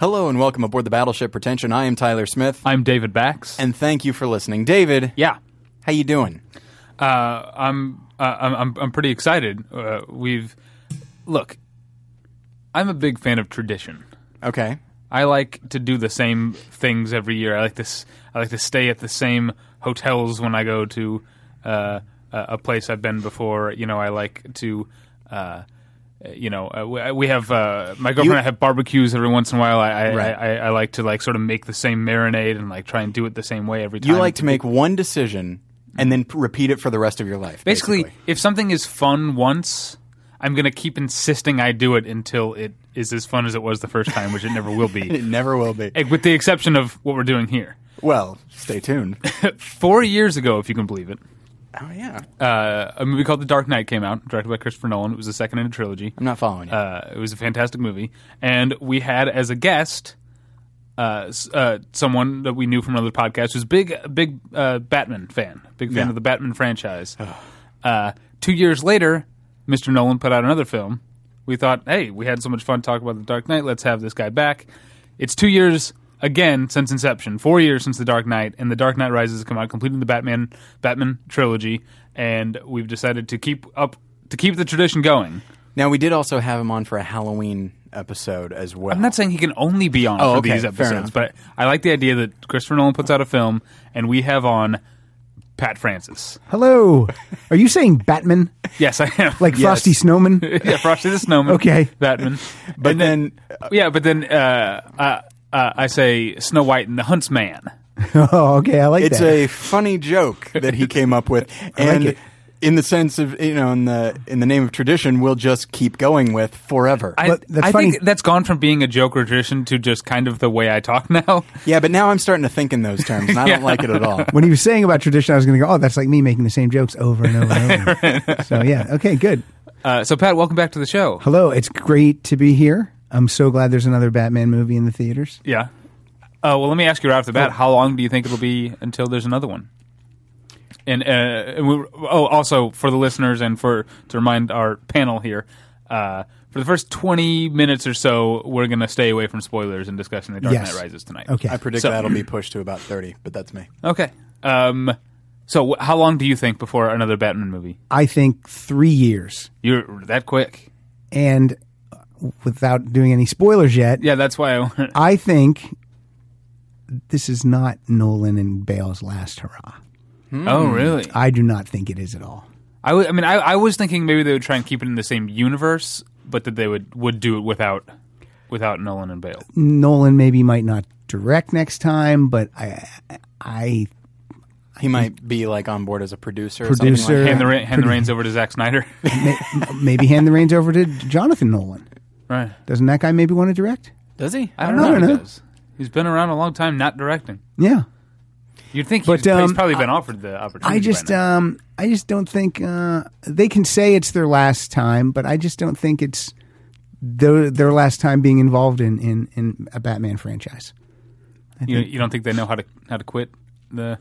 and welcome aboard the battleship Pretension. I am Tyler Smith, I'm David Bax. and thank you for listening. David, yeah, how you doing? uh, I'm, uh, I'm I'm I'm pretty excited. Uh, we've look. I'm a big fan of tradition. Okay, I like to do the same things every year. I like this. I like to stay at the same hotels when I go to uh, a a place I've been before. You know, I like to. Uh, you know, uh, we- we have uh, my girlfriend. and I have barbecues every once in a while. I I, Right. I I I like to like sort of make the same marinade and like try and do it the same way every time. you like to make one decision and then p- repeat it for the rest of your life. basically, Basically, if something is fun once i'm going to keep insisting i do it until it is as fun as it was the first time which it never will be it never will be. Eh, with the exception of what we're doing here Well, stay tuned. four years ago if you can believe it oh yeah, uh, a movie called the dark knight came out directed by christopher nolan it was the second in a trilogy I'm not following you. uh, it was a fantastic movie and we had as a guest uh, s- uh, someone that we knew from another podcast who's big, big uh, Batman fan, big fan Yeah. of the Batman franchise. uh, two years later, Mr. Nolan put out another film. We thought, hey, we had so much fun talking about the Dark Knight. Let's have this guy back. It's two years again since Inception, four years since the Dark Knight, and the Dark Knight Rises has come out, completing the Batman Batman trilogy, and we've decided to keep up to keep the tradition going. now we did also have him on for a Halloween episode as well. I'm not saying he can only be on Oh, for okay, these fair episodes, enough. but I like the idea that Christopher Nolan puts out a film and we have on Pat Francis. Hello. Are you saying Batman? Yes, I am. Like Frosty Snowman? yeah, Frosty the Snowman. Okay. Batman. but then, Yeah, but then uh, uh, uh, I say Snow White and the Huntsman. Oh, okay. I like it's that. a funny joke that he came up with, and it. in the sense of you know, in the in the name of tradition, we'll just keep going with forever. I, Well, that's I think funny. that's gone from being a joke or tradition to just kind of the way I talk now. yeah, but now I'm starting to think in those terms, and I don't like it at all. when he was saying about tradition, I was going to go, oh, that's like me making the same jokes over and over and over. so, yeah. Okay, good. Uh, so, Pat, welcome back to the show. Hello. It's great to be here. I'm so glad there's another Batman movie in the theaters. Yeah. Uh, well, let me ask you right off the bat: How long do you think it'll be until there's another one? And, uh, and we, oh, also for the listeners and for to remind our panel here, uh, for the first twenty minutes or so, we're going to stay away from spoilers and discussing the Dark Yes. Knight Rises tonight. Okay. I predict So- that'll be pushed to about thirty, but that's me. Okay. Um, so, wh- how long do you think before another Batman movie? I think three years. You're that quick? And uh, without doing any spoilers yet, Yeah, that's why. I, I think this is not Nolan and Bale's last hurrah. Oh, really? I do not think it is at all. I wa- I mean, I, I was thinking maybe they would try and keep it in the same universe, but that they would, would do it without without Nolan and Bale. Nolan maybe might not direct next time, but I, I He might be like on board as a producer, or something Producer. like Hand the, re- hand the reins over to Zack Snyder. may, maybe hand the reins over to Jonathan Nolan. right. Doesn't that guy maybe want to direct? that. Does he? I don't I know. don't if he know. does. He's been around a long time not directing. Yeah, You'd think But, he's, he's um, probably been offered the opportunity. I just, by now. um, I just don't think uh, they can say it's their last time, but I just don't think it's their their last time being involved in in, in a Batman franchise. uh, you, you don't think they know how to how to quit the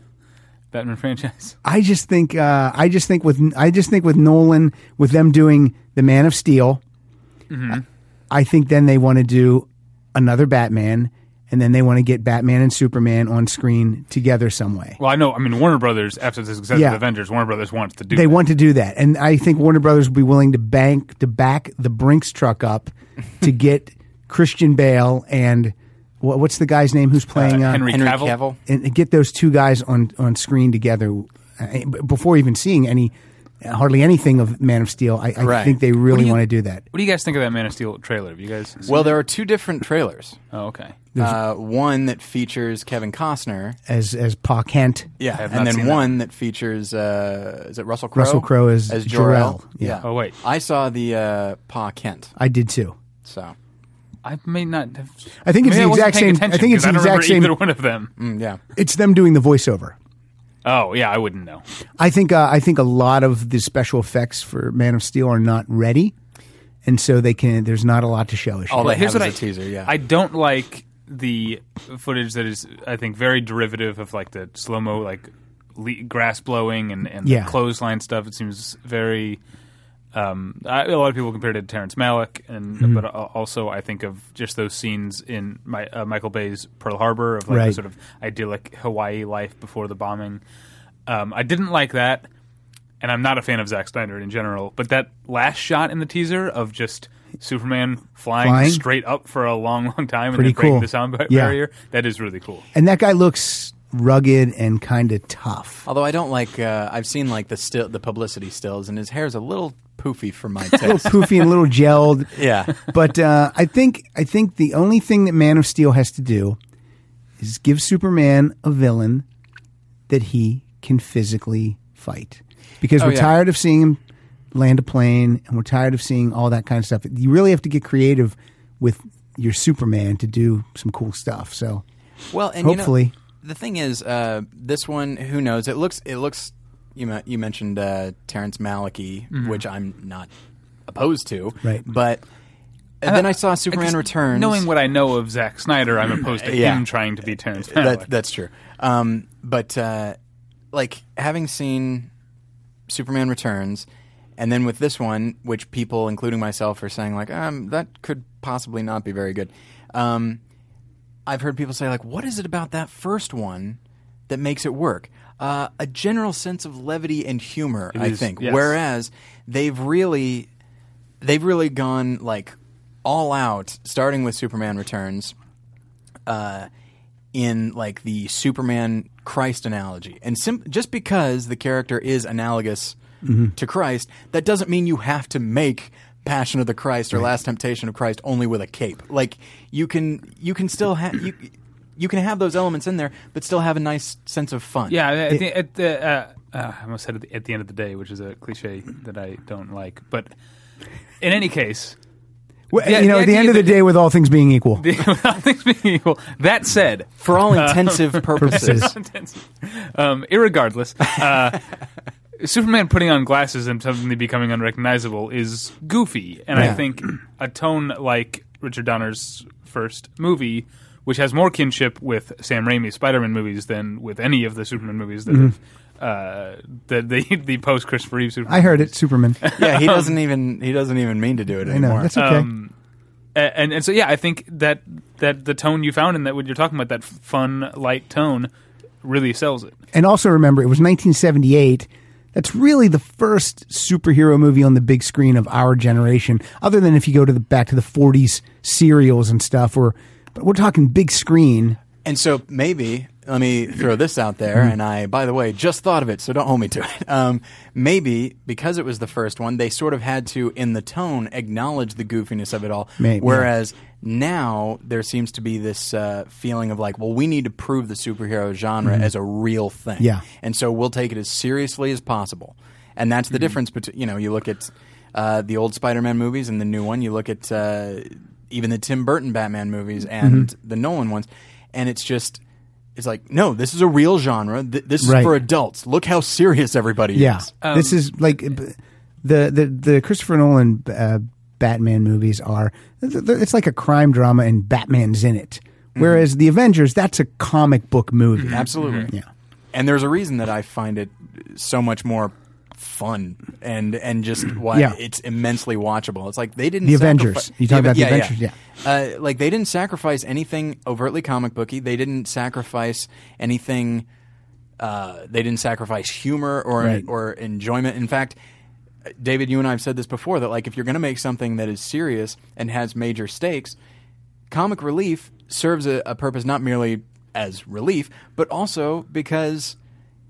Batman franchise? I just think, uh, I just think with, I just think with Nolan, with them doing the Man of Steel, I think then they want to do another Batman, and then they want to get Batman and Superman on screen together some way. Well, I know. I mean, Warner Brothers after the success Yeah. of Avengers, Warner Brothers wants to do. They that. want to do that, and I think Warner Brothers will be willing to bank to back the Brinks truck up to get Christian Bale and what, what's the guy's name who's playing uh, Henry, Henry Cavill. Cavill. and get those two guys on on screen together uh, b- before even seeing any eh, hardly anything of Man of Steel. I, I Right. think they really you- want to do that. What do you guys think of that Man of Steel trailer? Have you guys? Seen Well, there are two different trailers. it? oh, okay. Uh, one that features Kevin Costner, As as Pa Kent, yeah, have and not then seen that. one that, features uh, is it Russell Crowe? Russell Crowe as as Jor-El, yeah. Oh, wait. I saw the uh, Pa Kent. I did too. So I may not have. I think it's maybe the wasn't exact paying same- I attention think it's 'cause the don't remember exact same- Either one of them. mm, yeah, It's them doing the voiceover. Oh yeah, I wouldn't know. I think uh, I think a lot of the special effects for Man of Steel are not ready, and so they can. There's not a lot to show. us all yet. they Here's have is what a I- teaser. Yeah, I don't like the footage that is, I think, very derivative of like the slow mo, like le- grass blowing and, and the Yeah. clothesline stuff. It seems very Um, I, a lot of people compared it to Terrence Malick, and Mm-hmm. but al- also I think of just those scenes in my, uh, Michael Bay's Pearl Harbor of like the Right. sort of idyllic Hawaii life before the bombing. Um, I didn't like that, and I'm not a fan of Zack Snyder in general. But that last shot in the teaser of just Superman flying, Flying? straight up for a long, long time Pretty and then breaking cool. the sound bar- Yeah. barrier that is really cool. And that guy looks rugged and kind of tough. Although I don't like, uh, I've seen like the still the publicity stills, and his hair's a little poofy for my taste. Poofy and a little gelled. yeah, But uh, I think I think the only thing that Man of Steel has to do is give Superman a villain that he can physically fight. Because Oh, we're yeah. tired of seeing him land a plane and we're tired of seeing all that kind of stuff. You really have to get creative with your Superman to do some cool stuff. So Well, and You Hopefully. know, the thing is, uh, this one, who knows? It looks, it looks. You me- you mentioned uh, Terrence Malick, which I'm not opposed to, Right. But and then I saw Superman Just Returns. Knowing what I know of Zack Snyder, I'm opposed to Yeah. him trying to be Terrence Malick. that, that's true. Um, but uh, like having seen Superman Returns, and then with this one, which people, including myself, are saying like um, that could possibly not be very good. Um, I've heard people say like, what is it about that first one that makes it work? Uh, a general sense of levity and humor, I is, think. yes. Whereas they've really they've really gone like all out, starting with Superman Returns, uh, in like the Superman Christ analogy, and sim- just because the character is analogous Mm-hmm. to Christ, that doesn't mean you have to make Passion of the Christ or Last Temptation of Christ only with a cape. Like you can, you can still have you. You can have those elements in there, but still have a nice sense of fun. Yeah, I- I think at the, uh, uh, I almost said at the, at the end of the day, which is a cliche that I don't like. But in any case, well, Yeah, you know, the at the idea end of the that- day, with all things being equal, without things being equal, that said, for all intensive purposes. purposes. um, irregardless, uh, Superman putting on glasses and suddenly becoming unrecognizable is goofy, and I Yeah. think a tone like Richard Donner's first movie, which has more kinship with Sam Raimi's Spider-Man movies than with any of the Superman movies that have. Uh, the the, the post Christopher Reeve Superman. Mm-hmm. I heard it, Superman. yeah, he doesn't even he doesn't even mean to do it I know anymore. Um, that's okay. Um, A- and and so yeah, I think that that the tone you found and that what you're talking about that f- fun light tone really sells it. And also remember, it was 1978. That's really the first superhero movie on the big screen of our generation, other than if you go to the back to the 40s serials and stuff. Or, but we're talking big screen. And so maybe let me throw this out there. Mm-hmm. And I, by the way, just thought of it, so don't hold me to it. Um, maybe because it was the first one, they sort of had to, in the tone, acknowledge the goofiness of it all. May- Whereas now there seems to be this uh, feeling of like, well, we need to prove the superhero genre as a real thing. Mm-hmm. Yeah. And so we'll take it as seriously as possible. And that's Mm-hmm. the difference between, you know, you look at uh, the old Spider Man movies and the new one, you look at uh, even the Tim Burton Batman movies Mm-hmm. and the Nolan ones, and it's just, it's like, no, this is a real genre. Th- this Right. is for adults. Look how serious everybody Yeah, is. this is like b- the the the Christopher Nolan uh, Batman movies are. th- th- It's like a crime drama, and Batman's in it. Whereas the Avengers, that's a comic book movie. Absolutely. Yeah. And there's a reason that I find it so much more fun and and just why Yeah. it's immensely watchable. It's like they didn't The Avengers. You talking about the Aven- Avengers, Uh, like they didn't sacrifice anything overtly comic booky. They didn't sacrifice anything uh, they didn't sacrifice humor or Right. or enjoyment. In fact, David, you and I have said this before that like if you're going to make something that is serious and has major stakes, comic relief serves a, a purpose not merely as relief, but also because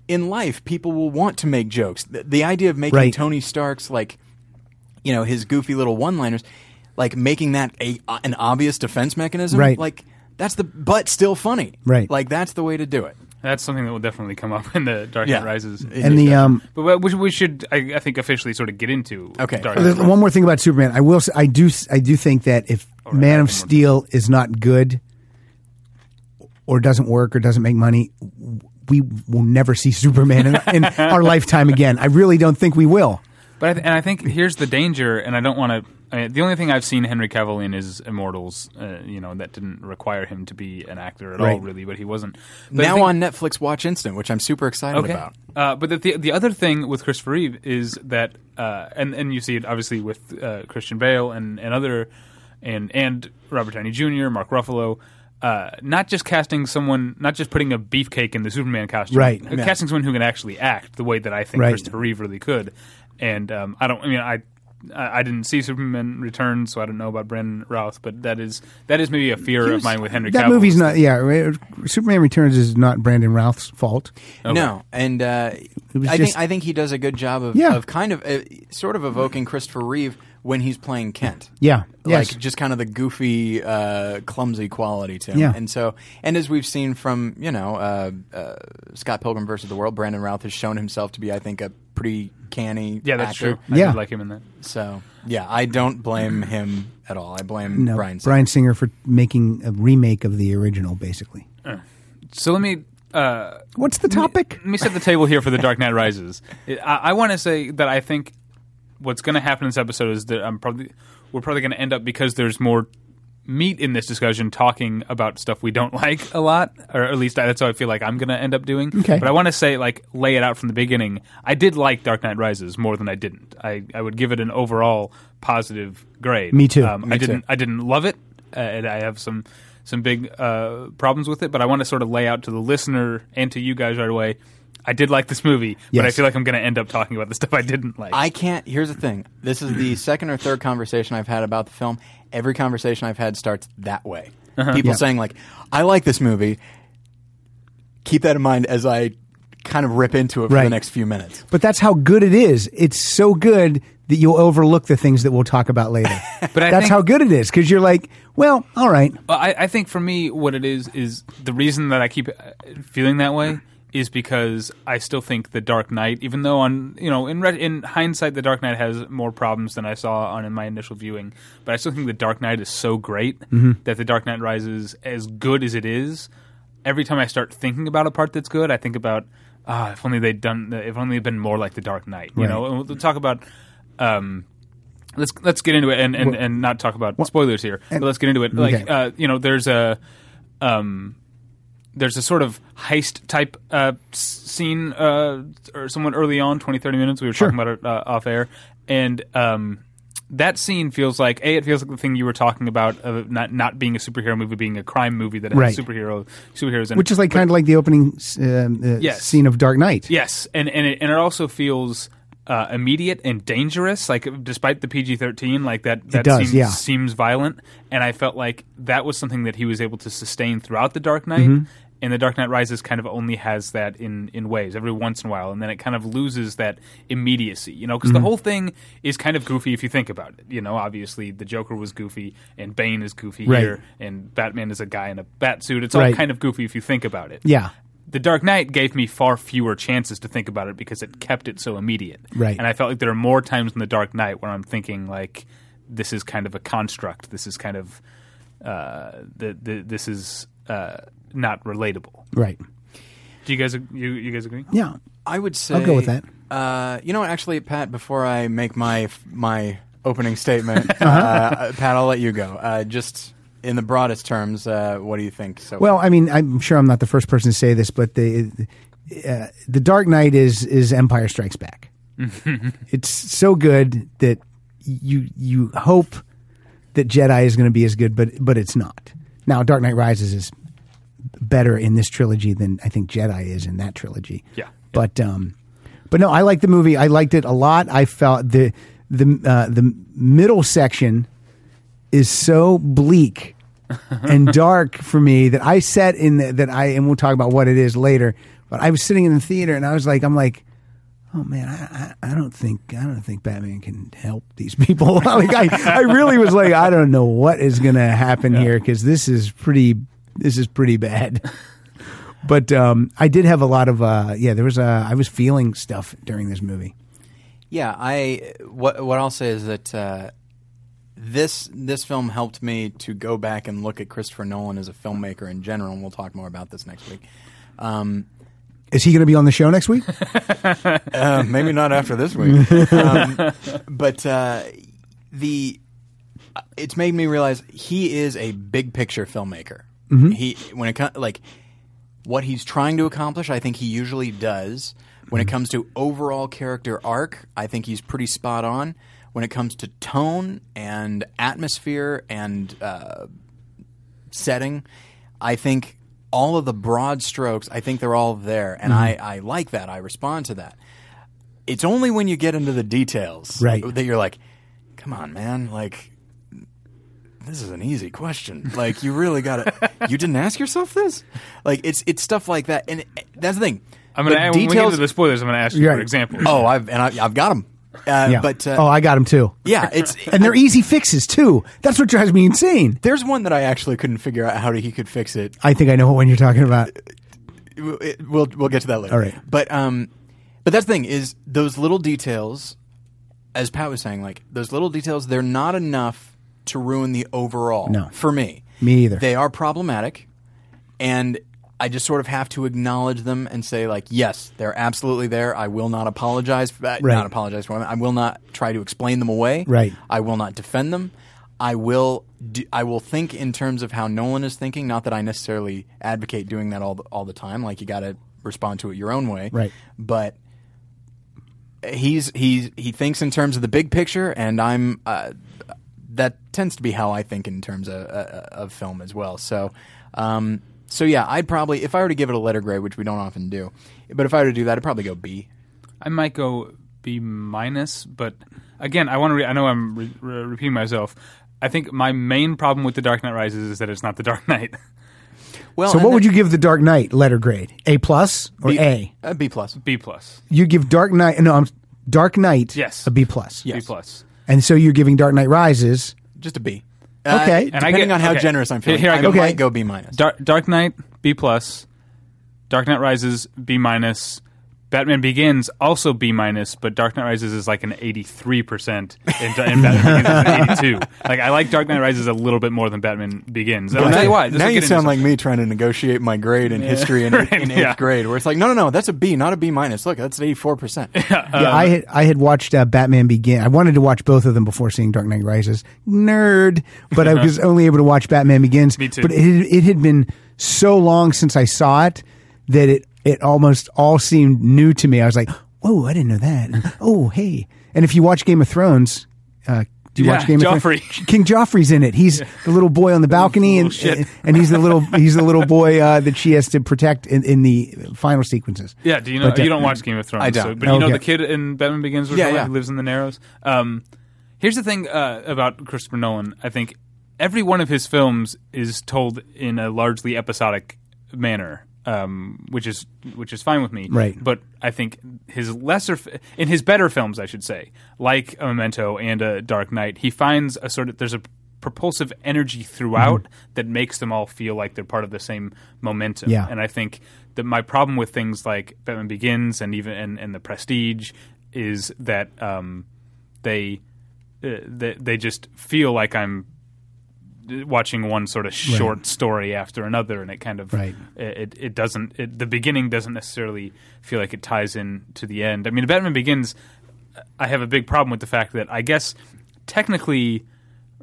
in life people will want to make jokes. The, the idea of making Right. Tony Stark's like you know his goofy little one-liners, like making that a an obvious defense mechanism, Right. Like that's the but still funny, Right. Like that's the way to do it. That's something that will definitely come up in the Dark Knight Yeah. Rises. And the um, but what- which we should, I, I think, officially sort of get into. Okay. Dark Oh, Knight There's Rises. one more thing about Superman. I will. s- I do. s- I do think that if Man of Steel is not good, or doesn't work, or doesn't make money, w- we will never see Superman in, in our lifetime again. I really don't think we will. But I th- and I think here's the danger, and I don't want to I mean, the only thing I've seen Henry Cavill in is Immortals. Uh, you know, that didn't require him to be an actor at all, Right. really, but he wasn't. But I Now think- on Netflix, watch Instant, which I'm super excited about. Uh, but the, the the other thing with Christopher Reeve is that, uh, and and you see it obviously with uh, Christian Bale and, and other, and and Robert Downey Jr., Mark Ruffalo, uh, not just casting someone, not just putting a beefcake in the Superman costume, Right. uh, Casting someone who can actually act the way that I think Right. Christopher Reeve really could, and um, I don't, I mean, I. I I didn't see Superman Returns, so I don't know about Brandon Routh, but that is that is maybe a fear of mine with Henry. That Cavill. movie's not. Yeah, Re- Superman Returns is not Brandon Routh's fault. No, and uh, was I just- think I think he does a good job of, Yeah. of kind of uh, sort of evoking Christopher Reeve when he's playing Kent. Yeah. Yes. like just kind of the goofy, uh, clumsy quality to him. Yeah. And so, and as we've seen from you know uh, uh, Scott Pilgrim versus the World, Brandon Routh has shown himself to be, I think, a pretty canny. yeah, that's actor. true. I Yeah. did like him in that. So yeah, I don't blame him at all. I blame no, Brian. Singer. Bryan Singer for making a remake of the original, basically. So let me. Uh, What's the topic? Let me set the table here for the Dark Knight Rises. I, I want to say that I think what's going to happen in this episode is that I'm probably we're probably going to end up because there's more meat in this discussion talking about stuff we don't like a lot, or at least that's how I feel like I'm going to end up doing. Okay. But I want to say like lay it out from the beginning. I did like Dark Knight Rises more than I didn't. I, I would give it an overall positive grade. Me too. Um, I didn't I didn't love it, uh, and I have some some big uh, problems with it. But I want to sort of lay out to the listener and to you guys right away. I did like this movie, but I Yes. feel like I'm going to end up talking about the stuff I didn't like. I can't. Here's the thing. This is the second or third conversation I've had about the film. Every conversation I've had starts that way. People Uh-huh. Yeah. saying like, "I like this movie." Keep that in mind as I kind of rip into it for the Right. next few minutes. But that's how good it is. It's so good that you'll overlook the things that we'll talk about later. But I that's think- how good it is because you're like, well, all right, Well, I, I think for me, what it is is the reason that I keep uh, feeling that way is because I still think the Dark Knight, even though on you know in re- in hindsight, the Dark Knight has more problems than I saw on in my initial viewing, but I still think the Dark Knight is so great that the Dark Knight Rises, as good as it is, every time I start thinking about a part that's good, I think about ah, if only they'd done, if only it'd been more like the Dark Knight, you know. And we'll talk about. Um, let's let's get into it and, and, and not talk about spoilers here. But let's get into it. Like Okay. uh, you know, there's a um, there's a sort of heist type uh, s- scene uh, or someone early on 20, 30 minutes. We were talking about it uh, off air, and um, that scene feels like a. It feels like the thing you were talking about of not not being a superhero movie, being a crime movie that has Right. superhero superheroes in it. which is like kind of like the opening um, uh, Yes. scene of Dark Knight. Yes, and and it, and it also feels uh, immediate and dangerous. Like despite the PG thirteen, like that that does, seems, yeah. seems violent. And I felt like that was something that he was able to sustain throughout the Dark Knight. Mm-hmm. And the Dark Knight Rises kind of only has that in in waves every once in a while, and then it kind of loses that immediacy, you know, because Mm-hmm. the whole thing is kind of goofy if you think about it. You know, obviously the Joker was goofy, and Bane is goofy Right. here, and Batman is a guy in a bat suit. It's all Right. kind of goofy if you think about it. Yeah. The Dark Knight gave me far fewer chances to think about it because it kept it so immediate. Right. And I felt like there are more times in The Dark Knight where I'm thinking like, this is kind of a construct. This is kind of, uh, the, the, this is uh, not relatable. Right. Do you guys you you guys agree? Yeah. I would say I'll go with that. Uh, you know what? Actually, Pat, before I make my my opening statement, Uh-huh. uh, Pat, I'll let you go. Uh, just in the broadest terms, uh, what do you think? So Well, I mean, I'm sure I'm not the first person to say this, but the uh, the Dark Knight is is Empire Strikes Back. it's so good that you you hope that Jedi is going to be as good, but but it's not. Now, Dark Knight Rises is better in this trilogy than I think Jedi is in that trilogy. Yeah. but um, but no, I liked the movie. I liked it a lot. I felt the the uh, the middle section is so bleak and dark for me that I sat in the, that I and we'll talk about what it is later. But I was sitting in the theater and I was like, I'm like, oh man, I, I, I don't think I don't think Batman can help these people. like I, I really was like, I don't know what is going to happen here because this is pretty this is pretty bad. But um, I did have a lot of uh, yeah. There was uh, I was feeling stuff during this movie. Yeah, I what what I'll say is that uh, this this film helped me to go back and look at Christopher Nolan as a filmmaker in general, and we'll talk more about this next week. Um, Is he going to be on the show next week? uh, maybe not after this week, um, but uh, the it's made me realize he is a big picture filmmaker. He when it comes like what he's trying to accomplish, I think he usually does. When it comes to overall character arc, I think he's pretty spot on. When it comes to tone and atmosphere and uh, setting, I think all of the broad strokes, I think they're all there, and I, I like that. I respond to that. It's only when you get into the details Right. that you're like, come on, man, like this is an easy question. Like you really got to you didn't ask yourself this? Like it's it's stuff like that and it- that's the thing. I'm gonna The add, when we get details into the spoilers. I'm gonna ask you Right. for examples. Oh, I've and I, I've got them. Uh, Yeah. but uh, oh, I got them too. yeah, it's And they're easy fixes too. That's what drives me insane. there's one that I actually couldn't figure out how he could fix it. I think I know what one you're talking about. It- it- we'll we'll get to that later. All right. But um, but that's the thing is those little details, as Pat was saying, like those little details, they're not enough to ruin the overall. No. for me, Me either. They are problematic, and I just sort of have to acknowledge them and say like, yes, they're absolutely there. I will not apologize. For that. Right. Not apologize for them. I will not try to explain them away. Right. I will not defend them. I will do, I will think in terms of how Nolan is thinking. Not that I necessarily advocate doing that all the, all the time. Like you got to respond to it your own way. Right. But he's he's he thinks in terms of the big picture, and I'm uh, that tends to be how I think in terms of, uh, of film as well. So. Um, so yeah, I'd probably if I were to give it a letter grade, which we don't often do, but if I were to do that, I'd probably go B. I might go B minus, but again, I want to. Re- I know I'm re- re- repeating myself. I think my main problem with The Dark Knight Rises is that it's not The Dark Knight. Well, So and what that- would you give the Dark Knight letter grade? A plus or B- A? uh, B plus? B plus, You give Dark Knight no, I'm Dark Knight Yes. a B plus. Yeah. B Yes. plus. And so you're giving Dark Knight Rises. Just a B. Okay. Uh, And I depending get- on how okay. generous I'm Here- feeling, here I I go. Okay. might go B minus. Dark, Dark Knight B plus, Dark Knight Rises B minus, Batman Begins also B minus, but Dark Knight Rises is like an eighty three percent, and Batman Begins is an eighty two. Like I like Dark Knight Rises a little bit more than Batman Begins. And I'll tell you why. This now will you get into sound some- like me trying to negotiate my grade in history in, eighth- in eighth yeah. grade, where it's like, no, no, no, that's a B, not a B minus. Look, that's eighty four percent. yeah, I had I had watched uh, Batman Begin. I wanted to watch both of them before seeing Dark Knight Rises. Nerd, but I was only able to watch Batman Begins. Me too. But it had- it had been so long since I saw it that it it almost all seemed new to me. I was like, "Whoa, I didn't know that." And, oh, hey! And if you watch Game of Thrones, uh, do you Yeah, watch Game of Thrones? Joffrey. King Joffrey's in it. He's the little boy on the balcony, and, shit. and he's the little he's the little boy uh, that she has to protect in, in the final sequences. Yeah, do you know But, uh, you don't watch Game of Thrones? I don't. So, but you know Okay. the kid in Batman Begins, or Yeah, something yeah. who lives in the Narrows. Um, here's the thing uh, about Christopher Nolan. I think every one of his films is told in a largely episodic manner, um, which is which is fine with me. Right. But I think his lesser f- in his better films, I should say, like a Memento and a Dark Knight, he finds a sort of there's a propulsive energy throughout that makes them all feel like they're part of the same momentum. Yeah. And I think that my problem with things like Batman Begins and even and, and the Prestige is that um, they, uh, they they just feel like I'm uh, watching one sort of short story after another, and it kind of Right. it it doesn't it, the beginning doesn't necessarily feel like it ties in to the end. I mean, Batman Begins. uh, I have a big problem with the fact that I guess technically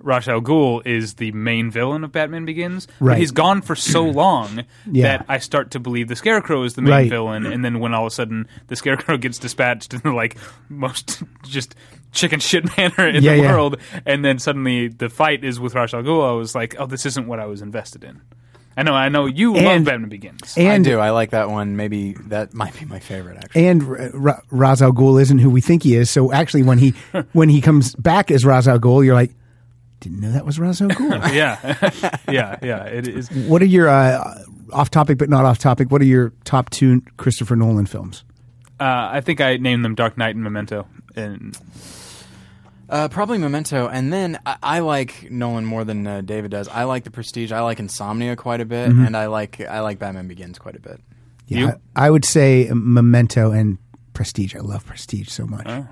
Ra's al Ghul is the main villain of Batman Begins, but Right. he's gone for so long Yeah. that I start to believe the Scarecrow is the main Right. villain, and then when all of a sudden the Scarecrow gets dispatched in the like most just chicken shit manner in Yeah, the yeah. world, and then suddenly the fight is with Ra's al Ghul, I was like, oh, this isn't what I was invested in. I know, I know you love And- Batman Begins. I And do. I like that one. Maybe that might be my favorite. Actually, and R- Ra- Ra's al Ghul isn't who we think he is. So actually, when he when he comes back as Ra's al Ghul, you're like, didn't know that was Ra's al Ghul. yeah, yeah, yeah. It is. what are your uh, off topic but not off topic? What are your top two Christopher Nolan films? Uh, I think I named them Dark Knight and Memento, and uh, probably Memento, and then I, I like Nolan more than uh, David does. I like The Prestige. I like Insomnia quite a bit, Mm-hmm. and I like I like Batman Begins quite a bit. Yeah, You? I, I would say Memento and Prestige. I love Prestige so much. Oh.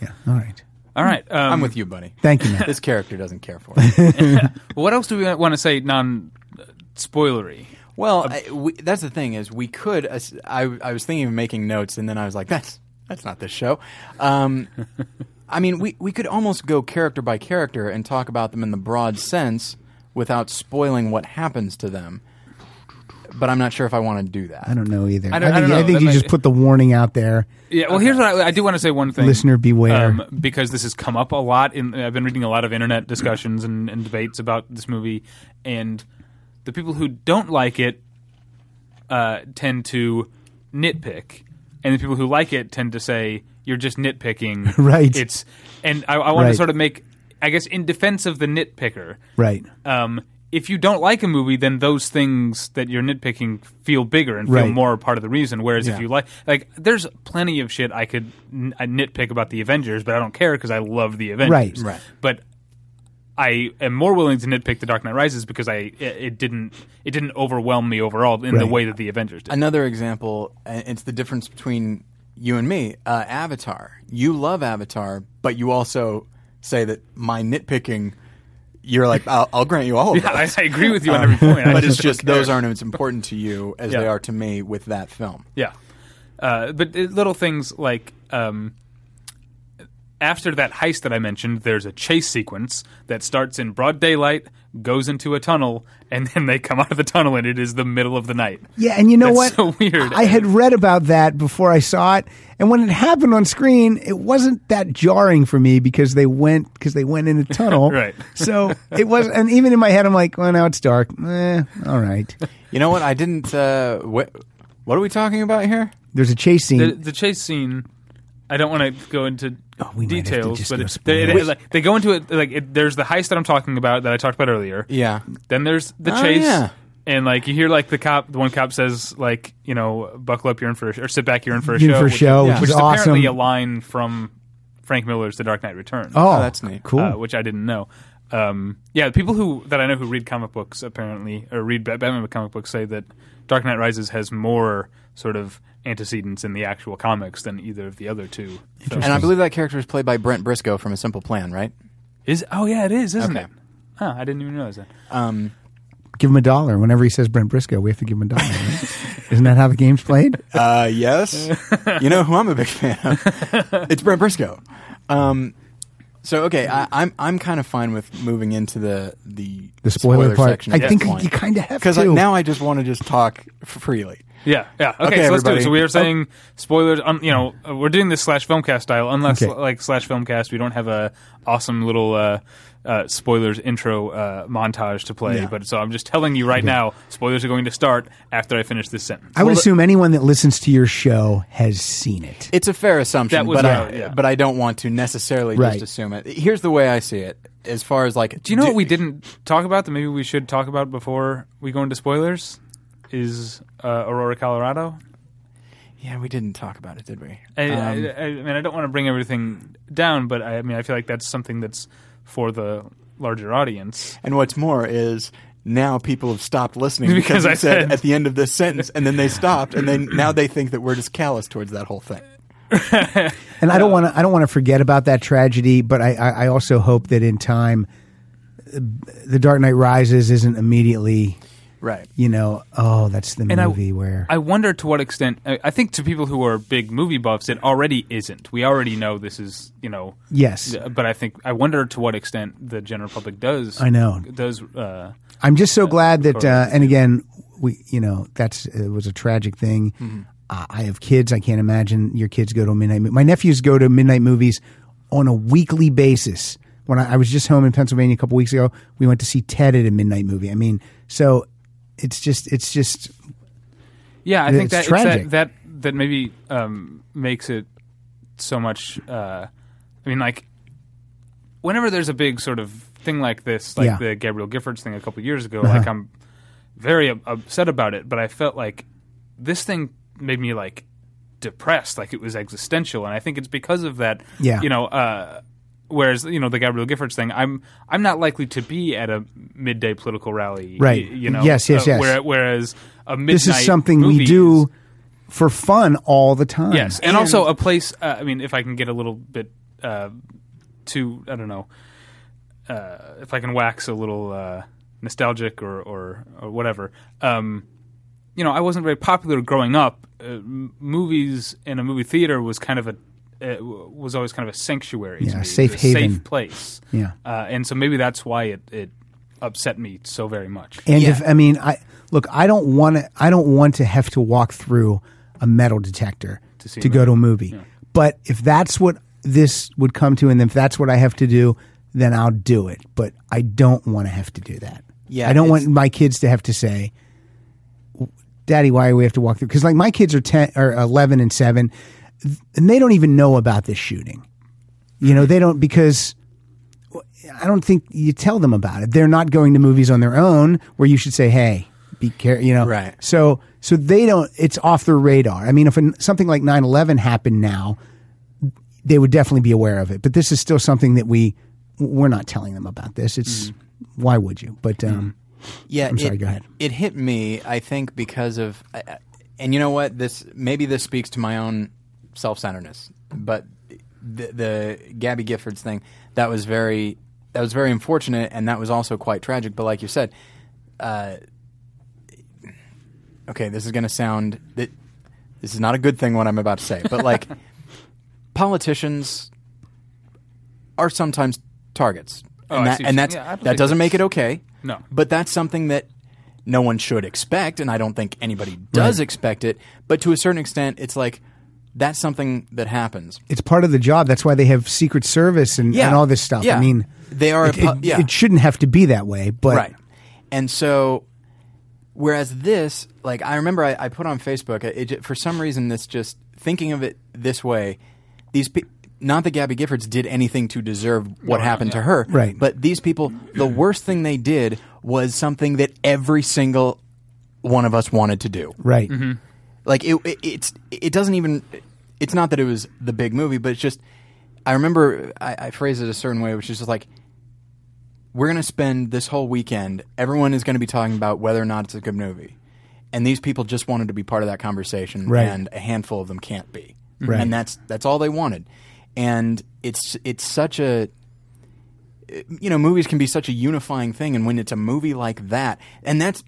Yeah. All right. all right. Um, I'm with you, buddy. Thank you, man. This character doesn't care for. it. What else do we want to say non spoilery? Well, I, we, that's the thing is we could. uh, as- I I was thinking of making notes, and then I was like, that's that's not this show. Um, I mean, we, we could almost go character by character and talk about them in the broad sense without spoiling what happens to them. But I'm not sure if I want to do that. I don't know either. I don't- think, I don't know. think That you might just be- put the warning out there. Yeah, well, here's what I, I do want to say one thing. Um, Listener, beware. because this has come up a lot. In, I've been reading a lot of internet discussions and, and debates about this movie, and the people who don't like it uh, tend to nitpick, and the people who like it tend to say, You're just nitpicking. Right. It's And I, I want Right. to sort of make, I guess, in defense of the nitpicker, Right. um, if you don't like a movie, then those things that you're nitpicking feel bigger and Right. feel more part of the reason. Whereas Yeah. if you like, like, there's plenty of shit I could n- I nitpick about the Avengers, but I don't care because I love the Avengers. Right. But I am more willing to nitpick The Dark Knight Rises because I it, it didn't it didn't overwhelm me overall in the Right. way that the Avengers did. Another example, uh, it's the difference between you and me. Uh, Avatar. You love Avatar, but you also say that my nitpicking. You're like, I'll, I'll grant you all of Yeah, I, those. I agree with you on Um, every point. I but it's don't just care. those aren't as important to you as Yeah. they are to me with that film. Yeah. Uh, but it- little things like um, after that heist that I mentioned, there's a chase sequence that starts in broad daylight, goes into a tunnel, and then they come out of the tunnel, and it is the middle of the night. Yeah, and you know That's so what? weird. I had read about that before I saw it, and when it happened on screen, it wasn't that jarring for me because they went because they went in a tunnel. Right. So it was, and even in my head, I'm like, well, now it's dark. Eh, all right. You know what? I didn't. Uh, wh- what are we talking about here? There's a chase scene. The, the chase scene. I don't want to go into Oh, we might have to details, just but go it- spoil they, it. they- like, they go into it. Like it, there's the heist that I'm talking about that I talked about earlier. Yeah. Then there's the Oh, chase, yeah. and like you hear like the cop, the one cop says like you know buckle up, you're in for a sh- or sit back, you're in for a You're in show, for a show, which, which which is is apparently a awesome. line from Frank Miller's The Dark Knight Returns. oh, that's neat. Cool. uh, which I didn't know. Um, yeah, people who that I know who read comic books apparently or read Bat- Batman comic books say that Dark Knight Rises has more sort of antecedents in the actual comics than either of the other two. So- And I believe that character is played by Brent Briscoe from A Simple Plan, right? is oh yeah, it is, isn't Okay. it? Huh, I didn't even realize that. Um, give him a dollar whenever he says Brent Briscoe. We have to give him a dollar. right? Isn't that how the game's played? Uh, yes. you know who I'm a big fan of? It's Brent Briscoe. Um, so okay, I, I'm I'm kind of fine with moving into the the, The spoiler, part. section. I think you kind of have because to. now I just want to just talk f- freely. Yeah, yeah. Okay, Okay, so let's do everybody. Oh. it. So we are saying spoilers. Um, you know, uh, we're doing this slash filmcast style, unless Okay. like slash filmcast, we don't have a awesome little uh, uh, spoilers intro uh, montage to play. Yeah. But so I'm just telling you right now, spoilers are going to start after I finish this sentence. I would Well, the- assume anyone that listens to your show has seen it. It's a fair assumption, That was but I, right, yeah. but I don't want to necessarily Right. just assume it. Here's the way I see it, as far as like, do you know what we didn't talk about that maybe we should talk about before we go into spoilers? Is uh, Aurora, Colorado? Yeah, we didn't talk about it, did we? I, I- Um, I, I mean, I don't want to bring everything down, but I, I mean, I feel like that's something that's for the larger audience. And what's more is now people have stopped listening because, Because we I said, said- at the end of this sentence, and then they stopped, and then now they think that we're just callous towards that whole thing. And I don't want to. I don't want to forget about that tragedy, but I, I, I also hope that in time, uh, the Dark Knight Rises isn't immediately, Right. you know, oh, that's the I- movie where I wonder to what extent. I I think to people who are big movie buffs, it already isn't. We already know this is, you know. yes, But I think I wonder to what extent the general public does. I know. does. Uh, I'm just so glad that. Uh, correlates and again, we, you know, that's it was a tragic thing. Mm-hmm. Uh, I have kids. I can't imagine your kids go to a midnight. Mo- My nephews go to midnight movies on a weekly basis. When I, I was just home in Pennsylvania a couple weeks ago, we went to see Ted at a midnight movie. I mean, so it's just, it's just yeah, I It's think that, it's tragic. that that that maybe um, makes it so much. Uh, I mean, like whenever there's a big sort of thing like this, like Yeah. Uh-huh. the Gabriel Giffords thing a couple years ago, like I'm very up- upset about it, but I felt like this thing made me like depressed, like it was existential, and I think it's because of that. Yeah. you know. Uh, whereas you know the Gabriel Giffords thing, I'm I'm not likely to be at a midday political rally, Right. y- You know, Yes, yes, uh, yes. where- whereas a midnight this is something movie we is- do for fun all the time. Yes, and, also a place. Uh, I mean, if I can get a little bit uh, too, I don't know, uh, if I can wax a little uh, nostalgic or, or or whatever. Um, you know, I wasn't very popular growing up. Uh, m- movies and a movie theater was kind of a uh, w- was always kind of a sanctuary, to Yeah, me. safe It was a haven. safe place. Yeah. uh, and so maybe that's why it, it upset me so very much. And Yeah. if I mean, I look, I don't want to. I don't want to have to walk through a metal detector to, see a go to a movie. But if that's what this would come to, and if that's what I have to do, then I'll do it. But I don't want to have to do that. Yeah, I don't it's- want my kids to have to say, "Daddy, why do we have to walk through?" Because like my kids are ten or eleven and seven, th- and they don't even know about this shooting. You know, they don't because I don't think you tell them about it. They're not going to movies on their own where you should say, "Hey, be careful," you know. Right. So, so they don't. It's off their radar. I mean, if an, something like 9-11 happened now, they would definitely be aware of it. But this is still something that we we're not telling them about. This. It's Mm. why would you? But um, Yeah, I'm sorry, It, go ahead. It hit me, I think, because of, I- I- and you know what? This maybe this speaks to my own self-centeredness, but the, the Gabby Giffords thing that was very that was very unfortunate, and that was also quite tragic. But like you said, uh, okay, this is going to sound that this is not a good thing what I'm about to say, but like politicians are sometimes targets. Oh, and I that, see what and you- that's, yeah, I don't that think doesn't that's- make it okay. No. But that's something that no one should expect, and I don't think anybody does expect it. But to a certain extent, it's like that's something that happens. it's part of the job. That's why they have Secret Service and, Yeah. and all this stuff. Yeah. I mean, They are a It, pu- it- yeah. it shouldn't have to be that way, but right. And so, whereas this, like, I remember I, I put on Facebook, it, it, for some reason, this just thinking of it this way, these people. Not that Gabby Giffords did anything to deserve what happened to her, Right. But these people, the worst thing they did was something that every single one of us wanted to do, right. like it, it it's it doesn't even it's not that it was the big movie but it's just i remember i, I phrased it a certain way which is just like we're going to spend this whole weekend everyone is going to be talking about whether or not it's a good movie and these people just wanted to be part of that conversation Right. and a handful of them can't be Right. and that's that's all they wanted and it's it's such a you know movies can be such a unifying thing and when it's a movie like that and that's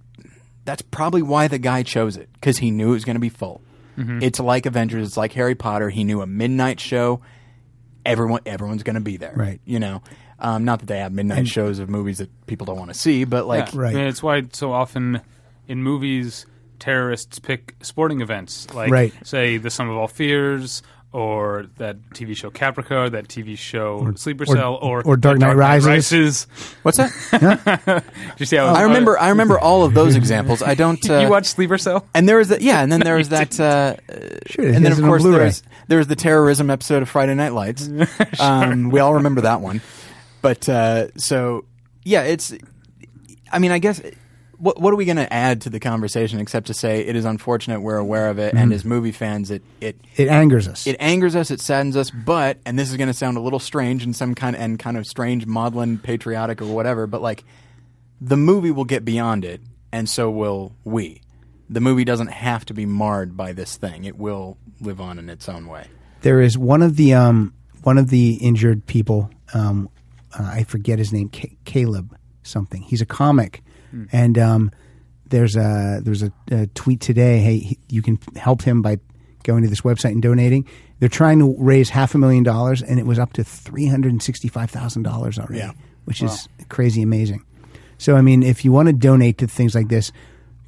that's probably why the guy chose it because he knew it was going to be full Mm-hmm. it's like avengers it's like harry potter he knew a midnight show everyone everyone's going to be there Right. you know um, not that they have midnight shows of movies that people don't want to see but like Yeah. Right. I mean, it's why so often in movies terrorists pick sporting events like Right. say the sum of all fears or that TV show Caprica, that TV show Sleeper or- Cell, or or Dark The Knight Rises. what's that Did you see Oh, how was- i remember i remember all of those examples i don't uh, you watched Sleeper Cell? and there was that, yeah, and then there was that, uh, it and then has of it on course there Blu-ray. was, there was the terrorism episode of Friday Night Lights. um, we all remember that one, but uh, so yeah, it's. I mean, I guess what what are we going to add to the conversation except to say it is unfortunate we're aware of it, Mm-hmm. and as movie fans, it it It angers us. it angers us, it saddens us, but and this is going to sound a little strange and some kind and kind of strange, maudlin, patriotic or whatever, but like the movie will get beyond it, and so will we. The movie doesn't have to be marred by this thing; it will live on in its own way. there is one of the um, one of the injured people. Um, uh, I forget his name, C- Caleb something. He's a comic, and um, there's a there's a, a tweet today. Hey, he, you can help him by going to this website and donating. They're trying to raise half a million dollars, and it was up to three hundred and sixty five thousand dollars already, Yeah. which is crazy amazing. So, I mean, if you want to donate to things like this,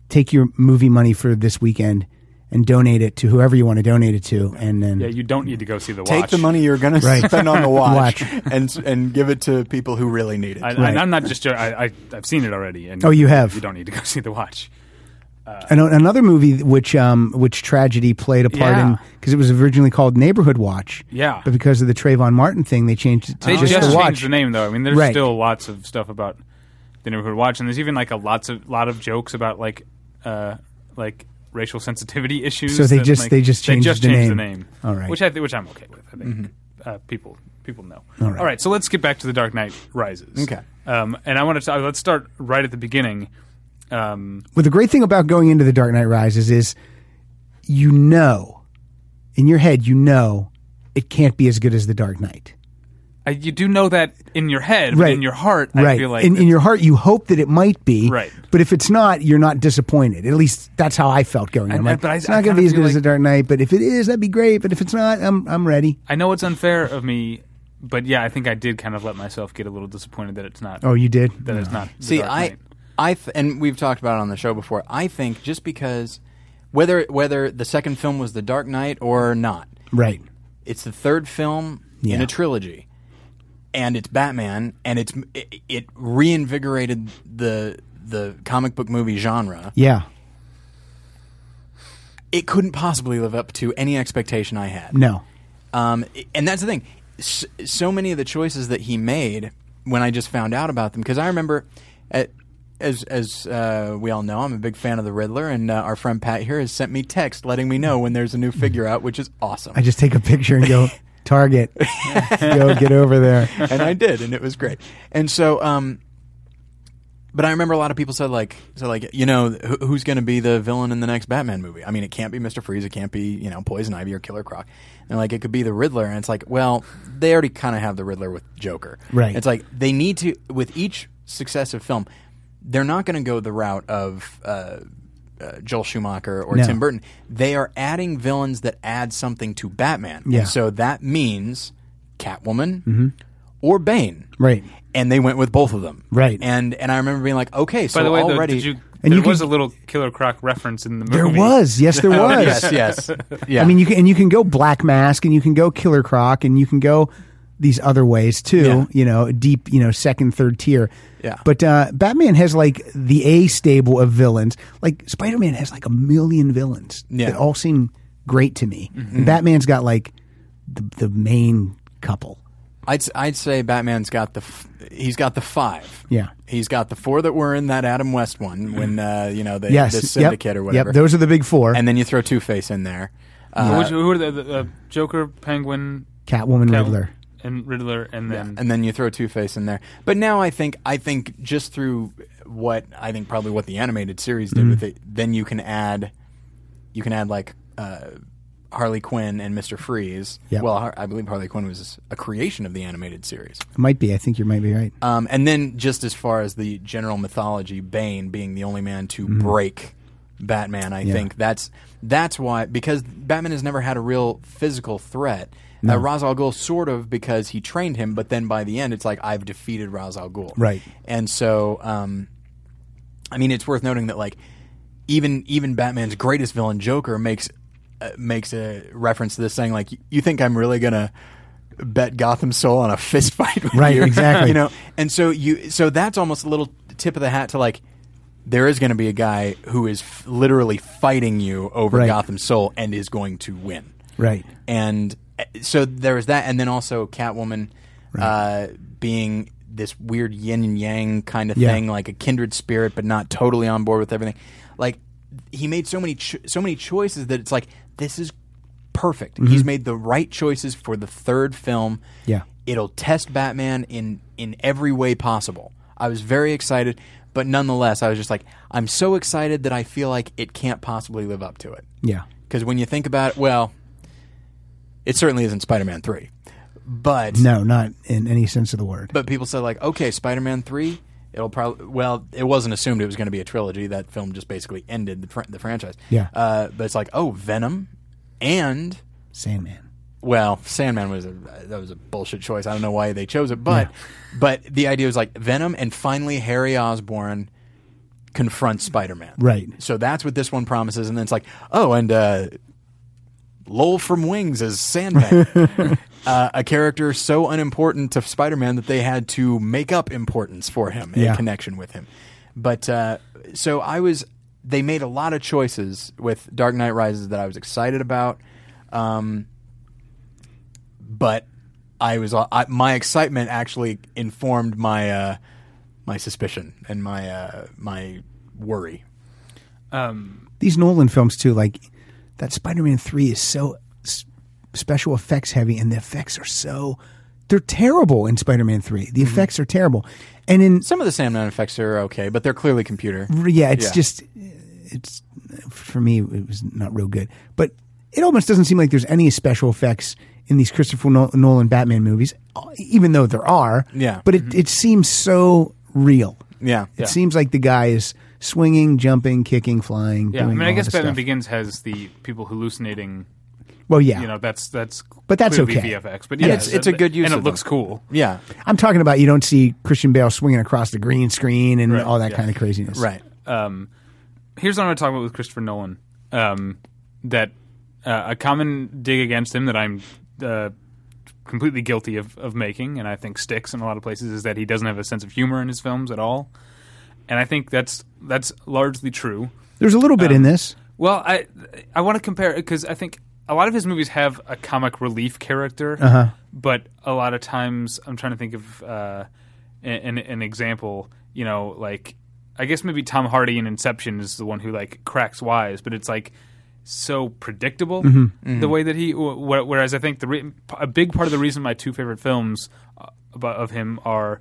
take your movie money for this weekend and donate it to whoever you want to donate it to, and then Yeah, you don't need to go see the Take watch. the money you're going Right. to spend on the watch, Watch. and and give it to people who really need it. I, Right. and I'm not just joking. I, I, I've seen it already. And Oh, you have? You don't need to go see the watch. And a- another movie which um, which tragedy played a part Yeah. in because it was originally called Neighborhood Watch. Yeah. But because of the Trayvon Martin thing, they changed it to They just, just, the changed watch. the name, though. I mean, there's Right. still lots of stuff about the neighborhood watch, and there's even like a lots of lot of jokes about like uh, like racial sensitivity issues. So they that, just- like, they just changed just the changed name. All right. Mm-hmm. which I thi- which I'm okay with. I think uh, people people know. All right. so let's get back to the Dark Knight Rises. Okay. um, and I want to talk, let's start right at the beginning. Um, Well, the great thing about going into the Dark Knight Rises is you know in your head you know it can't be as good as the Dark Knight. I, you do know that in your head, but Right. in your heart, right. I feel like in, in your heart, you hope that it might be. Right. But if it's not, you're not disappointed. At least that's how I felt going. I'm I- like, but I- it's I not kinda going to be as feel good as The like- Dark Knight, but if it is, that'd be great. But if it's not, I'm I'm ready. I know it's unfair of me, but yeah, I think I did kind of let myself get a little disappointed that it's not. Oh, you did. that it's not. The See, Dark I, Knight. I, th- and we've talked about it on the show before. I think just because whether whether the second film was The Dark Knight or not, Right. it's the third film in Yeah. a trilogy, and it's Batman, and it's it, it reinvigorated the the comic book movie genre. Yeah. It couldn't possibly live up to any expectation I had. No. Um, and that's the thing. S- so many of the choices that he made, when I just found out about them, because I remember, at, as as uh, we all know, I'm a big fan of the Riddler, and uh, our friend Pat here has sent me text letting me know when there's a new figure out, which is awesome. I just take a picture and go Target. go get over there. and I did, and it was great. And so, um, but I remember a lot of people said like, so like, you know, wh- who's going to be the villain in the next Batman movie? I mean, it can't be Mister Freeze, it can't be you know Poison Ivy or Killer Croc, and like it could be the Riddler. And it's like, well, they already kind of have the Riddler with Joker, Right. It's like they need to with each successive film, they're not going to go the route of. Uh, uh, Joel Schumacher or No. Tim Burton, they are adding villains that add something to Batman. Yeah. And so that means Catwoman or Bane. Mm-hmm. Right. And they went with both of them. Right. And and I remember being like, okay, so By the way, though, already did you? And there you was can- a little Killer Croc reference in the movie. There was. Yes, there was. yes, yes, yeah. I mean, you can, and you can go Black Mask, and you can go Killer Croc, and you can go these other ways too. Yeah. You know, deep, you know, second, third tier. Yeah. But uh, Batman has like the A stable of villains. Like Spider Man has like a million villains Yeah. Mm-hmm. that all seem great to me. And Batman's got like the, the main couple. I'd s- I'd say Batman's got the f- he's got the five. Yeah. Mm-hmm. He's got the four that were in that Adam West one when uh, you know the, Yes. the yep, syndicate or whatever. Yep. Those are the big four. and then you throw Two Face in there. Uh, Which, who are the, the uh, Joker, Penguin, Catwoman, Cat- Riddler. and Riddler, and then and then you throw Two Face in there. But now I think I think just through what I think probably what the animated series did with it, then you can add you can add like uh, Harley Quinn and Mister Freeze. Yep. Well, Har- I believe Harley Quinn was a creation of the animated series. Might be. I think you might be right. Um, and then just as far as the general mythology, Bane being the only man to Mm-hmm. break Batman, I think that's that's why because Batman has never had a real physical threat. Uh, Ra's al Ghul sort of because he trained him, but then by the end, it's like I've defeated Ra's al Ghul, Right. And so, um, I mean, it's worth noting that like even even Batman's greatest villain, Joker, makes uh, makes a reference to this, saying like, "You think I'm really gonna bet Gotham Soul on a fist fight?" With Right, you? exactly. you know, and so you so that's almost a little tip of the hat to like. There is going to be a guy who is f- literally fighting you over Right. Gotham Soul and is going to win Right. and uh, so there was that, and then also Catwoman uh, being this weird yin and yang kind of Yeah. thing, like a kindred spirit, but not totally on board with everything. Like he made so many cho- so many choices that it's like this is perfect. He's made the right choices for the third film. Mm-hmm. Yeah. it'll test Batman in in every way possible. I was very excited, but nonetheless, I was just like, I'm so excited that I feel like it can't possibly live up to it. Yeah. Because when you think about it, well, it certainly isn't Spider-Man three, but No, not in any sense of the word. but people said like, okay, Spider-Man three, it'll probably well, it wasn't assumed it was going to be a trilogy. That film just basically ended the, fr- the franchise. Yeah. uh, but it's like, oh, Venom, and Sandman. well, Sandman was a that was a bullshit choice. I don't know why they chose it, but but the idea was like Venom, and finally Harry Osborn confronts Spider-Man. Right. So that's what this one promises, and then it's like, oh, and uh, Lowell from Wings is Sandman, uh, a character so unimportant to Spider-Man that they had to make up importance for him in Yeah. connection with him. But uh, so I was, they made a lot of choices with Dark Knight Rises that I was excited about, um, but I was uh, I, my excitement actually informed my uh, my suspicion and my uh, my worry um, these Nolan films too, like that Spider-Man three is so s- special effects heavy, and the effects are so they're terrible in Spider-Man three. Mm-hmm. The effects are terrible, and in Some of the Sandman effects are okay, but they're clearly computer. yeah, it's Yeah. just eh, it's for me it was not real good, but it almost doesn't seem like there's any special effects in these Christopher Nol- Nolan Batman movies, even though there are. Yeah. Mm-hmm. But it, it seems so real. Yeah. Mm-hmm. It seems like the guy is swinging, jumping, kicking, flying. Yeah, I doing mean, I all guess this Batman stuff. Begins has the people hallucinating. Well, yeah. You know, that's that's But that's clearly okay. VFX, but yeah, it's- it's a good use and of it looks cool. Yeah. I'm talking about you don't see Christian Bale swinging across the green screen and all that yeah. kind of craziness. Right. um, here's what I'm going to talk about with Christopher Nolan. Um, that uh, a common dig against him that I'm uh, completely guilty of, of making, and I think sticks in a lot of places, is that he doesn't have a sense of humor in his films at all. And I think that's that's largely true. There's a little bit Um, in this. Well, I I want to compare because I think a lot of his movies have a comic relief character, but a lot of times I'm trying to think of uh, an an example. You know, like I guess maybe Tom Hardy in Inception is the one who like cracks wise, but it's like so predictable the way that he. wh- Whereas I think the re- a big part of the reason my two favorite films uh, about- of him are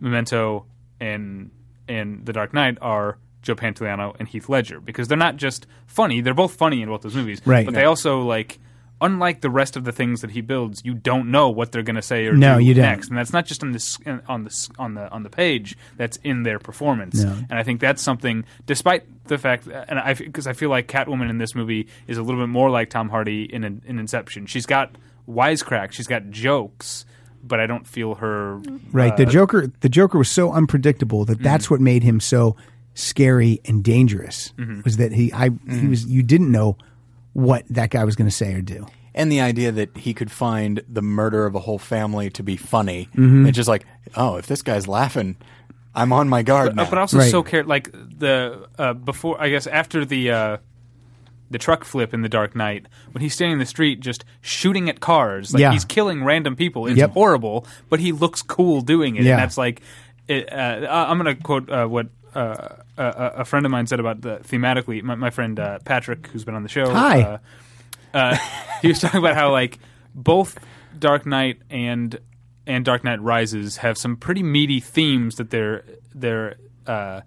Memento and and The Dark Knight are Joe Pantoliano and Heath Ledger because they're not just funny; they're both funny in both those movies. Right. But they also like, unlike the rest of the things that he builds, you don't know what they're going to say or No, do you don't. next, and that's not just on this on this on the on the page. That's in their performance, No. and I think that's something. Despite the fact, and I because I feel like Catwoman in this movie is a little bit more like Tom Hardy in in Inception. She's got wisecrack, she's got jokes, but I don't feel her Right. uh, Mm-hmm. the Joker the Joker was so unpredictable that that's what made him so scary and dangerous Mm-hmm. was that he I he was you didn't know what that guy was going to say or do. And the idea that he could find the murder of a whole family to be funny. It's just like, oh, if this guy's laughing, I'm on my guard now. but also Right. so care like the uh, before I guess after the uh, the truck flip in the Dark Knight when he's standing in the street just shooting at cars like Yeah. he's killing random people it's Yep. horrible but he looks cool doing it Yeah. and that's like it, uh, I- I'm gonna quote uh, what. Uh, a, a a friend of mine said about the thematically. My, my friend uh, Patrick, who's been on the show, Hi. uh, uh, he was talking about how like both Dark Knight and and Dark Knight Rises have some pretty meaty themes that they're they're uh,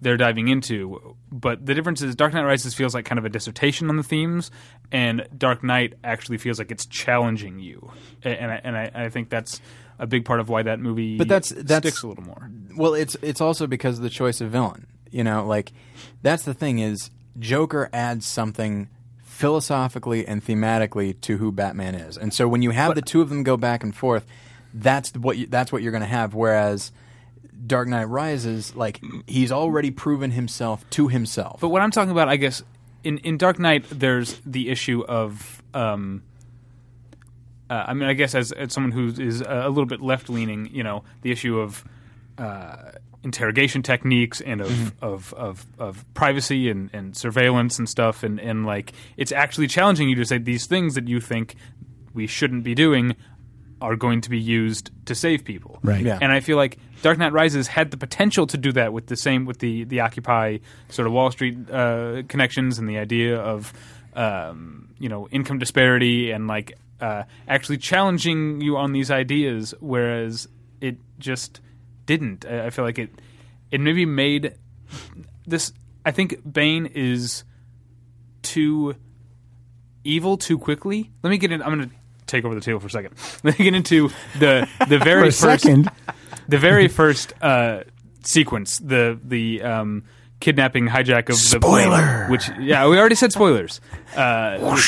they're diving into. But the difference is Dark Knight Rises feels like kind of a dissertation on the themes, and Dark Knight actually feels like it's challenging you. A- And I, and I, I think that's a big part of why that movie But that's- that's- sticks a little more. Well, it's it's also because of the choice of villain. You know, like that's the thing is Joker adds something philosophically and thematically to who Batman is, and so when you have the two of them go back and forth, that's what you, that's what you're going to have. Whereas Dark Knight Rises, like he's already proven himself to himself. But what I'm talking about, I guess, in, in Dark Knight, there's the issue of. Um, uh, I mean, I guess as, as someone who is a a little bit left leaning, you know, the issue of uh, interrogation techniques and of, of, of, of privacy and, and surveillance and stuff. And, and, like, it's actually challenging you to say these things that you think we shouldn't be doing are going to be used to save people. Right. Yeah. And I feel like Dark Knight Rises had the potential to do that with the same with the the Occupy sort of Wall Street uh, connections and the idea of um, you know income disparity and like uh, actually challenging you on these ideas, whereas it just didn't. I, I feel like it it maybe made this. I think Bane is too evil too quickly. Let me get in. I'm going to take over the table for a second. Let me get into the the For very a first second, the very first uh, sequence, the the um, kidnapping hijack of Spoiler! the plane, which yeah, we already said spoilers, uh,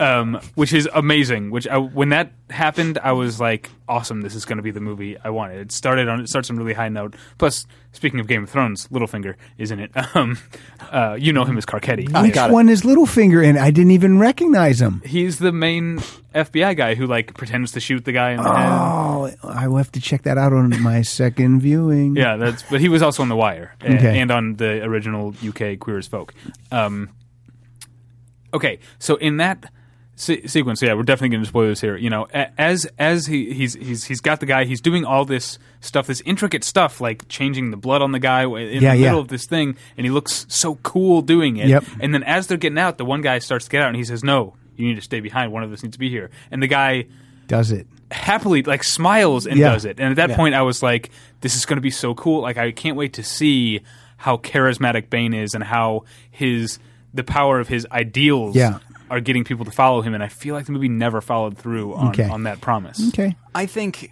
um, which is amazing. Which I, when that happened, I was like, awesome! This is going to be the movie I wanted. It started on it starts on a really high note. Plus, speaking of Game of Thrones, Littlefinger is in it. Um, uh, you know him as Carcetti. which got it. one is Littlefinger in? I didn't even recognize him. He's the main FBI guy who like pretends to shoot the guy in the head. Oh, I will have to check that out on my second viewing. Yeah, that's. But he was also on The Wire and, Okay. and on the original UK Queer as Folk. Um, okay, so in that se- sequence, yeah, we're definitely getting into spoilers here. You know, a- as as he he's he's he's got the guy, he's doing all this stuff, this intricate stuff, like changing the blood on the guy w- in Yeah, the yeah. middle of this thing, and he looks so cool doing it. Yep. And then as they're getting out, the one guy starts to get out, and he says, "No, you need to stay behind. One of us needs to be here." And the guy Does it? happily like smiles and Yeah. does it. And at that point, I was like, "This is going to be so cool! Like, I can't wait to see how charismatic Bane is and how his the power of his ideals Yeah. are getting people to follow him, and I feel like the movie never followed through on, Okay. on that promise. Okay. I think.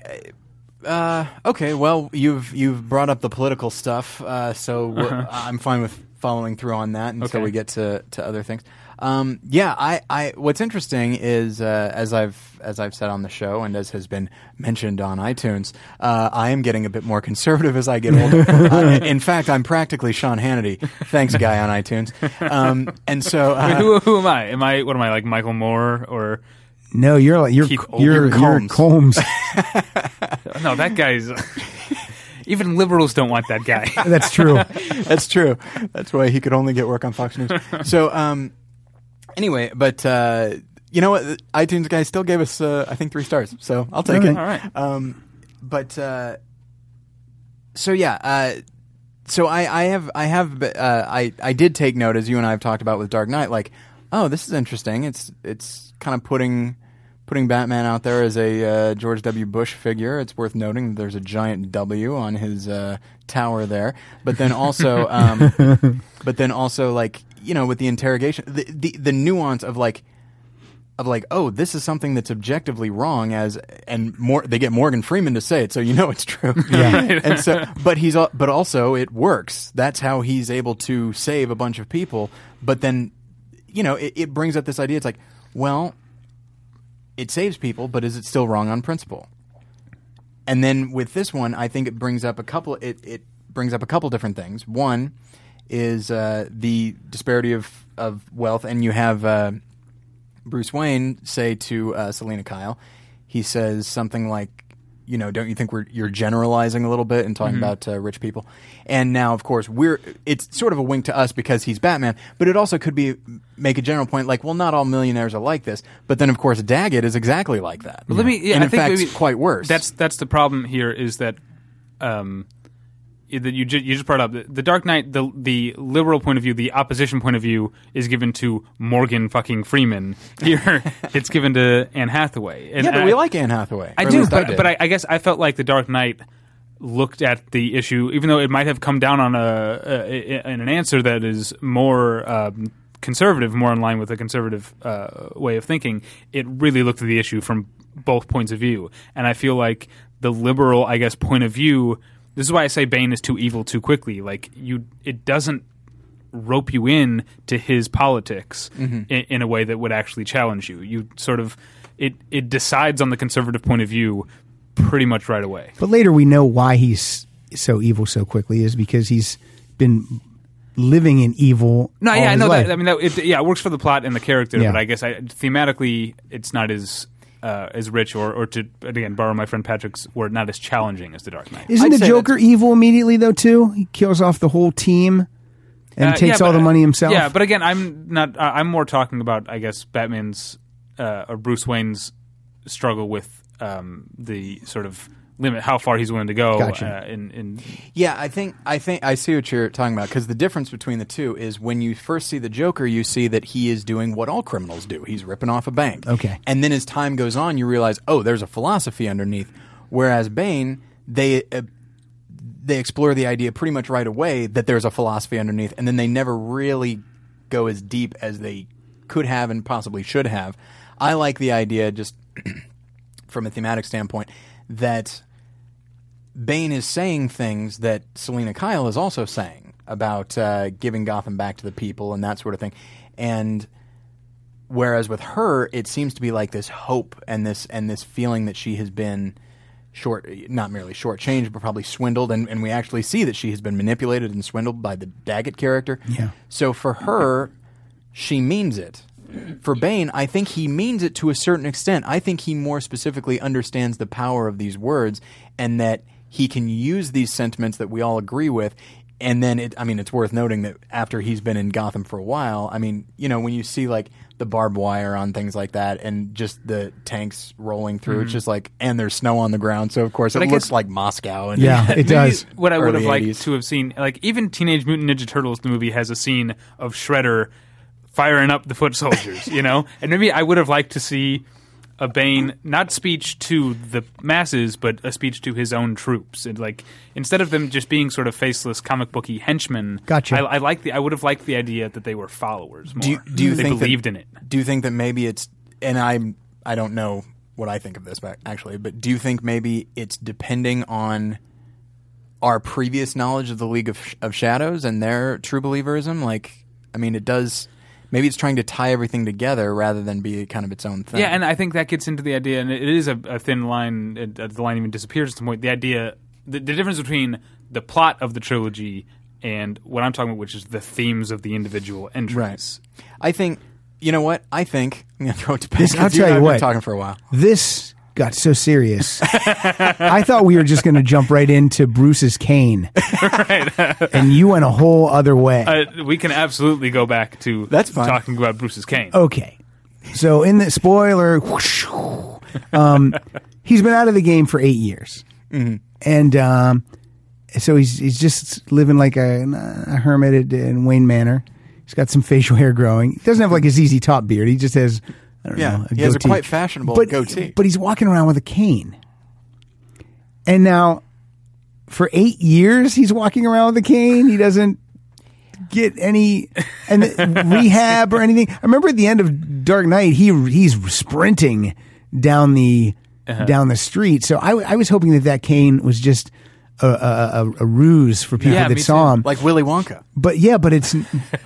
Uh, okay, well, you've you've brought up the political stuff, uh, so we I'm fine with following through on that until Uh-huh. Okay. we get to, to other things. Um, yeah, I, I what's interesting is uh, as I've as I've said on the show and as has been mentioned on iTunes, uh, I am getting a bit more conservative as I get older. uh, in fact, I'm practically Sean Hannity. Thanks, guy on iTunes. Um, and so uh, Wait, who, who am I? Am I what am I like Michael Moore or No, you're like you're Keith Olbermann. you're, Combs. you're Combs. no? That guy's even liberals don't want that guy. That's true. That's true. That's why he could only get work on Fox News. So, um, anyway, but uh, you know what? The iTunes guy still gave us, uh, I think, three stars. So I'll take All it. All right. Um, but uh, so yeah, uh, so I, I have I have uh, I I did take note as you and I have talked about with Dark Knight. Like, oh, this is interesting. It's it's kind of putting putting Batman out there as a uh, George W. Bush figure. It's worth noting that there's a giant W on his uh, tower there. But then also, um, but then also like you know with the interrogation, the the, the nuance of like of like, oh, this is something that's objectively wrong. As and more, they get Morgan Freeman to say it, so you know it's true. Yeah. and so, but he's al- but also it works. That's how he's able to save a bunch of people. But then, you know, it, it brings up this idea. It's like, well, it saves people, but is it still wrong on principle? And then with this one, I think it brings up a couple. It it brings up a couple different things. One is uh, the disparity of of wealth, and you have. Uh, Bruce Wayne say to uh, Selena Kyle, he says something like, "You know, don't you think we're you're generalizing a little bit and Mm-hmm. talking about uh, rich people?" And now, of course, we're it's sort of a wink to us because he's Batman, but it also could be make a general point like, "Well, not all millionaires are like this." But then, of course, Daggett is exactly like that. But let me. Yeah, and I in think fact, maybe- quite worse. That's that's the problem here is that, um, i- that you ju- you just brought up the, the Dark Knight. The the liberal point of view, the opposition point of view, is given to Morgan fucking Freeman. Here, it's given to Anne Hathaway. And yeah, but I- we like Anne Hathaway. I Or at do, least but, did. but I, I guess I felt like the Dark Knight looked at the issue, even though it might have come down on a, a in an answer that is more um, conservative, more in line with a conservative uh, way of thinking. It really looked at the issue from both points of view, and I feel like the liberal, I guess, point of view. This is why I say Bane is too evil too quickly. Like you, it doesn't rope you in to his politics i- in, a way that would actually challenge you. You sort of it it decides on the conservative point of view pretty much right away. But later we know why he's so evil so quickly is because he's been living in evil. No, all yeah, I his know life. that. I mean, that, it, yeah, it works for the plot and the character, Yeah. but I guess I, thematically it's not as uh, as rich or or to and again borrow my friend Patrick's word, not as challenging as the Dark Knight. Isn't I'd the say Joker evil immediately though too? He kills off the whole team and Uh, takes yeah, all but- the money himself. Yeah, but again, I'm not. I- I'm more talking about, I guess, Batman's uh, or Bruce Wayne's struggle with um, the sort of limit, how far he's willing to go. Gotcha. Uh, in, in Yeah, I think I think I see what you're talking about because the difference between the two is when you first see the Joker, you see that he is doing what all criminals do. He's ripping off a bank. Okay. And then as time goes on, you realize, oh, there's a philosophy underneath. Whereas Bane, they uh, they explore the idea pretty much right away that there's a philosophy underneath, and then they never really go as deep as they could have and possibly should have. I like the idea just from a thematic standpoint that Bane is saying things that Selena Kyle is also saying about uh, giving Gotham back to the people and that sort of thing, and whereas with her it seems to be like this hope and this and this feeling that she has been short not merely shortchanged but probably swindled and, and we actually see that she has been manipulated and swindled by the Daggett character. Yeah. So for her she means it. For Bane, I think he means it to a certain extent. I think he more specifically understands the power of these words and that he can use these sentiments that we all agree with. And then, it, I mean, it's worth noting that after he's been in Gotham for a while, I mean, you know, when you see like the barbed wire on things like that and just the tanks rolling through, it's just like, and there's snow on the ground. So, of course, it Mm-hmm. I looks guess- like Moscow. And Yeah, it Maybe does. What I would have Early liked 80s. to have seen, like even Teenage Mutant Ninja Turtles, the movie has a scene of Shredder firing up the foot soldiers, you know, and maybe I would have liked to see a Bane not speech to the masses, but a speech to his own troops. And like instead of them just being sort of faceless comic booky henchmen, Gotcha. I, I like the I would have liked the idea that they were followers. More. Do you, do you they think believed that, in it? Do you think that maybe it's and I I don't know what I think of this back actually, but do you think maybe it's depending on our previous knowledge of the League of, Sh- of Shadows and their true believerism? Like, I mean, it does. Maybe it's trying to tie everything together rather than be kind of its own thing. Yeah, and I think that gets into the idea, and it is a, a thin line. It, uh, the line even disappears at some point. The idea, the, the difference between the plot of the trilogy and what I'm talking about, which is the themes of the individual entries. right. I think you know what I think. I'm gonna throw it to Pat. I'll 'cause you and tell I you have been what. Talking for a while. This got so serious. I thought we were just going to jump right into Bruce's cane, and you went a whole other way. Uh, we can absolutely go back to That's fine. talking about Bruce's cane. okay, so in the spoiler, whoosh, um, he's been out of the game for eight years, Mm-hmm. and um, so he's he's just living like a, a hermit at- in Wayne Manor. He's got some facial hair growing. He doesn't have like his easy top beard. He just has. I don't Yeah, know, he has a goatee. quite fashionable but, goatee. But he's walking around with a cane. And now, for eight years, he's walking around with a cane. He doesn't get any and the- rehab or anything. I remember at the end of Dark Knight, he he's sprinting down the Uh-huh. down the street. So I, w- I was hoping that that cane was just a, a, a, a ruse for people Yeah, that me saw too. him. Like Willy Wonka. But yeah, but it's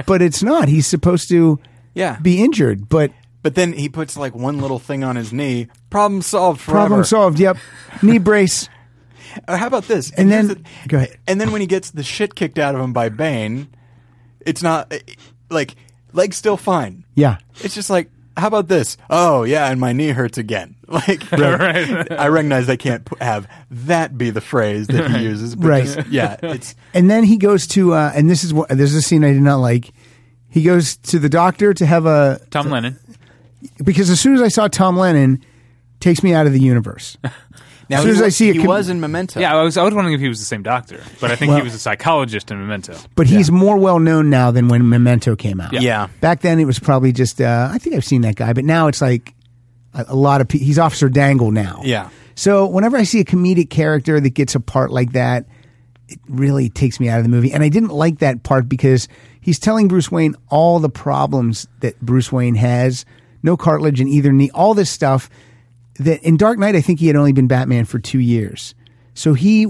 but it's not. He's supposed to Yeah. be injured, but. But then he puts like one little thing on his knee. Problem solved forever. Problem solved. Yep. Knee brace. Uh, how about this? And here's then- go ahead. And then when he gets the shit kicked out of him by Bane, it's not uh, like leg's still fine. Yeah. It's just like, how about this? Oh yeah, and my knee hurts again. Like, I recognize I can't p- have that be the phrase that he uses. But Right. just- yeah. It's And then he goes to uh, and this is what this is a scene I did not like. He goes to the doctor to have a Tom Lennon. because as soon as I saw Tom Lennon, takes me out of the universe. now soon he as I wa- see a he com- was in Memento. Yeah, I was, I was wondering if he was the same doctor, but I think he was a psychologist in Memento. But he's more well known now than when Memento came out. Yeah. Yeah. Back then it was probably just uh, I think I've seen that guy, but now it's like a, a lot of pe- he's Officer Dangle now. Yeah. So whenever I see a comedic character that gets a part like that, it really takes me out of the movie. And I didn't like that part because he's telling Bruce Wayne all the problems that Bruce Wayne has, no cartilage in either knee, all this stuff that in Dark Knight I think he had only been Batman for 2 years. So he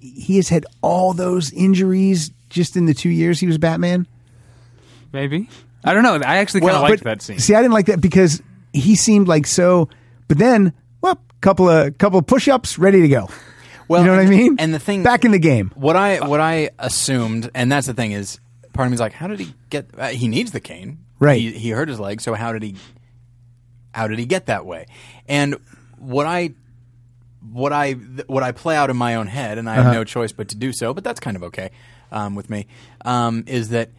he has had all those injuries just in the 2 years he was Batman. Maybe. I don't know. I actually kind of liked that scene. See, I didn't like that because he seemed like so. But then, well, couple of couple of push-ups, ready to go. Well, you know what and I the- mean? and the thing- back in the game. What I what I assumed, and that's the thing is, part of me's like, how did he get? Uh, he needs the cane, Right. He, he hurt his leg, so how did he? How did he get that way? And what I what I th- what I play out in my own head, and I have no choice but to do so. But that's kind of okay um, with me. Um, is that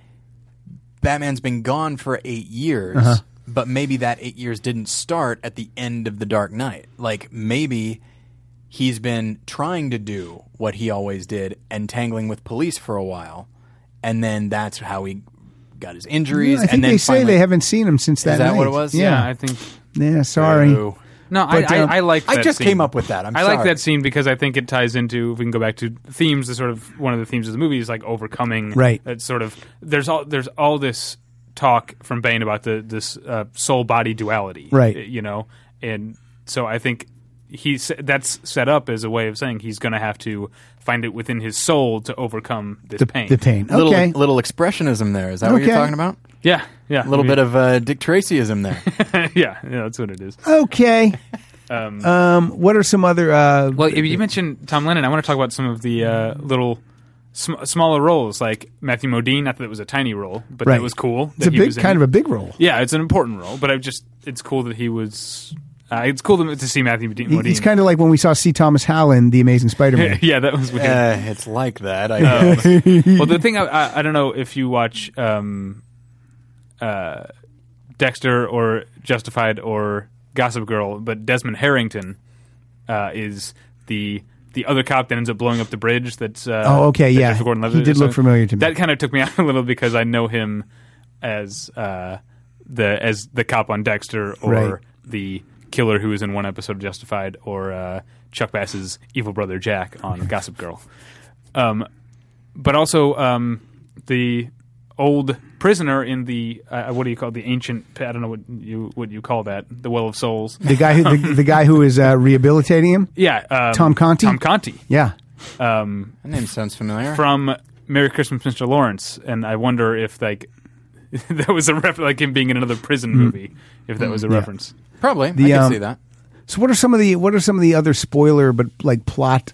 Batman's been gone for eight years, Uh-huh. but maybe that eight years didn't start at the end of the Dark Knight. Like maybe he's been trying to do what he always did, entangling with police for a while, and then that's how he got his injuries. I think and then they say finally- they haven't seen him since that. Is that what night. it was? yeah, Yeah. I think. Yeah. sorry. Ooh. No, But, I, um, I, I like. I that just scene. came up with that. I'm I like sorry. that scene because I think it ties into if we can go back to themes. The sort of one of the themes of the movie is like overcoming. Right. That sort of there's all there's all this talk from Bane about the this uh, soul body duality. Right. uh, You know, and so I think he's that's set up as a way of saying he's going to have to find it within his soul to overcome this The pain. the pain. Little okay. little expressionism there. Is that what you're Okay. talking about? Yeah. Yeah. A little bit of uh, Dick Tracyism there. of. yeah. Yeah. That's what it is. okay. Um, What are some other? Uh, Well, you mentioned Tom Lennon. I want to talk about some of the uh, little sm- smaller roles, like Matthew Modine. Not that it was a tiny role, but Right. that was cool. it's a big kind of a big role. yeah, it's an important role, but I just it's cool that he was. Uh, it's cool to, to see Matthew Modine. He- It's kind of like when we saw C. Thomas Howell in The Amazing Spider-Man. yeah, that was weird. uh, it's like that. I guess. well, the thing I, I, I don't know if you watch um, uh, Dexter or Justified or Gossip Girl, but Desmond Harrington uh, is the the other cop that ends up blowing up the bridge. That's uh, Oh, okay, that yeah. Joseph Gordon-Levitt He did is look on. familiar to me. That kind of took me out a little because I know him as uh, the as the cop on Dexter or Right. the. killer who was in one episode of Justified, or uh, Chuck Bass's evil brother Jack on Gossip Girl. Um, but also um, the old prisoner in the uh, what do you call it? the ancient? I don't know what you what you call that. The Well of Souls. The guy, who, the, the guy who is uh, rehabilitating him. Yeah, um, Tom Conti? Tom Conti Yeah, um, That name sounds familiar. from Merry Christmas, Mr. Lawrence, and I wonder if like that was a reference, like him being in another prison Mm-hmm. movie, if that was a reference. Probably. I The, can um, see that. So what are some of the what are some of the other spoiler but like plot?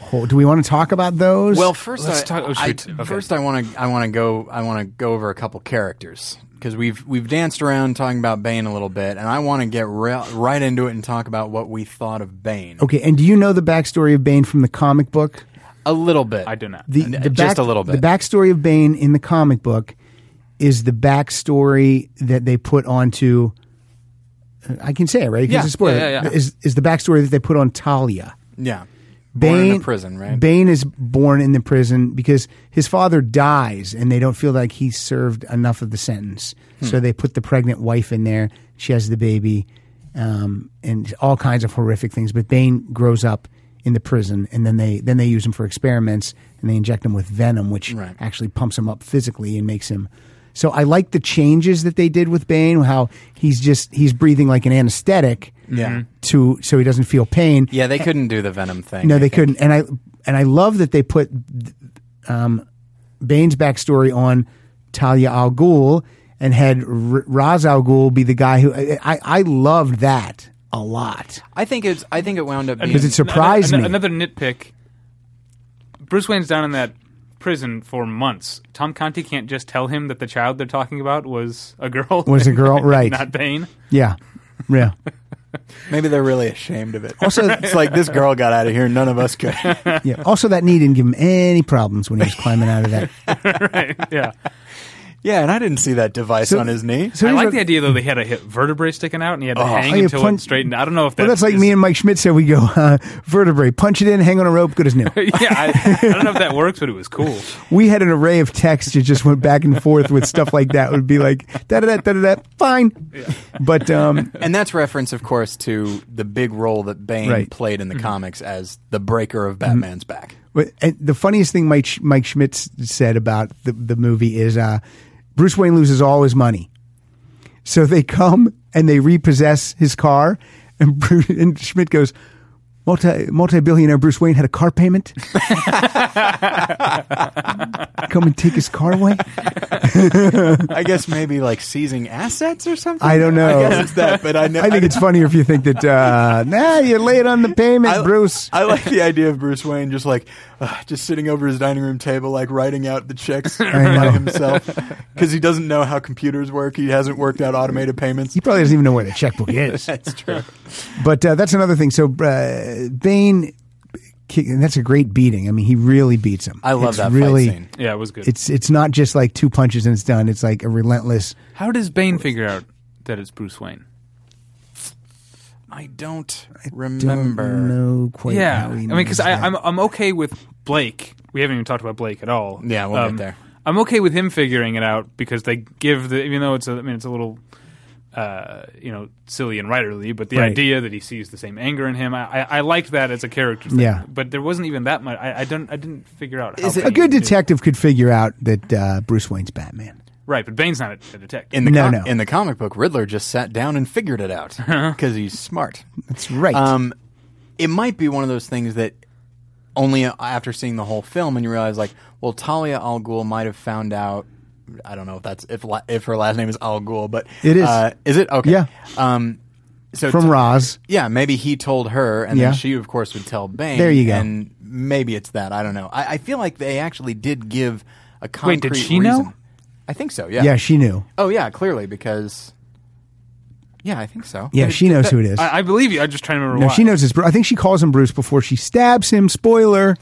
hole- Do we want to talk about those? Well, 1st let's I, talk- oh, I- shoot. Okay. first I want to I want to go I want to go over a couple characters because we've we've danced around talking about Bane a little bit, and I want to get re- right into it and talk about what we thought of Bane okay. And do you know the backstory of Bane from the comic book? a little bit. I do not. The, Uh, the just back- a little bit. The backstory of Bane in the comic book is the backstory that they put onto. uh, I can say it right. 'Cause Yeah, it's a spoiler. yeah, yeah, yeah. Is is the backstory that they put on Talia? Yeah, Bane born in a prison, right? Bane is born in the prison because his father dies, and they don't feel like he served enough of the sentence. Hmm. So they put the pregnant wife in there. She has the baby, um, and all kinds of horrific things. But Bane grows up in the prison, and then they then they use him for experiments, and they inject him with venom, which Right. actually pumps him up physically and makes him. So I like the changes that they did with Bane, how he's just he's breathing like an anesthetic. Yeah. mm-hmm. To so he doesn't feel pain. yeah, they couldn't do the Venom thing. No, I they think. couldn't. And I and I love that they put um, Bane's backstory on Talia al Ghul and had R- Raz al Ghul be the guy who I I, I loved that a lot I think it's I think it wound up being because it surprised another, me. Another nitpick: Bruce Wayne's down in that prison for months. Tom Conti can't just tell him that the child they're talking about was a girl. Was a girl, right. Not Bane. yeah, yeah. maybe they're really ashamed of it. Also, it's like this girl got out of here. None of us could. yeah. Also, that knee didn't give him any problems when he was climbing out of that. Yeah, yeah, and I didn't see that device So- on his knee. So I here's like what- the idea though. They had a hit vertebrae sticking out, and he had to hang Oh, yeah, until punch- it straightened. I don't know if Well, that's like is- me and Mike Schmidt said. We go uh, vertebrae, punch it in, hang on a rope, good as new. yeah, I, I don't know if that works, but it was cool. we had an array of texts that just went back and forth with stuff like that. It would be like da da da da da. da, Fine, but um, And that's reference, of course, to the big role that Bane Right. Mm-hmm. played in the comics as the breaker of Batman's back. but- and the funniest thing Mike Sch- Mike Schmidt s- said about the the movie is uh, Bruce Wayne loses all his money, so they come and they repossess his car, and Bruce, and Schmidt goes. Multi multi billionaire Bruce Wayne had a car payment. Come and take his car away. I guess maybe like seizing assets or something. I don't know. I guess it's that, but I know. I think it's funnier if you think that. Uh, nah, you lay it on the payment, Bruce. I like the idea of Bruce Wayne just like uh, just sitting over his dining room table, like writing out the checks by know. himself because he doesn't know how computers work. He hasn't worked out automated payments. He probably doesn't even know where the checkbook is. That's true. But uh, that's another thing. So uh, Bane, kick- and that's a great beating. I mean, he really beats him. I love It's that really, fight scene. Yeah, it was good. It's it's not just like two punches and it's done. It's like a relentless. How does Bane figure out that it's Bruce Wayne? I don't Don't remember. know quite. Yeah, how I he mean, because knows that. I'm I'm okay with Blake. We haven't even talked about Blake at all. Um, Yeah, we'll get there. I'm okay with him figuring it out because they give the even though it's a I mean it's a little uh, you know silly and writerly, but the Right. idea that he sees the same anger in him, I, I, I liked that as a character. Thing. Yeah. but there wasn't even that much. I, I don't I didn't figure out. How Is it- Bane a good did- detective could figure out that uh, Bruce Wayne's Batman. right? But Bane's not a, a detective. In the No, com- no. in the comic book, Riddler just sat down and figured it out Uh-huh. because he's smart. That's right. Um, it might be one of those things that only after seeing the whole film and you realize, like, well, Talia Al Ghul might have found out. I don't know if that's if la- if her last name is Al Ghul, but It is. Uh, is it okay? Yeah. Um, so From Ta- Roz. yeah, maybe he told her, and Yeah. then she, of course, would tell Bane. There you go. And maybe it's that. I don't know. I, I feel like they actually did give a Wait, concrete did she reason. know? I think so. Yeah. Yeah. she knew. Oh yeah, clearly because. Yeah, I think so. Yeah, she knows who it is. I, I believe you. I'm just trying to remember. no, why. she knows it's. Bru- I think she calls him Bruce before she stabs him. Spoiler.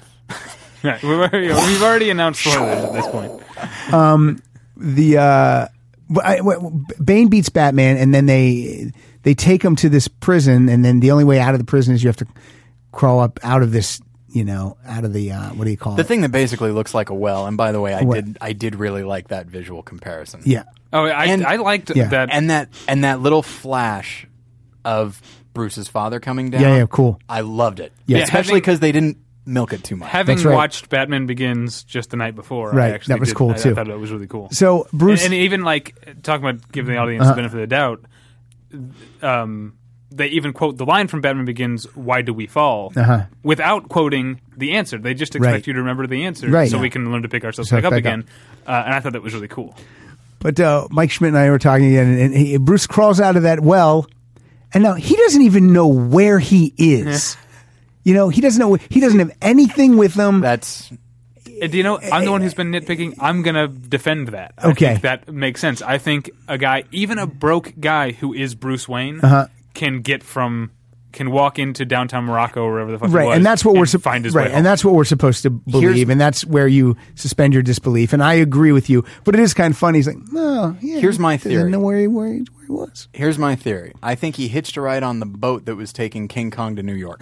Right. We've already, we've already announced spoilers at this point. the uh, but I- w- w- Bane beats Batman, and then they they take him to this prison, and then the only way out of the prison is you have to crawl up out of this, you know, out of the uh, what do you call The it? thing that basically looks like a well, and by the way, I Well. did I did really like that visual comparison. yeah, Oh, I And- I liked Yeah. that. and that and that little flash of Bruce's father coming down. Yeah, yeah, cool. I loved it. Yeah. Yeah, especially having- because they didn't milk it too much. Having That's right. watched Batman Begins just the night before, I Right, actually that was did- cool, I- I too. thought it was really cool. So Uh-huh. and, Bruce, and even like talking about giving the audience the benefit of the doubt, um, they even quote the line from Batman Begins, "Why do we fall?" Uh-huh. without quoting the answer. They just expect Right. you to remember the answer, Right. so Yeah. we can learn to pick ourselves So back up back up. again. Uh, and I thought that was really cool. but uh, Mike Schmidt and I were talking again, and, and he, Bruce crawls out of that well, and now he doesn't even know where he is. You know, he doesn't know. He doesn't have anything with him. That's And Uh, do you know, I'm the one who's been nitpicking. I'm going to defend that. I Eh, Okay. think that makes sense. I think a guy, even a broke guy who is Bruce Wayne, Uh-huh. can get from, can walk into downtown Morocco or wherever the fuck he right was and that's what we're sup- find his right way home. and that's what we're supposed to believe and that's where you suspend your disbelief and i agree with you but it is kind of funny he's like no yeah, Here's my he theory. doesn't know where he, where, he, where he was here's my theory. I think he hitched a ride on the boat that was taking King Kong to New York.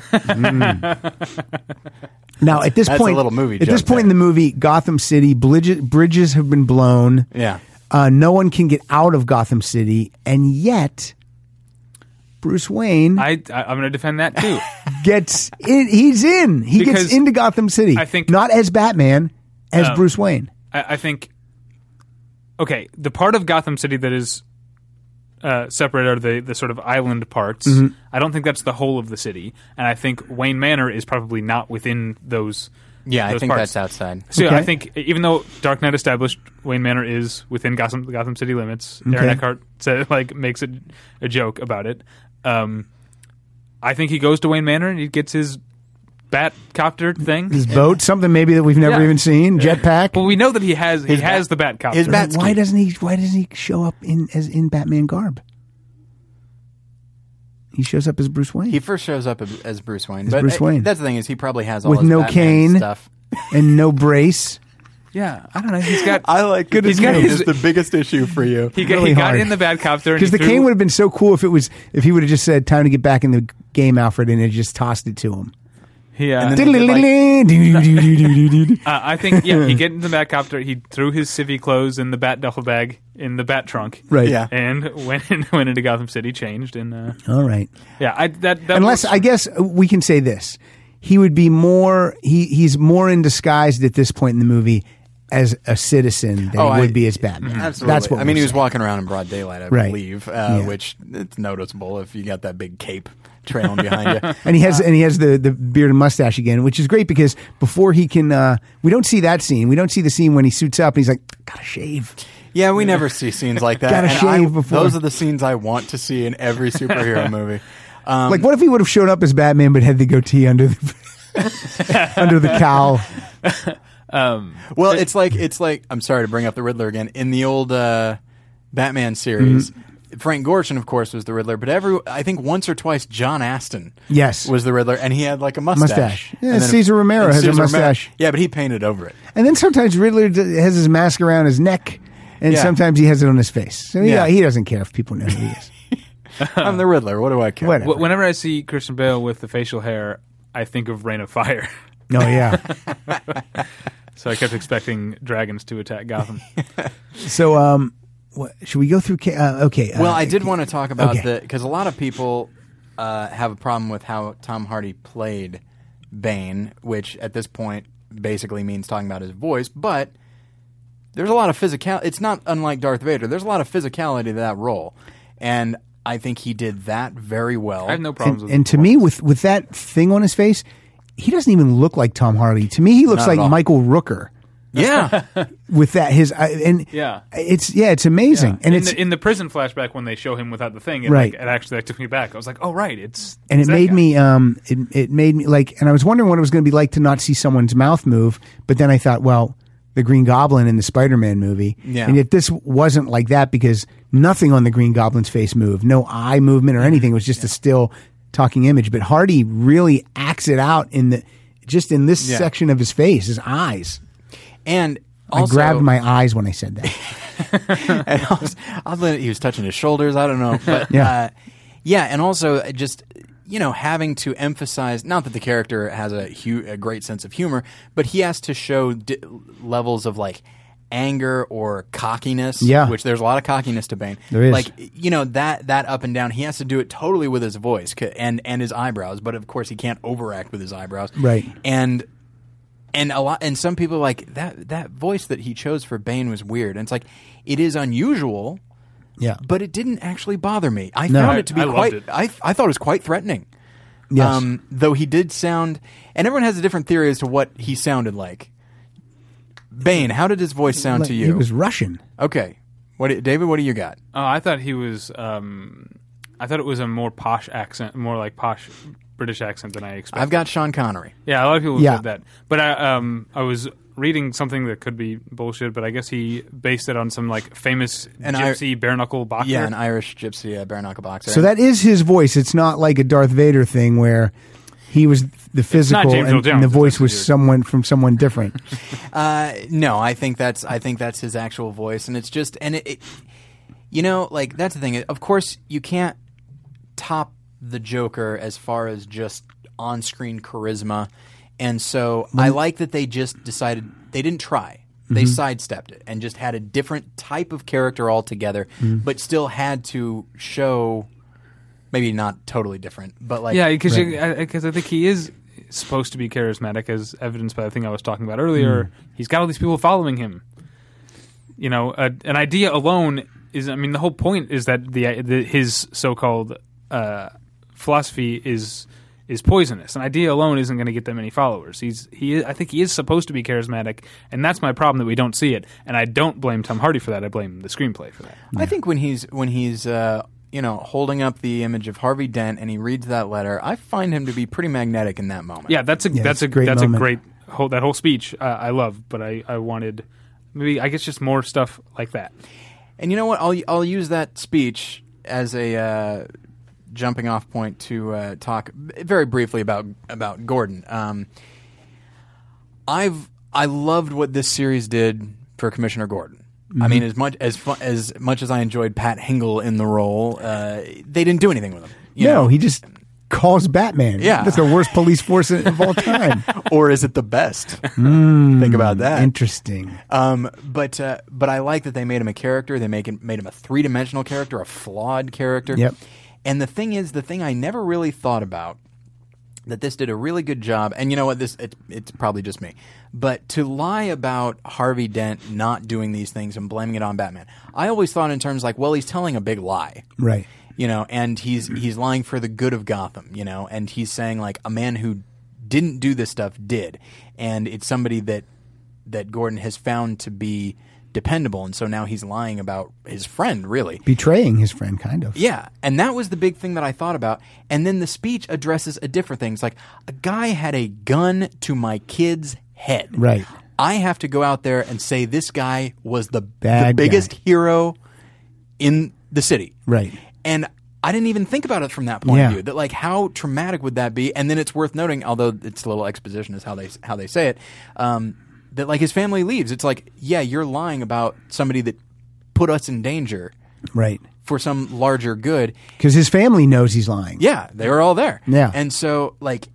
now at this That's a point little movie at this joke point in the there. movie gotham city bridges, bridges have been blown yeah. uh, no one can get out of gotham city and yet bruce wayne I, I, I'm going to defend that too. gets in he's in he Because gets into gotham city I think- not as batman as bruce wayne I, I think, okay, the part of Gotham City that is uh, separate are the, the sort of island parts. Mm-hmm. I don't think that's the whole of the city. And I think Wayne Manor is probably not within those. Yeah, I those think parts. that's outside. So yeah, I Okay. think even though Dark Knight established Wayne Manor is within Gotham Gotham City limits, Aaron Okay. Eckhart said like makes it a joke about it. Um, I think he goes to Wayne Manor and he gets his bat copter thing. his boat something maybe that we've never Yeah. even seen jetpack Well, we know that he has he has the bat copter. his bat- But why Batsky. doesn't he? Why doesn't he show up in as in Batman garb? He shows up as Bruce Wayne He first shows up as- as Bruce Wayne. but Bruce I- Wayne. That's the thing is he probably has all With his no Batman cane. stuff. and no brace. yeah, I don't know. He's got I like Good this as me. is the biggest issue for you. he got, really he got hard. in the bat copter Because the cane king would have been so cool if it was if he would have just said time to get back in the game, Alfred, and it just tossed it to him. Yeah, And then- did, like- Diddly-diddly-diddly-diddly-diddly-diddly. uh, I think yeah. He get in the bat copter. He threw his civvy clothes in the bat duffel bag in the bat trunk. Right. Yeah. And went went into Gotham City, changed, and uh, All right. yeah, I, that, that Unless was- I guess we can say this, he would be more. He he's more in disguised at this point in the movie as a citizen than Oh, he I- would be as Batman. Absolutely. Hmm. That's what I mean, we're he was saying. walking around in broad daylight, I Right. believe, uh, Yeah. which it's noticeable if you got that big cape trailing behind you. And he has and he has the, the beard and mustache again, which is great because before he can, uh, we don't see that scene. We don't see the scene when he suits up and he's like, "Gotta shave." Yeah, we never see scenes like that. Gotta and shave I, before. Those are the scenes I want to see in every superhero movie. Um, like, what if he would have shown up as Batman but had the goatee under the under the cowl? Um, well, it's like it's like I'm sorry to bring up the Riddler again. In the old uh, Batman series, Mm-hmm. Frank Gorshin, of course, was the Riddler. But every I think once or twice John Aston, Yes. was the Riddler, and he had like a mustache. Mustache. Yeah, And Cesar Romero and has a Cesar mustache. yeah, but he painted over it. And then sometimes Riddler d- has his mask around his neck, and Yeah. sometimes he has it on his face. So Yeah. yeah, he doesn't care if people know who he is. I'm the Riddler. What do I care? Whatever. Wh- Whenever I see Christian Bale with the facial hair, I think of Rain of Fire. No, yeah. So I kept expecting dragons to attack Gotham. So, um, what, should we go through? Ca- uh, okay. Well, uh, I did want to talk about Okay. the because a lot of people uh, have a problem with how Tom Hardy played Bane, which at this point basically means talking about his voice. But there's a lot of physical. It's not unlike Darth Vader. There's a lot of physicality to that role, and I think he did that very well. I have no and, problems with and to me with with that thing on his face he doesn't even look like tom hardy to me he looks Not at like all. michael rooker yeah, with that his I- and Yeah. it's yeah it's amazing in, and it's the, in the prison flashback when they show him without the thing, it, Right. like, it actually like, took me back. I was like, oh right, it's and it it's that made guy. me um it, it made me like and i was wondering what it was going to be like to not see someone's mouth move but then i thought well the green goblin in the spider-man movie Yeah. and yet this wasn't like that because nothing on the green goblin's face moved no eye movement or anything it was just a still talking image but hardy really acts it out in the just in this Yeah. section of his face his eyes and also I grabbed my eyes when I said that. and I was, I was like, he was touching his shoulders. I don't know, but Yeah. yeah, uh, yeah, and also uh, just you know having to emphasize not that the character has a, hu- a great sense of humor, but he has to show di- levels of like anger or cockiness. Yeah. which there's a lot of cockiness to Bane. There is. like you know that that up and down. He has to do it totally with his voice c- and and his eyebrows, but of course he can't overact with his eyebrows. Right. and. And a lot, and some people are like that. That voice that he chose for Bane was weird, and it's like it is unusual, Yeah. but it didn't actually bother me. I No. found it to be I loved quite. it. I I thought it was quite threatening. Yes. Um, though he did sound, and everyone has a different theory as to what he sounded like. Bane, how did his voice sound Like, to He you? was Russian. okay, what do- David? What do you got? Oh, I thought he was. Um, I thought it was a more posh accent, more like posh British accent than I expected. I've got Sean Connery. yeah, a lot of people Yeah. said that. But I, um, I was reading something that could be bullshit, but I guess he based it on some like famous And I- gypsy bare knuckle boxer. Yeah, an Irish gypsy uh, bare knuckle boxer. So that is his voice. It's not like a Darth Vader thing where he was the physical James Earl and, and Jones, the if voice that's what was you're- someone from someone different. Uh, no, I think that's I think that's his actual voice, and it's just and it, it, you know, like that's the thing. Of course, you can't top the Joker as far as just on-screen charisma, and so I like that they just decided they didn't try. Mm-hmm. They sidestepped it and just had a different type of character altogether, Mm-hmm. but still had to show maybe not totally different, but like Yeah, because I, think he is supposed to be charismatic, as evidenced by the thing I was talking about earlier. He's got all these people following him. You know, a, an idea alone is. I mean, the whole point is that the, the his so-called uh, philosophy is is poisonous. An idea alone isn't going to get that many followers. He's he. Is, I think he is supposed to be charismatic, and that's my problem that we don't see it. And I don't blame Tom Hardy for that. I blame the screenplay for that. I think when he's when he's uh, you know holding up the image of Harvey Dent and he reads that letter, I find him to be pretty magnetic in that moment. Yeah, that's a that's, that's a a great that's moment. a great whole that whole speech uh, I love, but I I wanted maybe I guess just more stuff like that. and you know what? I'll I'll use that speech as a uh, jumping off point to uh, talk b- very briefly about about Gordon. Um, I've I loved what this series did for Commissioner Gordon. I mean, as much as fu- as much as I enjoyed Pat Hingle in the role, uh, they didn't do anything with him. You no, know? he just calls Batman. Yeah. That's the worst police force of all time. or is it the best? Think about that. Interesting. Um, but uh, but I like that they made him a character. They make him, made him a three dimensional character, a flawed character. Yep. And the thing is, the thing I never really thought about that this did a really good job. And you know what? This it, it's probably just me, but to lie about Harvey Dent not doing these things and blaming it on Batman, I always thought in terms like, well, he's telling a big lie Right. you know, and he's he's lying for the good of Gotham, you know, and he's saying like a man who didn't do this stuff did, and it's somebody that that Gordon has found to be dependable, and so now he's lying about his friend, really. Betraying his friend, kind of. Yeah, and that was the big thing that I thought about. And then the speech addresses a different thing. It's like a guy had a gun to my kid's head. Right. I have to go out there and say this guy was the, the Bad guy. biggest hero in the city. Right. And I didn't even think about it from that point Yeah. of view. That like how traumatic would that be? And then it's worth noting, although it's a little exposition is how they how they say it, um, that like his family leaves. It's like, yeah, you're lying about somebody that put us in danger Right. for some larger good. Because his family knows he's lying. Yeah, they were all there. Yeah. And so like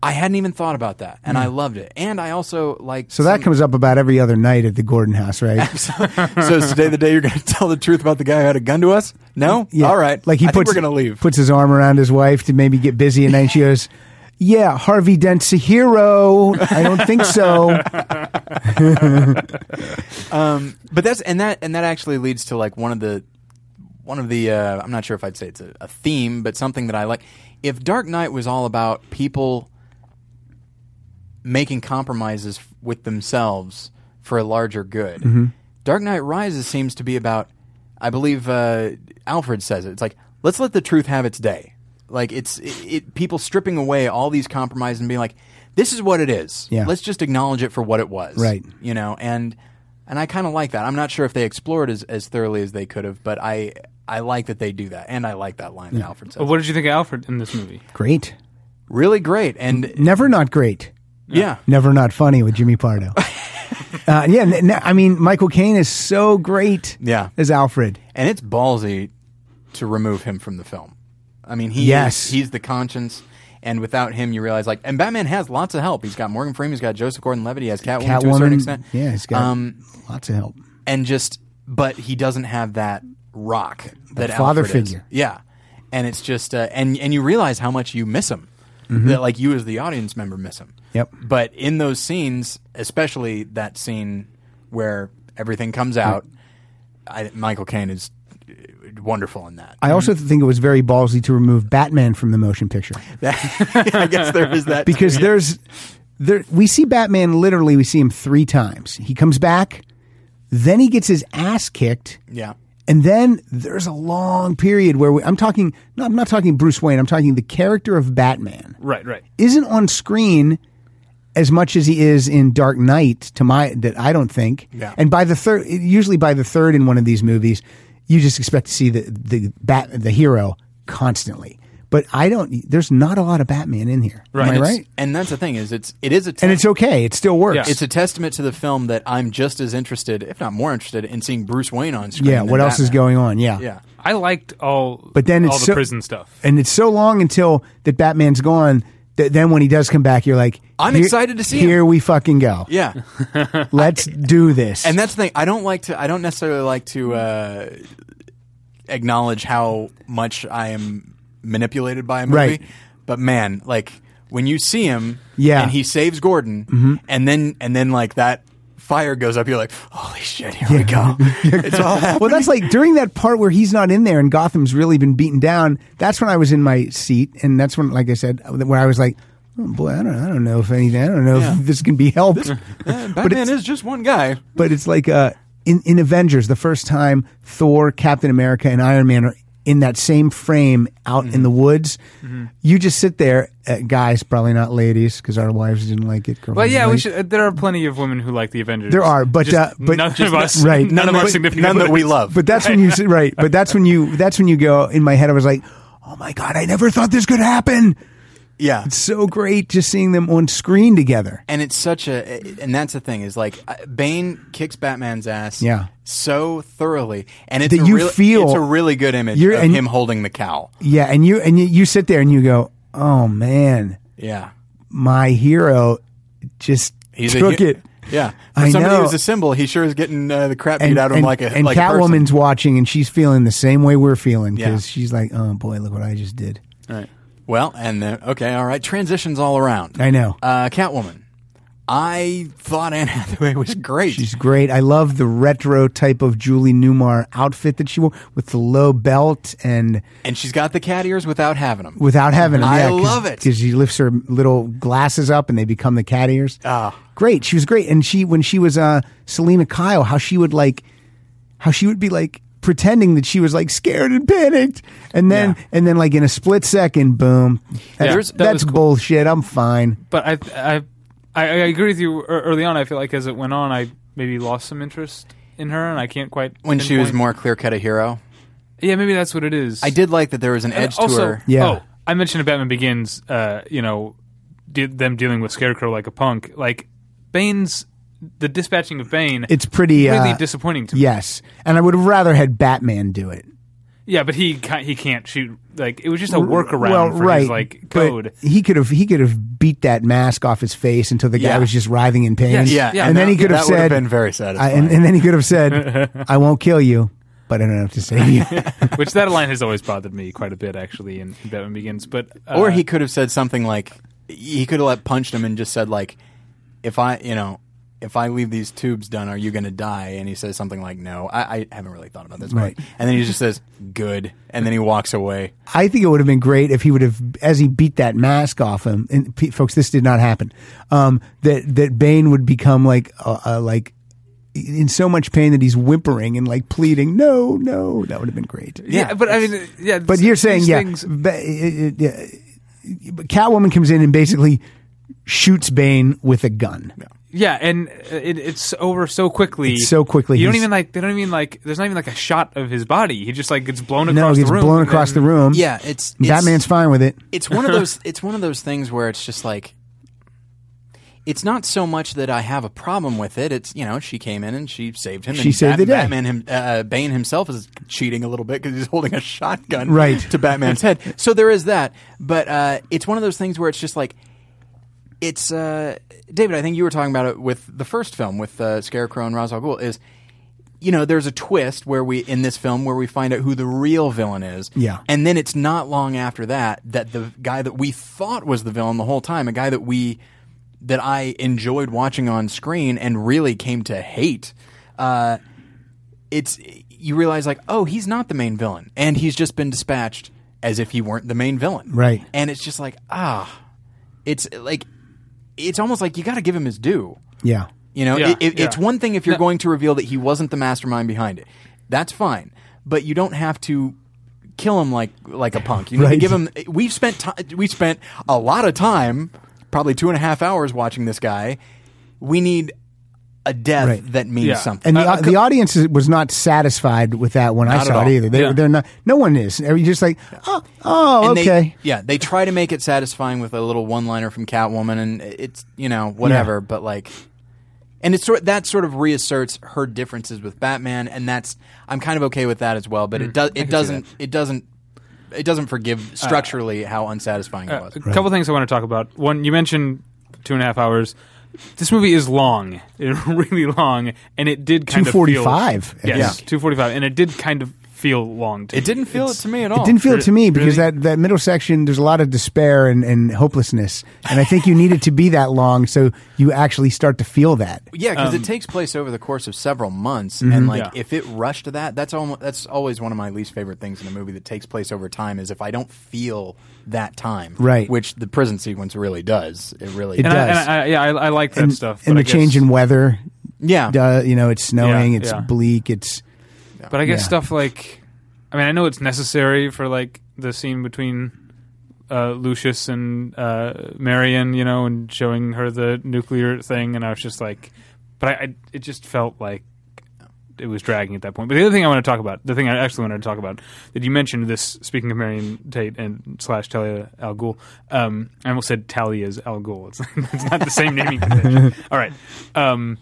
I hadn't even thought about that, and I loved it. And I also like So that comes up about every other night at the Gordon house, right? so is today the day you're going to tell the truth about the guy who had a gun to us? No, Yeah. all right. Like he I think puts we're going to leave. Puts his arm around his wife to maybe get busy, and then she goes, "Yeah, Harvey Dent's a hero. I don't think so." um, but that's and that and that actually leads to like one of the one of the uh, I'm not sure if I'd say it's a, a theme, but something that I like. If Dark Knight was all about people making compromises f- with themselves for a larger good, Mm-hmm. Dark Knight Rises seems to be about. I believe uh, Alfred says it. It's like let's let the truth have its day. Like it's it, it, people stripping away all these compromises and being like, this is what it is. Yeah. Let's just acknowledge it for what it was Right. you know and and i kind of like that i'm not sure if they explored as, as thoroughly as they could have but i i like that they do that and i like that line that alfred says But what did you think of Alfred in this movie? Great. really great and Never not great. yeah Never not funny with Jimmy Pardo. Uh, yeah, n- n- I mean Michael Caine is so great Yeah. as Alfred. and it's ballsy to remove him from the film I mean, he Yes. is- he's the conscience. And without him, you realize like, and Batman has lots of help. He's got Morgan Freeman, he's got Joseph Gordon-Levitt, he has Catwoman, to a certain extent. Yeah, he's got um, lots of help. and just but he doesn't have that rock that, father Alfred is. figure. Yeah, and it's just uh, and and you realize how much you miss him. That like you as the audience member miss him. Mm-hmm. Yep. But in those scenes, especially that scene where everything comes out, I, Michael Caine is uh, wonderful in that. I also think it was very ballsy to remove Batman from the motion picture I guess there is that because there's there we see Batman literally we see him 3 times. He comes back, then he gets his ass kicked. yeah. And then there's a long period where we, I'm talking no I'm not talking Bruce Wayne, I'm talking the character of Batman. Right, right. isn't on screen as much as he is in Dark Knight. To my that I don't think. Yeah. And by the third, usually by the third in one of these movies, you just expect to see the the bat the hero constantly. But I don't. There's not a lot of Batman in here. Right. Am I It's- right? And that's the thing is it's it is a And it's okay. It still works. Yeah. it's a testament to the film that I'm just as interested, if not more interested, in seeing Bruce Wayne on screen. yeah. than What else is Batman. going on? Yeah. Yeah. I liked all, But then all it's the so- prison stuff. And it's so long until that Batman's gone. That then when he does come back, you're like, I'm "Here- excited to see him." Here we fucking go. Yeah. Let's do this. And that's the thing. I don't like to. I don't necessarily like to uh, acknowledge how much I am manipulated by a movie. Right. But man, like when you see him, Yeah. Mm-hmm. and he saves Gordon, and then and then like that fire goes up. You're like, holy shit, here we go. it's all happening. Well, that's like during that part where he's not in there and Gotham's really been beaten down. That's when I was in my seat, and that's when, like I said, where I was like, oh, "Boy, I don't, I don't know if anything, I don't know Yeah. if this can be helped." but Batman it's, is just one guy. but it's like uh, in in Avengers, the first time Thor, Captain America, and Iron Man are in that same frame out in the woods. You just sit there, uh, guys, probably not ladies, because our wives didn't like it. Well, girlfriends yeah, didn't we like should. There are plenty of women who like the Avengers. There are, but, Just uh, but- none just of us, not- right. None of But- our significant, None that we others. love. But that's when you say- right. But that's when you that's when you go in my head. I was like, oh my god, I never thought this could happen. yeah, So great just seeing them on screen together. and it's such a and that's the thing is like I- Bane kicks Batman's ass Yeah. so thoroughly and it's That a you real- feel- it's a really good image You're- of and- him holding the cowl Yeah, and you and you, you sit there and you go, oh man, yeah my hero just he's took a, hu- it. yeah for I somebody know. who's a symbol he sure is getting uh, the crap beat And, out of him and, like a and like a person. Catwoman's watching and she's feeling the same way we're feeling because Yeah. she's like, oh boy, look what I just did. well and then okay all right transitions all around I know. uh, Catwoman I thought Anne Hathaway was great She's great. I love the retro type of Julie Newmar outfit that she wore with the low belt and and she's got the cat ears without having them Without having them, I yeah, 'cause- love it. because she lifts her little glasses up and they become the cat ears. Ah. great! She was great, and she when she was uh, Selena Kyle, how she would like, how she would be like pretending that she was like scared and panicked, and then Yeah. and then like in a split second, boom, Yeah, that's, that was that's cool. bullshit. I'm fine. But I, I, I, I agree with you. ear- Early on, I feel like as it went on, I maybe lost some interest in her, and I can't quite. when she was pinpoint- more clear cut a hero yeah, maybe that's what it is. I did like that there was an edge also, to her Yeah. Oh, I mentioned in Batman Begins, uh, you know, de- them dealing with Scarecrow like a punk. Like, Bane's, the dispatching of Bane It's pretty really uh, disappointing to me. Yes, and I would have rather had Batman do it. Yeah, but he ca- he can't shoot. Like, it was just a workaround well, for right, his, like, but code. he could have he could have beat that mask off his face until the guy Yeah. was just writhing in pain. Yes, yeah Yeah, and then that- he could have that would said, been very I, satisfying and, and then he could have said, "I won't kill you, but I don't have to save you." which that line has always bothered me quite a bit, actually, in, in Batman Begins. But uh, or he could have said something like he could have let punched him and just said like if i you know if i leave these tubes done are you going to die and he says something like no i, I haven't really thought about this part. Right. and then he just says good and then he walks away I think it would have been great if he would have, as he beat that mask off him. And pe- folks, this did not happen. Um, that that Bane would become like uh, uh, like in so much pain that he's whimpering and like pleading, "No, no." That would have been great. yeah, yeah, but I mean, yeah. But you're saying, these yeah, things- ba- it- it- yeah, but Catwoman comes in and basically shoots Bane with a gun. Yeah, and uh, it, it's over so quickly. It's so quickly. You don't He's- even like. They don't even like. There's not even like a shot of his body. He just like gets blown across No, he gets the room. blown across the room. yeah it's, it's Batman's fine with it. it's one of those it's one of those things where it's just like it's not so much that I have a problem with it. It's you know she came in and she saved him. She and saved the day. Batman him, uh, Bane himself is cheating a little bit because he's holding a shotgun Right. to Batman's head. So there is that. But uh, it's one of those things where it's just like it's uh, David. I think you were talking about it with the first film with uh, Scarecrow and Ra's al Ghul. Is you know there's a twist where we in this film where we find out who the real villain is. Yeah. and then it's not long after that that the guy that we thought was the villain the whole time, a guy that we that I enjoyed watching on screen and really came to hate. Uh, it's you realize like oh he's not the main villain and he's just been dispatched as if he weren't the main villain Right. and it's just like ah it's like it's almost like you got to give him his due Yeah. you know Yeah, It- it- it's yeah. one thing if you're No. going to reveal that he wasn't the mastermind behind it that's fine but you don't have to kill him like like a punk you need to Right. give him we've spent ti we've spent a lot of time probably two and a half hours watching this guy we need a death Right. that means Yeah. something And the, Uh, a cou- the audience is- was not satisfied with that when I Not at saw all. it either. They, Yeah. They're not. No one is. They're just like, oh, oh, And they- okay. yeah, they try to make it satisfying with a little one-liner from Catwoman, and it's you know whatever. But like, and it's sort that sort of reasserts her differences with Batman, and that's I'm kind of okay with that as well. But it does it doesn't it doesn't it doesn't forgive structurally how unsatisfying it was. A couple things I want to talk about. One, you mentioned two and a half hours. This movie is long, It's really long, and it did kind of feel- 245, I Yes, think. two forty-five, and it did kind of feel long. To It me. didn't feel it to me at all. It didn't feel it to me Oh, Really? because that, that middle section, there's a lot of despair and, and hopelessness. And I think you need it to be that long so you actually start to feel that. Yeah, because Um, it takes place over the course of several months, Mm-hmm. and like Yeah. if it rushed to that, that's almost that's always one of my least favorite things in a movie that takes place over time is if I don't feel that time, Right. Which the prison sequence really does. It really, It And, I, does. and I, yeah, I, I like that and, stuff. but and the I guess- Uh-huh. change in weather. yeah, Duh, you know, it's snowing, Yeah, it's yeah. bleak, it's. But I guess Yeah. stuff like, I mean, I know it's necessary for like the scene between uh, Lucius and uh, Marion, you know, and showing her the nuclear thing, and I was just like, but I, I it just felt like it was dragging at that point. But the other thing I want to talk about, the thing I actually wanted to talk about, that you mentioned this. Speaking of Marion Tate and slash Talia Al Ghul, um, I almost said Talia's Al Ghul. It's, it's not the same naming convention. All right. Um,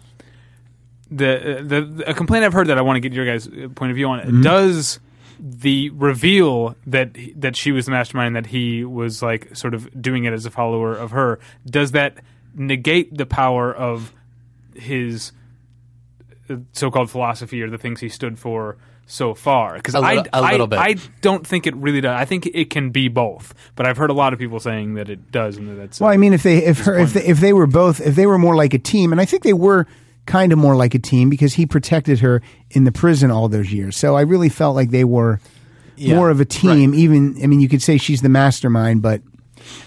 the, the the- a complaint I've heard that I want to get your guys' uh, point of view on. Mm-hmm. Does the reveal that that she was the mastermind, that he was like sort of doing it as a follower of her, does that negate the power of his uh, so-called philosophy or the things he stood for so far? Because A I little- a little I- bit. I don't think it really does. I think it can be both, but I've heard a lot of people saying that it does, and that that's Well, I mean, if they if her if they, if they were both if they were more like a team, and I think they were kind of more like a team because he protected her in the prison all those years. So I really felt like they were Yeah, more of a team. Even I mean, you could say she's the mastermind, but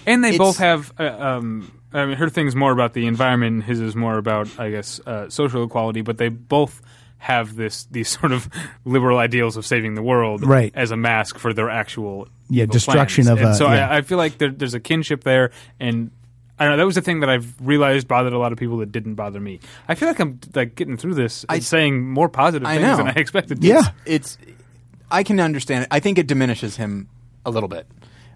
And they It's- both have. Uh, um, I mean, her thing's more about the environment. and His is more about, I guess, uh, social equality. But they both have this these sort of liberal ideals of saving the world, Right. as a mask for their actual Yeah, evil destruction plans. of And a- so yeah. I, I feel like there, there's a kinship there, and I don't know. That was the thing that I've realized bothered a lot of people that didn't bother me. I feel like I'm like getting through this and saying more positive I things know. than I expected. to. Yeah. it's I can understand it. I think it diminishes him a little bit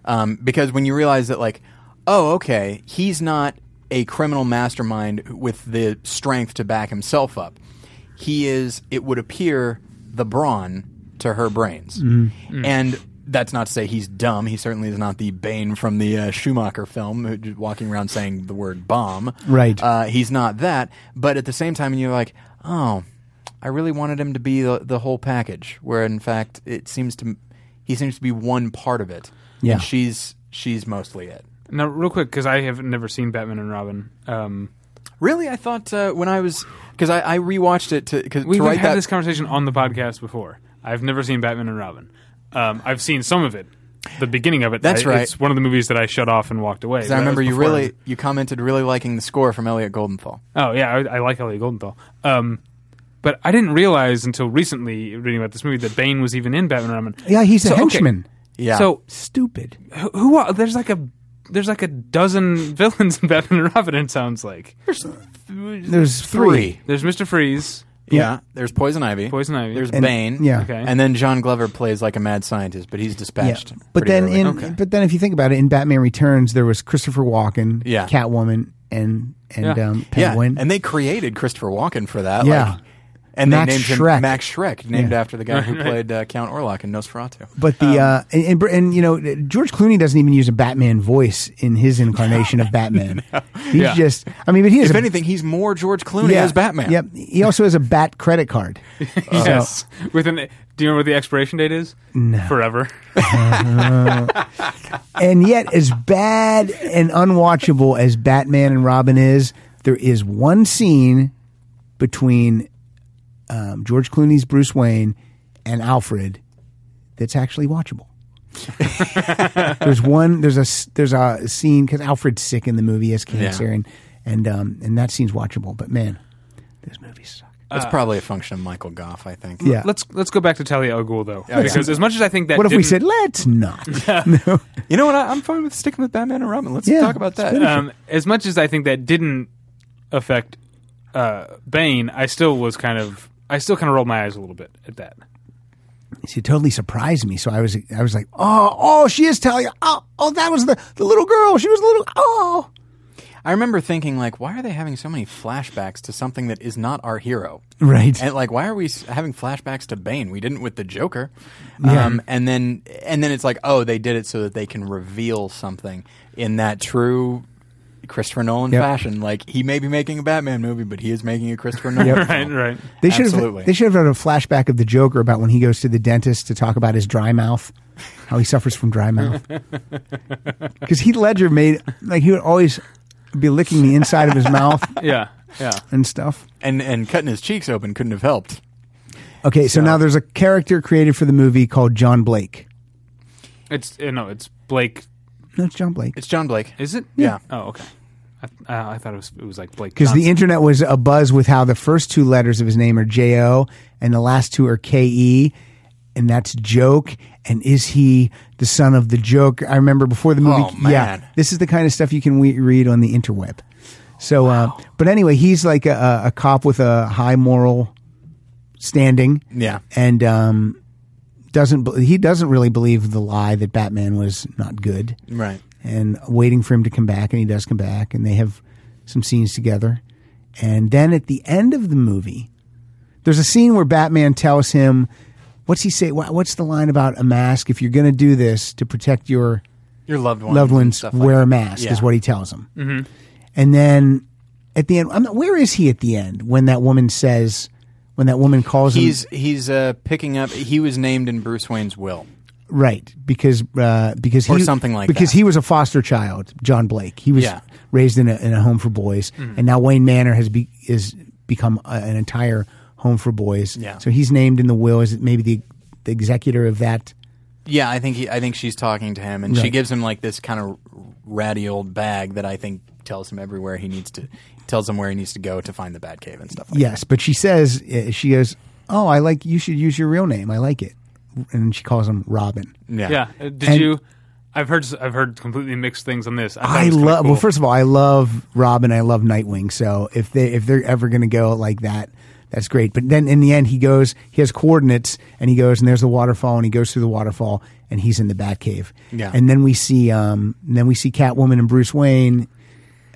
um, because when you realize that, like, oh, okay, he's not a criminal mastermind with the strength to back himself up. He is, it would appear, the brawn to her brains, and. That's not to say he's dumb. He certainly is not the Bane from the uh, Schumacher film, who just walking around saying the word bomb. Right. Uh, he's not that. But at the same time, you're like, oh, I really wanted him to be the, the whole package. Where in fact, it seems to he seems to be one part of it. Yeah. and she's she's mostly it. Now, real quick, because I have never seen Batman and Robin. Um, Really, I thought uh, when I was because I, I rewatched it to because We've to write had that. this conversation on the podcast before. I've never seen Batman and Robin. Um, I've seen some of it, the beginning of it. That's I- right. It's one of the movies that I shut off and walked away. 'cause I remember you really you commented really liking the score from Elliot Goldenthal. Oh yeah, I, I like Elliot Goldenthal. Um, but I didn't realize until recently reading about this movie that Bane was even in Batman and Robin. yeah, he's a So, okay. henchman. Yeah. So Stupid. who, who are, there's like a there's like a dozen villains in Batman and Robin. It sounds like There's three. there's Mister Freeze, Yeah. There's Poison Ivy. Poison Ivy. There's And- Bane. yeah. Okay. And then John Glover plays like a mad scientist, but he's dispatched. But pretty then early. in Okay. but then if you think about it, in Batman Returns there was Christopher Walken, Yeah. Catwoman, and and Yeah. um, Penguin. Yeah, and they created Christopher Walken for that. Yeah. like- and Max they named Schreck. him Max Shrek, named Yeah. after the guy who played uh, Count Orlok in Nosferatu. but the uh, and, and Br- and you know George Clooney doesn't even use a Batman voice in his incarnation of Batman. He's Yeah. just I mean, but he has If a, anything, he's more George Clooney as Batman. Yep. He also has a Bat credit card. Uh-huh. yes. With an, do you remember what the expiration date is? No. Forever. and yet, as bad and unwatchable as Batman and Robin is, there is one scene between um, George Clooney's Bruce Wayne and Alfred that's actually watchable. there's one. There's a s- there's a scene because Alfred's sick in the movie, he has cancer, Yeah. and and um, and that scene's watchable. But man, those movies suck. That's probably a function of Michael Goff, I think. Yeah. Let's let's go back to Talia al Ghul though, because as much as I think that What if we didn't- said let's not? You know what? I, I'm fine with sticking with Batman and Robin. Let's Yeah, talk about let's that. um, as much as I think that didn't affect uh, Bane, I still was kind of I still kind of rolled my eyes a little bit at that. she totally surprised me. So I was, I was like, oh, oh, she is Talia. Oh, oh, that was the, the little girl. She was a little, oh. I remember thinking, like, why are they having so many flashbacks to something that is not our hero? Right. And like, why are we s- having flashbacks to Bane? We didn't with the Joker. Yeah. Um, and then, and then it's like, oh, they did it so that they can reveal something in that true Christopher Nolan Yep. fashion. Like, he may be making a Batman movie, but he is making a Christopher Nolan. Right, film. right. they should absolutely. have, they should have had a flashback of the Joker about when he goes to the dentist to talk about his dry mouth, how he suffers from dry mouth. Because Heath Ledger made, like, he would always be licking the inside of his mouth Yeah, yeah. and stuff. And and cutting his cheeks open couldn't have helped. Okay, so now there's a character created for the movie called John Blake. It's you know it's Blake. No, it's John Blake. It's John Blake. Is it? Yeah. Oh, okay. I, uh, I thought it was it was like Blake Because the Johnson. internet was abuzz with how the first two letters of his name are J O and the last two are K E, and that's joke. And is he the son of the joke? I remember before the movie. Oh, man. Yeah, this is the kind of stuff you can we- read on the interweb. So, uh, but anyway, he's like a- a, a cop with a high moral standing, Yeah. and um, doesn't be- he doesn't really believe the lie that Batman was not good Right. and waiting for him to come back, and he does come back, and they have some scenes together. And then at the end of the movie, there's a scene where Batman tells him, "What's he say? wha- What's the line about a mask? If you're going to do this to protect your Your loved ones. loved and ones, stuff like wear that. a mask," is Yeah. what he tells him. Mm-hmm. And then at the end, I'm not, where is he at the end when that woman says, when that woman calls him? He's he's uh, picking up. He was named in Bruce Wayne's will. Right, because uh, because Or he, something like because that. he was a foster child, John Blake. He was Yeah. Mm-hmm. raised in a in a home for boys, and now Wayne Manor has be, is become a, an entire home for boys. Yeah. So he's named in the will as maybe the the executor of that. Yeah, I think he, I think she's talking to him, and she Right. gives him like this kind of ratty old bag that I think tells him everywhere he needs to tells him where he needs to go to find the Batcave and stuff. like Yes, but she says uh, she goes, "Oh, I like you should use your real name. I like it," and she calls him Robin. that. yeah. Uh, Did And- you? I've heard s- I've heard completely mixed things on this. I, thought it I was kinda love. cool. Well, first of all, I love Robin. I love Nightwing. So if they if they're ever going to go like that, that's great. But then in the end, he goes. He has coordinates, and he goes, and there's the waterfall, and he goes through the waterfall, and he's in the Batcave. Yeah. And then we see, um, and then we see Catwoman and Bruce Wayne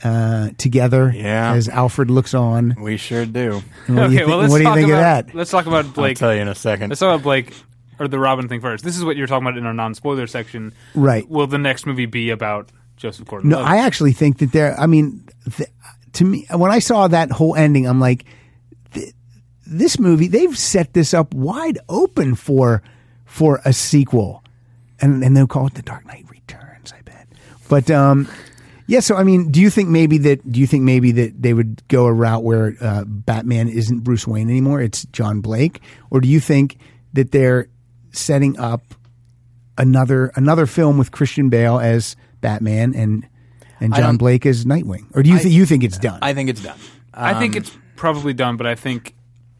uh, together. Yeah. As Alfred looks on. we sure do. And what do you, okay, thi- well let's what do you talk think about of that? let's talk about I'll Blake. tell you in a second. Let's talk about Blake or the Robin thing first. This is what you're talking about in our non-spoiler section. Right. Will the next movie be about Joseph Gordon? No, I actually think that there. I mean, th- to me, when I saw that whole ending, I'm like, th- this movie they've set this up wide open for for a sequel, and and they'll call it The Dark Knight Returns. I bet, but um. Yeah, so I mean, do you think maybe that do you think maybe that they would go a route where uh, Batman isn't Bruce Wayne anymore; it's John Blake, or do you think that they're setting up another another film with Christian Bale as Batman and and I John don't- Blake as Nightwing? Or do you think you think it's done? I think it's done. I think Um, it's probably done, but I think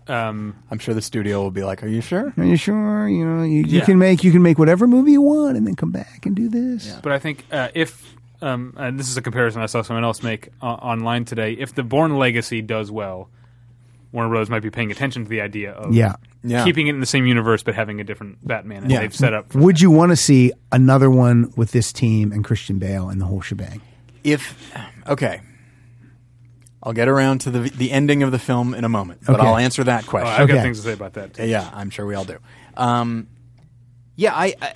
um, I'm sure the studio will be like, "Are you sure?" Are you sure? You know, you, you Yeah. can make you can make whatever movie you want and then come back and do this. But I think uh, if um, and this is a comparison I saw someone else make uh, online today, if the Born Legacy does well, Warner Bros. might be paying attention to the idea of Yeah. Yeah. keeping it in the same universe but having a different Batman. And Yeah. they've set up. for Would you want to see another one with this team and Christian Bale and the whole shebang? If okay, I'll get around to the the ending of the film in a moment, but Okay. I'll answer that question. I've got Okay. things to say about that. too. Yeah, I'm sure we all do. Um, yeah, I, I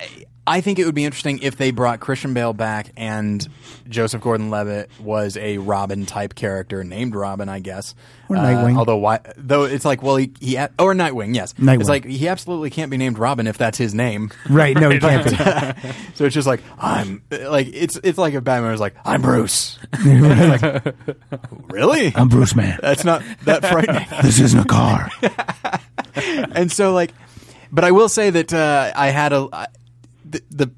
I think it would be interesting if they brought Christian Bale back and Joseph Gordon-Levitt was a Robin type character named Robin, I guess. Uh, Or Nightwing. although why? Though it's like, well, he, he a- or Nightwing, yes. Nightwing. It's like he absolutely can't be named Robin if that's his name. Right? No, it can't be. so it's just like I'm like it's it's like if Batman was like I'm Bruce. It's like, really? I'm Bruce Man. that's not that frightening. This isn't a car. and so like but i will say that uh, i had a I, the, the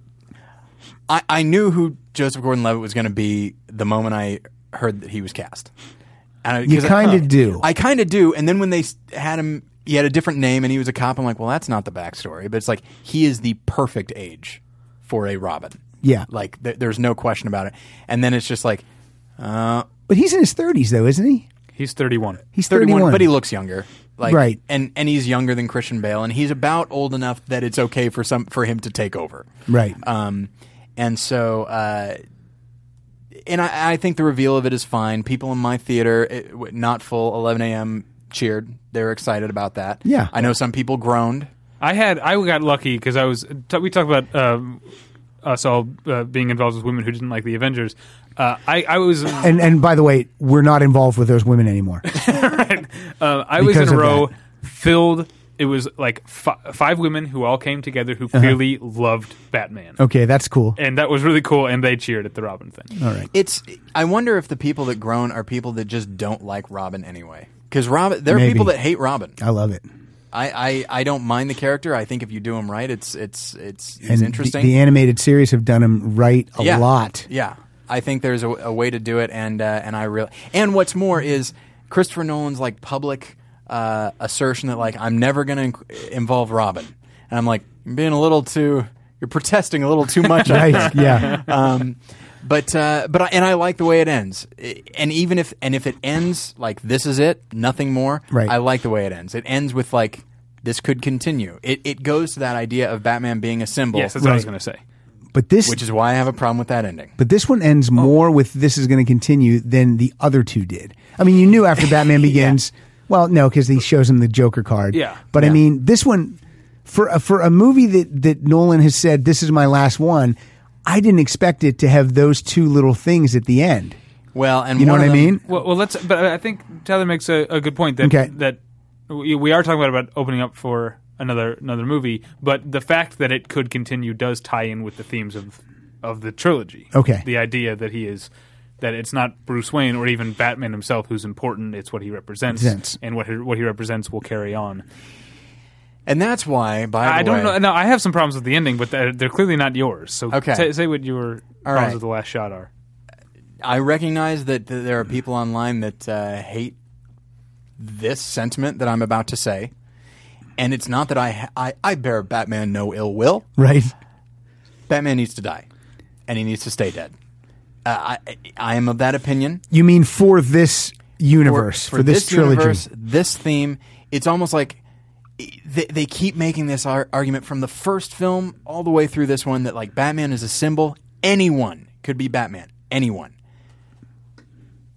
I, I knew who joseph gordon-levitt was going to be the moment i heard that he was cast and I, You 'cause I- kinda do. i kind of do and then when they s- had him he had a different name and he was a cop i'm like well that's not the backstory but it's like he is the perfect age for a robin Yeah. like th- there's no question about it and then it's just like uh But he's in his 30s though, isn't he? He's 31. He's 31, 31. but he looks younger. Like, Right. and and he's younger than Christian Bale, and he's about old enough that it's okay for some for him to take over. Right. Um, and so, uh, and I, I think the reveal of it is fine. People in my theater, it, w- not full, 11 a.m. cheered. They were excited about that. Yeah. I know some people groaned. I had I got lucky because I was t- we talked about um, us all uh, being involved with women who didn't like the Avengers. Uh, I I was uh, and and by the way, we're not involved with those women anymore. I was in Because a of row that. filled. It was like f- five women who all came together who Uh-huh. clearly loved Batman, Okay, that's cool. and that was really cool. And they cheered at the Robin thing. All right. It's. I wonder if the people that groan are people that just don't like Robin anyway. Because Robin, there are Maybe. people that hate Robin. I love it. I, I, I don't mind the character. I think if you do him right, it's it's it's And it's the- interesting. The, animated series have done him right a yeah. lot. Yeah, I think there's a, a way to do it, and uh, and I really and what's more is Christopher Nolan's like public uh, assertion that like I'm never going to involve Robin, and I'm like you're being a little too you're protesting a little too much. I Right? Yeah. um, but uh, but I, and I like the way it ends. I- And even if and if it ends like this is it, nothing more. Right. I like the way it ends. It ends with like this could continue. It it goes to that idea of Batman being a symbol, Yes, that's what I was going to say. But this which is why I have a problem with that ending. But this one Oh. ends more with this is going to continue than the other two did. I mean, you knew after Batman Begins. Well, no, because he shows him the Joker card. Yeah. But I Yeah. mean, this one for a, for a movie that that Nolan has said this is my last one. I didn't expect it to have those two little things at the end. Well, and You know one what of I them- mean? Well, well, let's. But I think Tyler makes a, a good point that Okay. that we we are talking about about opening up for another another movie, but the fact that it could continue does tie in with the themes of of the trilogy. Okay. the idea that he is that it's not Bruce Wayne or even Batman himself who's important; it's what he represents, Represents. and what he, what he represents will carry on. And that's why, by the I way- don't know. No, I have some problems with the ending, but they're, they're clearly not yours. So Okay. say, say what your problems right. with the last shot are. I recognize that th- there are people online that uh, hate this sentiment that I'm about to say, and it's not that I, ha- I I bear Batman no ill will. Right. Batman needs to die, and he needs to stay dead. Uh, I I am of that opinion. You mean for this For- universe, for, this, trilogy? universe, this theme, it's almost like they, they keep making this ar- argument from the first film all the way through this one that like Batman is a symbol. Anyone could be Batman. Anyone.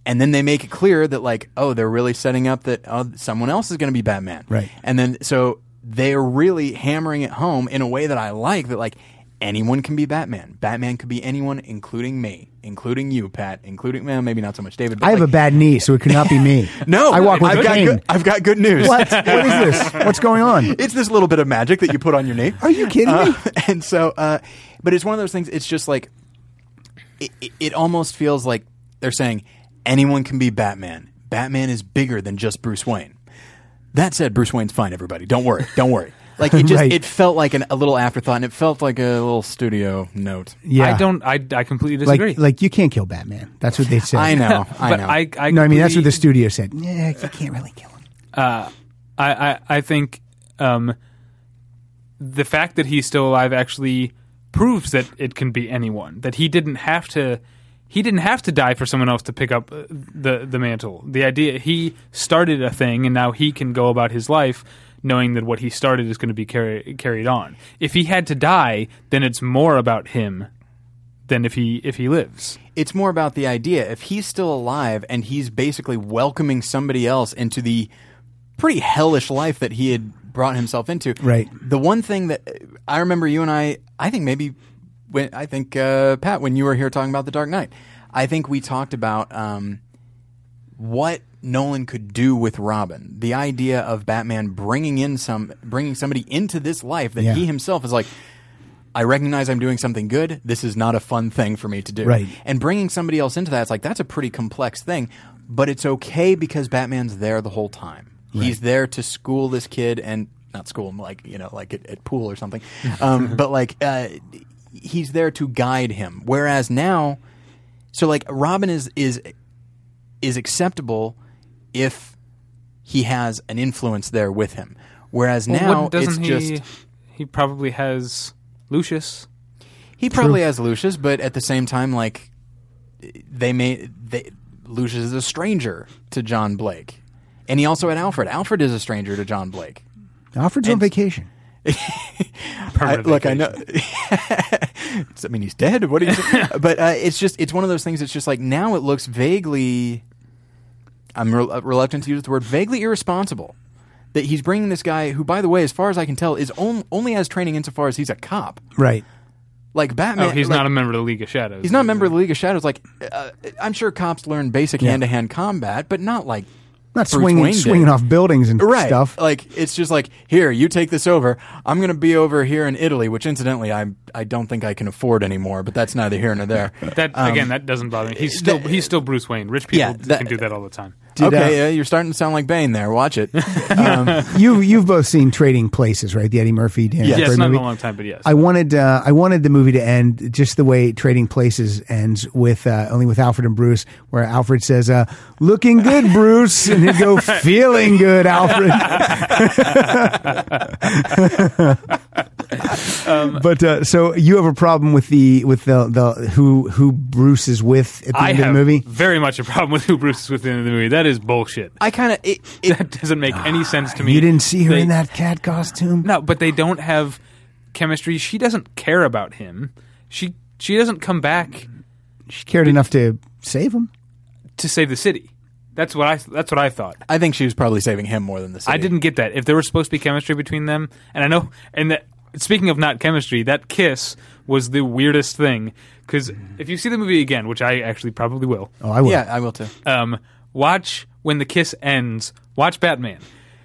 And then they make it clear that like, oh, they're really setting up that oh, someone else is going to be Batman. Right. And then so they're really hammering it home in a way that I like that like anyone can be Batman. Batman could be anyone, including me, including you, Pat, including well, maybe not so much David. But I have like, a bad knee, so it could not be me. no, I walk with I've got pain. good, I've got good news. What? What is this? What's going on? It's this little bit of magic that you put on your knee. Are you kidding Uh, me? and so, uh, but it's one of those things. It's just like it, it, it almost feels like they're saying anyone can be Batman. Batman is bigger than just Bruce Wayne. That said, Bruce Wayne's fine. Everybody, don't worry, don't worry. Like it just Right. it felt like an, a little afterthought, and it felt like a little studio note. Yeah. I don't. I, I completely like. disagree. Like you can't kill Batman. That's what they said. I know, I but know. I, I, no, I mean that's completely- what the studio said. Yeah, you can't really kill him. uh, I, I I think um, the fact that he's still alive actually proves that it can be anyone. That he didn't have to he didn't have to die for someone else to pick up uh, the the mantle. The idea he started a thing and now he can go about his life knowing that what he started is going to be carry, carried on. If he had to die, then it's more about him than if he if he lives. It's more about the idea. If he's still alive and he's basically welcoming somebody else into the pretty hellish life that he had brought himself into. Right. The one thing that uh, I remember you and I, I think maybe when I think uh, Pat, when you were here talking about the Dark Knight, I think we talked about um, what Nolan could do with Robin. The idea of Batman bringing in some, bringing somebody into this life that Yeah. he himself is like. I recognize I'm doing something good. This is not a fun thing for me to do. Right. And bringing somebody else into that, it's like that's a pretty complex thing, but it's okay because Batman's there the whole time. He's there to school this kid and not school him like you know like at, at pool or something, um, but like uh, he's there to guide him. Whereas now, so like Robin is is is acceptable if he has an influence there with him. Whereas now it's he, just he probably has Lucius. He probably has Lucius, but at the same time, like they may they, Lucius is a stranger to John Blake, and he also had Alfred. Alfred is a stranger to John Blake. Alfred's on vacation. I, Permanently. look, I know. Does that mean he's dead? What? Is, but uh, it's just it's one of those things. It's just like now it looks vaguely. I'm re- reluctant to use the word vaguely irresponsible. That he's bringing this guy, who, by the way, as far as I can tell, is on, only has training insofar as he's a cop. Right. Like Batman, Oh, he's like- not a member of the League of Shadows. He's not a member of the League of Shadows. Like, uh, I'm sure cops learn basic hand-to-hand combat, but not like Not Bruce swinging Wayne did. swinging off buildings and right stuff. Like, it's just like here, you take this over. I'm going to be over here in Italy, which incidentally, I I don't think I can afford anymore. But that's neither here nor there. That um, again, that doesn't bother me. He's still he's still Bruce Wayne. Rich people Yeah, that- can do that all the time. Did, okay, uh, you're starting to sound like Bane there. Watch it. um, you you've both seen Trading Places, right? The Eddie Murphy Dan Yes, Aykroyd not in movie. a long time, but yes. I wanted uh, I wanted the movie to end just the way Trading Places ends with uh, only with Alfred and Bruce, where Alfred says, uh, "Looking good, Bruce," and he'd go, "Feeling good, Alfred." Um, but uh, so you have a problem with the with the, the who who Bruce is with at the I end have of the movie? very much a problem with who Bruce is with in the movie. That is bullshit. I kind of it, that it, doesn't make any sense to me. Ah, You didn't see her They- in that cat costume. No, but they don't have chemistry. She doesn't care about him. She she doesn't come back She cared enough to save him. to save the city. That's what I that's what I thought. I think she was probably saving him more than the city. I didn't get that. If there was supposed to be chemistry between them, and I know, and that speaking of not chemistry, that kiss was the weirdest thing. Because if you see the movie again, which I actually probably will, Oh, I will. Yeah, I will too. um, watch when the kiss ends. Watch Batman.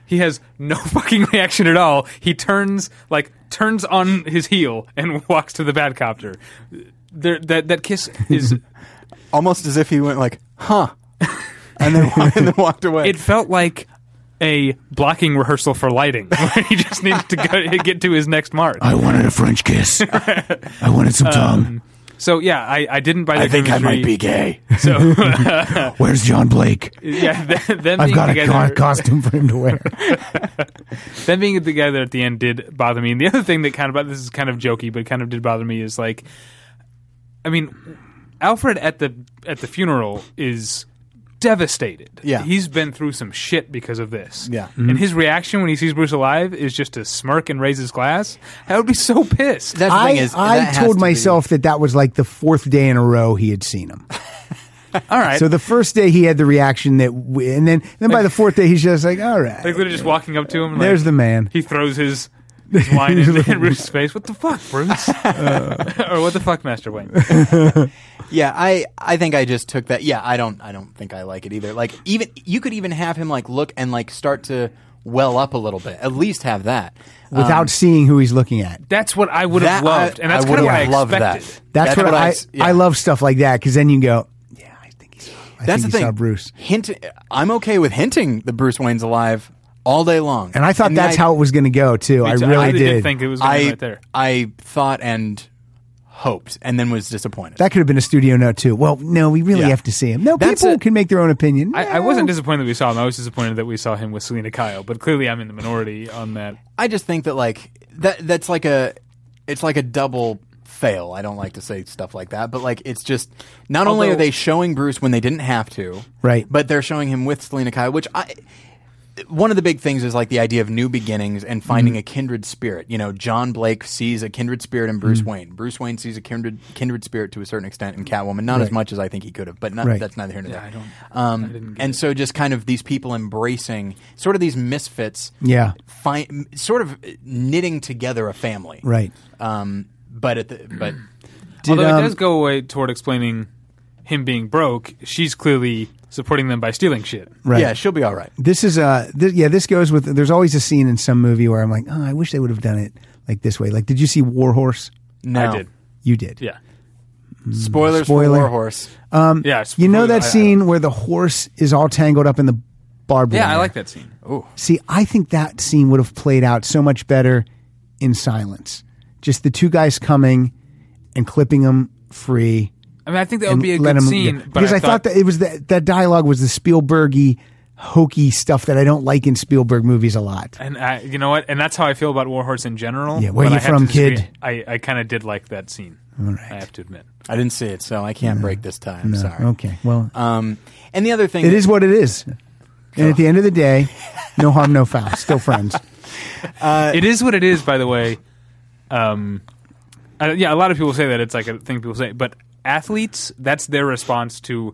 He has no fucking reaction at all. He turns like turns on his heel and walks to the Batcopter. There, that that kiss is. Almost as if he went like, huh, and then wa- and then walked away. it felt like a blocking rehearsal for lighting. Where he just needed to go, get to his next march. I wanted a French kiss. I wanted some tongue. So yeah, I, I didn't buy. The I think I might chemistry. be gay. So Um, Where's John Blake? yeah, th- them I've being got a together, car costume for him to wear. them being together at the end did bother me. And the other thing that kind of this is kind of jokey, but kind of did bother me is like, I mean, Alfred at the at the funeral is devastated. Yeah. he's been through some shit because of this. Yeah. and his reaction when he sees Bruce alive is just to smirk and raise his glass. I would be so pissed. That's the I, thing is, I that has told to be- myself that that was like the fourth day in a row he had seen him. All right, So the first day he had the reaction that, we, and then then by the fourth day he's just like, all right, like literally just walking up to him. And there's like, the man. he throws his, his wine in, in Bruce's face. What the fuck, Bruce? or what the fuck, Master Wayne? Yeah, I I think I just took that. Yeah, I don't I don't think I like it either. Like even you could even have him like look and like start to well up a little bit. At least have that Um, Without seeing who he's looking at. That's what I would that have loved, I- and that's I kind would've of what I loved expected. that. That's, what, I I, s- yeah. love stuff like that because then you can go, yeah, I think he saw. I That's think the he saw thing. Bruce. Hint. I'm okay with hinting that Bruce Wayne's alive all day long. And I thought that's the how it was going to go too. I So really I did. think it was gonna be I right there. I thought and hoped, and then was disappointed. that could have been a studio note too. Well, no, we really Yeah. have to see him. No, That's people a- can make their own opinion. I, I No. wasn't disappointed that we saw him. I was disappointed that we saw him with Selena Kyle, but clearly I'm in the minority on that. I just think that like that that's like a it's like a double fail. I don't like to say stuff like that, but like it's just not only Although- are they showing Bruce when they didn't have to, Right. But they're showing him with Selena Kyle, which I one of the big things is like the idea of new beginnings and finding Mm-hmm. a kindred spirit. You know, John Blake sees a kindred spirit in Mm-hmm. Bruce Wayne. Bruce Wayne sees a kindred kindred spirit to a certain extent in Catwoman, not as much as I think he could have, but not, Right. that's neither here nor there. I don't- um, and so just kind of these people embracing sort of these misfits, Yeah. fi- sort of knitting together a family, Right. Um, but at the but Did, Although um, it does go away toward explaining him being broke, she's clearly supporting them by stealing shit. Right. yeah, she'll be all right. this is uh th- yeah this goes with there's always a scene in some movie where i'm like oh i wish they would have done it like this way like did you see war horse No, I did. you did Yeah. spoilers Spoiler. for War Horse. yeah. Um, you know that I- I- scene where the horse is all tangled up in the barbed yeah, wire? I like that scene. see i think that scene would have played out so much better in silence just the two guys coming and clipping them free I mean, I think that would and be a let good 'em- scene, yeah. but because I, thought, that it was that that dialogue was the Spielbergy hokey stuff that I don't like in Spielberg movies a lot. and I, you know what, and that's how I feel about Warhorse in general. Yeah, where but I you have from, to disagree. kid? I, I kind of did like that scene. I have to admit. I didn't see it, so I can't break this time. Sorry. Okay, well, Um, and the other thing it is what it is. And at the end of the day, no harm, no foul. Still friends. it is what it is, by the way. Um, uh, yeah, a lot of people say that it's like a thing people say, but athletes, that's their response to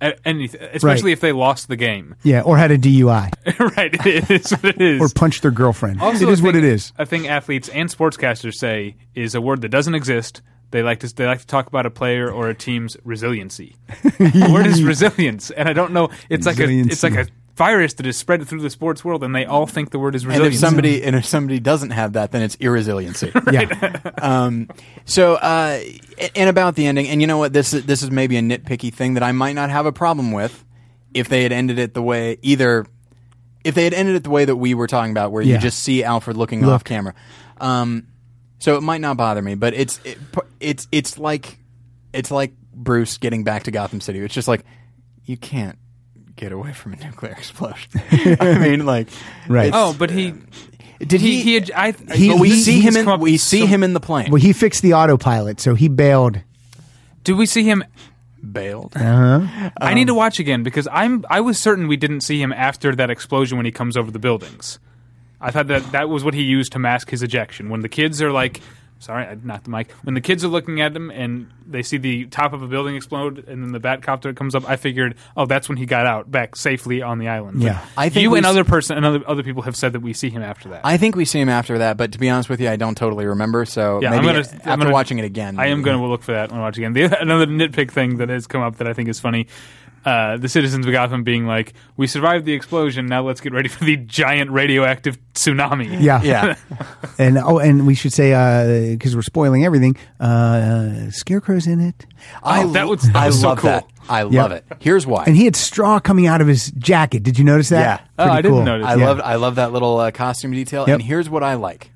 a- anything, especially Right. if they lost the game. Yeah, or had a DUI, right? It is what it is. or punched their girlfriend. Also, it is a what it thing- is. A thing athletes and sportscasters say is a word that doesn't exist. They like to they like to talk about a player or a team's resiliency. the word is resilience, and I don't know. It's like a it's like a virus that is spread through the sports world, and they all think the word is and if resilience. somebody and if somebody doesn't have that, then it's irresiliency. Yeah, um, so uh, and about the ending, and you know what? This is this is maybe a nitpicky thing that I might not have a problem with if they had ended it the way either if they had ended it the way that we were talking about, where Yeah. you just see Alfred looking off camera. Um, so it might not bother me, but it's it, it's it's like it's like Bruce getting back to Gotham City. It's just like you can't get away from a nuclear explosion. I mean, like Right. it's- oh, but he did he he? he. had- I, He- but we he's see him. come In, up- we see so- him in the plane. well, he fixed the autopilot, so he bailed. Do we see him? bailed. I need to watch again because I'm. I was certain we didn't see him after that explosion when he comes over the buildings. I thought that that was what he used to mask his ejection. When the kids are like, sorry, I knocked the mic. When the kids are looking at him and they see the top of a building explode and then the Batcopter comes up, I figured, oh, that's when he got out back safely on the island. Yeah. I think you we and s- other person and other other people have said that we see him after that. I think we see him after that, but to be honest with you, I don't totally remember. So Yeah, maybe I'm gonna- after I'm gonna- watching it again, I am maybe. going to look for that when I watch again. The, another nitpick thing that has come up that I think is funny: uh, the citizens of Gotham being like, "We survived the explosion. Now let's get ready for the giant radioactive tsunami." Yeah, Yeah, And oh, and we should say because we're spoiling everything. Uh, Scarecrow's in it, I Oh, that lo- was- that I was so love cool. that. I Yeah. love it. Here's why. and he had straw coming out of his jacket. Did you notice that? Yeah. Oh, Pretty I didn't cool. notice. I yeah. love I love that little uh, costume detail. Yep. And here's what I like.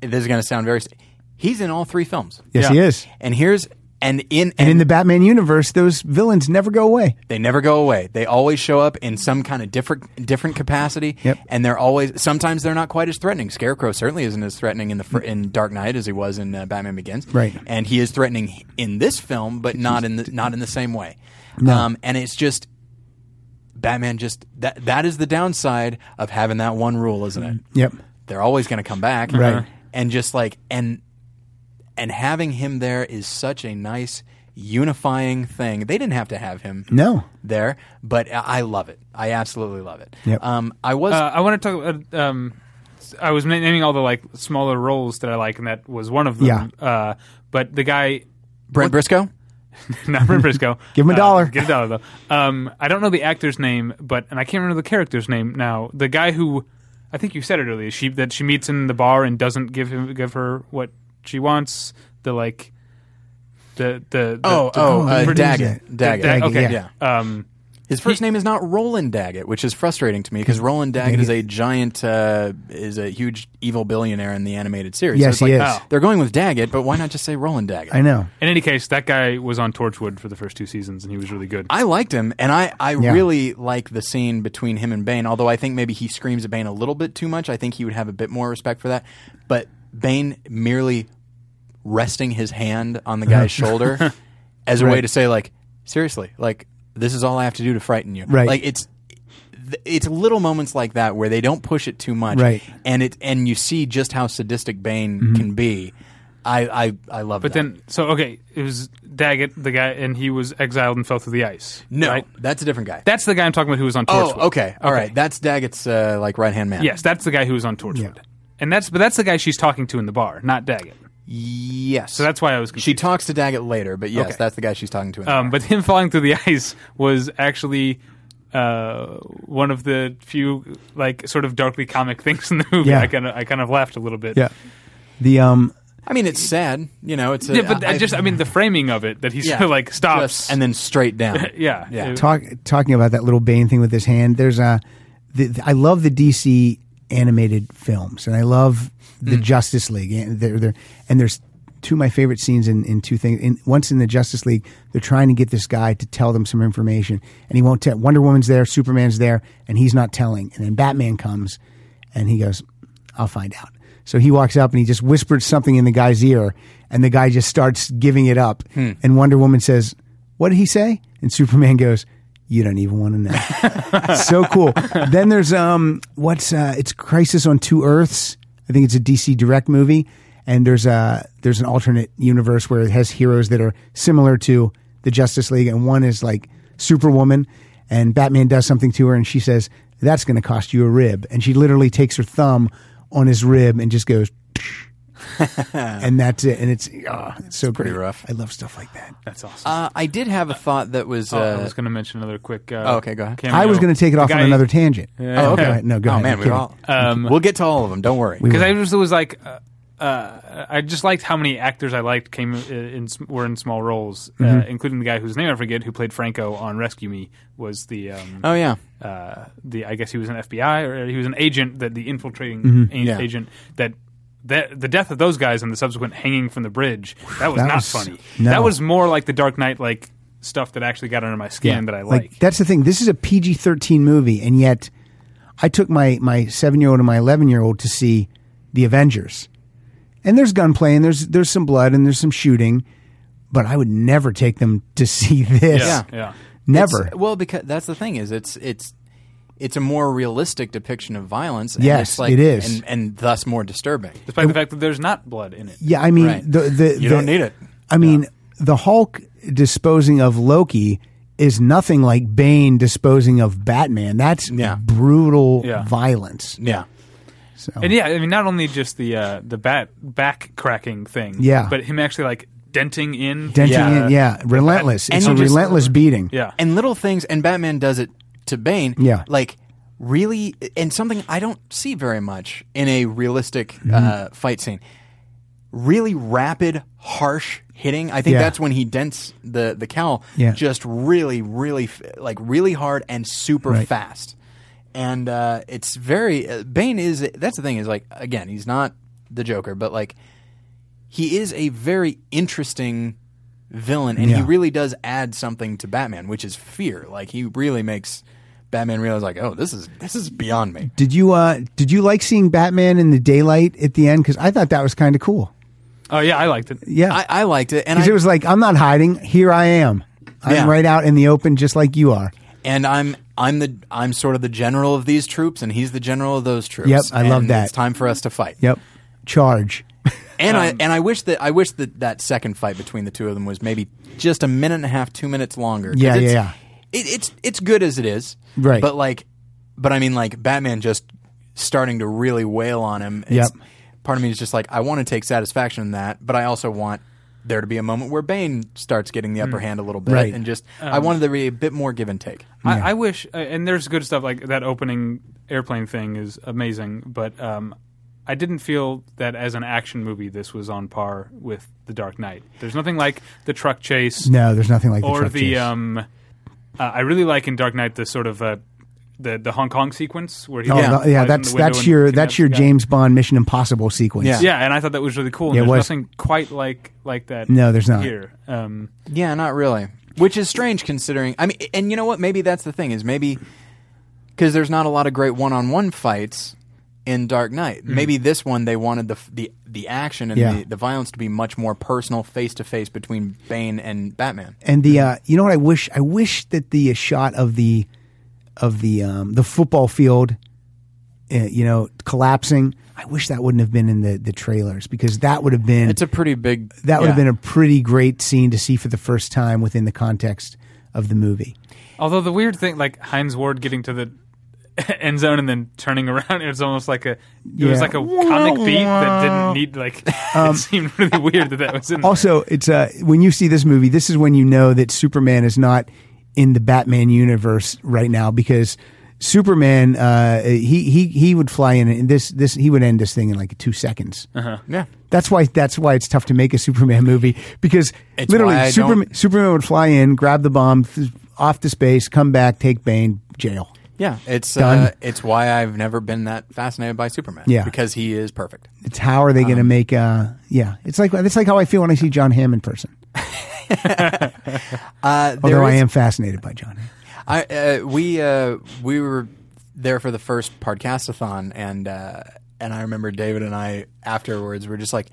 This is going to sound very. St- He's in all three films. Yes, Yeah. he is. And here's and in and, And in the Batman universe, those villains never go away. they never go away. They always show up in some kind of different different capacity. Yep. And they're always sometimes they're not quite as threatening. Scarecrow certainly isn't as threatening in the fir- in Dark Knight as he was in uh, Batman Begins. Mm. Right. And he is threatening in this film, but not in the not in the same way. Um, and it's just Batman. Just that that is the downside of having that one rule, isn't it? Yep. They're always going to come back. Right. And just like and and having him there is such a nice unifying thing. They didn't have to have him No. there, but I I love it. I absolutely love it. Yep. Um, I was Uh, I want to talk. About, um, I was na- naming all the like smaller roles that I like, and that was one of them. Yeah. Uh, but the guy Brent Briscoe. not from Briscoe. Give him a Uh, dollar. give a dollar though. Um, I don't know the actor's name, but and I can't remember the character's name now. The guy who I think you said it earlier. She that she meets in the bar and doesn't give him give her what she wants. The like the the, the Oh, the- oh, who uh, produced Daggett. it? Daggett. Dag- okay, yeah. Um, His first name is not Roland Daggett, which is frustrating to me because Roland Daggett is a giant, uh, is a huge evil billionaire in the animated series. Yes, it's like, he is. oh. They're going with Daggett, but why not just say Roland Daggett? I know. in any case, that guy was on Torchwood for the first two seasons, and he was really good. I liked him, and I, I Yeah. really like the scene between him and Bane, although I think maybe he screams at Bane a little bit too much. I think he would have a bit more respect for that. But Bane merely resting his hand on the guy's Uh-huh. shoulder as a way to say, like, seriously, like, this is all I have to do to frighten you. Right. Like, it's th- it's little moments like that where they don't push it too much, Right. Mm-hmm. And it and you see just how sadistic Bane can be. I I I love. But then, so okay, it was Daggett, the guy, and he was exiled and fell through the ice. no, right? that's a different guy. that's the guy I'm talking about who was on oh, Torchwood. okay, all right. That's Daggett's uh, like right hand man. Yes, that's the guy who was on Torchwood, and that's but that's the guy she's talking to in the bar, not Daggett. yes. So that's why I was confused. she talks to Daggett later, but yes, Okay. that's the guy she's talking to. in the Um, but him falling through the ice was actually uh, one of the few like sort of darkly comic things in the movie. Yeah. I kind of I kind of laughed a little bit. Yeah. The um I mean, it's sad. You know, it's a, Yeah, but I, just I mean the framing of it that he sort of like stops and then straight down. yeah Yeah. It- talk talking about that little Bane thing with his hand. There's a the, the- I love the DC animated films, and I love the Justice League. And, they're, they're, and there's two of my favorite scenes in, in two things. In, once in the Justice League, they're trying to get this guy to tell them some information, and he won't tell. Wonder Woman's there, Superman's there, and he's not telling. And then Batman comes, and he goes, "I'll find out." So he walks up and he just whispers something in the guy's ear, and the guy just starts giving it up. And Wonder Woman says, what did he say? And Superman goes, you don't even want to know. so cool. Then there's um, what's uh, it's Crisis on Two Earths. I think it's a DC Direct movie, and there's a there's an alternate universe where it has heroes that are similar to the Justice League, and one is like Superwoman, and Batman does something to her, and she says that's going to cost you a rib, and she literally takes her thumb on his rib and just goes. and that's it. And it's, ah, it's so pretty great. rough. I love stuff like that. that's awesome. Uh, I did have a thought that was. Oh, uh, I was going to mention another quick. Uh, Oh, okay, go ahead. I was going to take it off on another tangent. Yeah. Oh, okay. Go ahead. No, go oh ahead. man, I'm we kidding. we're all. Um, we'll get to all of them. Don't worry. because I just was like, uh, uh, I just liked how many actors I liked came in, in were in small roles, uh, including the guy whose name I forget, who played Franco on Rescue Me, was the um, oh yeah. uh, the I guess he was an FBI or he was an agent that the infiltrating a- Yeah. agent that. That, the death of those guys and the subsequent hanging from the bridge that was That not was- funny no. that was more like the dark knight like stuff that actually got under my skin that i like, that's the thing. This is a PG thirteen movie, and yet I took my my seven year old and my eleven year old to see the Avengers, and there's gunplay, and there's there's some blood, and there's some shooting, but I would never take them to see this. yeah Yeah. yeah Never. It's- uh, well, because that's the thing is it's it's it's a more realistic depiction of violence. And Yes, it's like, it is. and, and thus more disturbing. despite the fact that there's not blood in it Yeah, I mean Right. the the You the- don't need it. I mean the Hulk disposing of Loki is nothing like Bane disposing of Batman. That's Yeah. brutal Yeah. violence. Yeah, So And yeah, I mean, not only just the uh, the bat back cracking thing, Yeah. but him actually like denting in, denting Yeah. in, yeah, relentless. And it's you a just- relentless beating. yeah, and little things, and Batman does it to Bane. Yeah. like really, and something I don't see very much in a realistic uh, Mm-hmm. fight scene. Really rapid, harsh hitting. I think Yeah. that's when he dents the the cowl. Yeah. just really, really, f- like really hard and super Right. fast. And uh, it's very uh, Bane is. That's the thing is like again, he's not the Joker, but like he is a very interesting villain and he Yeah. really does add something to Batman, which is fear. Like he really makes Batman realize like, oh, this is this is beyond me. Did you uh did you like seeing Batman in the daylight at the end? Because I thought that was kind of cool. oh yeah, I liked it. Yeah, I, I liked it and I, because it was like I'm not hiding. Here I am. I'm Yeah. right out in the open, just like you are. and I'm I'm the I'm sort of the general of these troops and he's the general of those troops. Yep, I love and that. It's time for us to fight. Yep. Charge. And Um, I and I wish that I wish that that second fight between the two of them was maybe just a minute and a half, two minutes longer. 'Cause Yeah, it's, yeah, It, it's it's good as it is, Right. But like, but I mean, like Batman just starting to really wail on him. It's- Yep. Part of me is just like I want to take satisfaction in that, but I also want there to be a moment where Bane starts getting the upper hand a little bit, Hmm. Right. and just I wanted there to be a bit more give and take. I, I wish, uh, and there's good stuff like that opening airplane thing is amazing, but um, I didn't feel that as an action movie, this was on par with The Dark Knight. There's nothing like the truck chase No, there's nothing like the or truck the chase. um, uh, I really like in Dark Knight the sort of uh, the the Hong Kong sequence where he Oh, flies no- in yeah, the that's window that's and your kidnaps that's your the guy. James Bond Mission Impossible sequence. Yeah. Yeah, and I thought that was really cool. And Yeah, it there's was. nothing quite like like that. No, there's not. here. Um, Yeah, not really. Which is strange considering. I mean, and you know what? Maybe that's the thing is maybe because there's not a lot of great one-on-one fights in Dark Knight. Maybe this one they wanted the f- the the action and Yeah. the, the violence to be much more personal, face to face between Bane and Batman. And the uh, you know what I wish I wish that the shot uh, of the of the um, the football field, uh, you know, collapsing. I wish that wouldn't have been in the, the trailers because that would have been It's a pretty big. that would have yeah. been a pretty great scene to see for the first time within the context of the movie. Although the weird thing, like Heinz Ward getting to the end zone and then turning around, it was almost like a it Yeah. Um, was like a comic beat that didn't need like it seemed really weird that that was in. there. Also, it's uh, when you see this movie, this is when you know that Superman is not in the Batman universe right now because Superman uh, he he he would fly in and this this he would end this thing in like two seconds. Yeah. That's why that's why it's tough to make a Superman movie because It's why I literally don't- Superman, Superman would fly in, grab the bomb th- off to space, come back, take Bane, jail. Yeah, it's Done. uh, it's why I've never been that fascinated by Superman. Yeah. because he is perfect. It's how are they going to Um, make? Uh, yeah, it's like it's like how I feel when I see John Hamm in person. Uh, there Although I is- am fascinated by John Hamm. I uh, we uh, we were there for the first podcastathon, and uh, and I remember David and I afterwards were just like,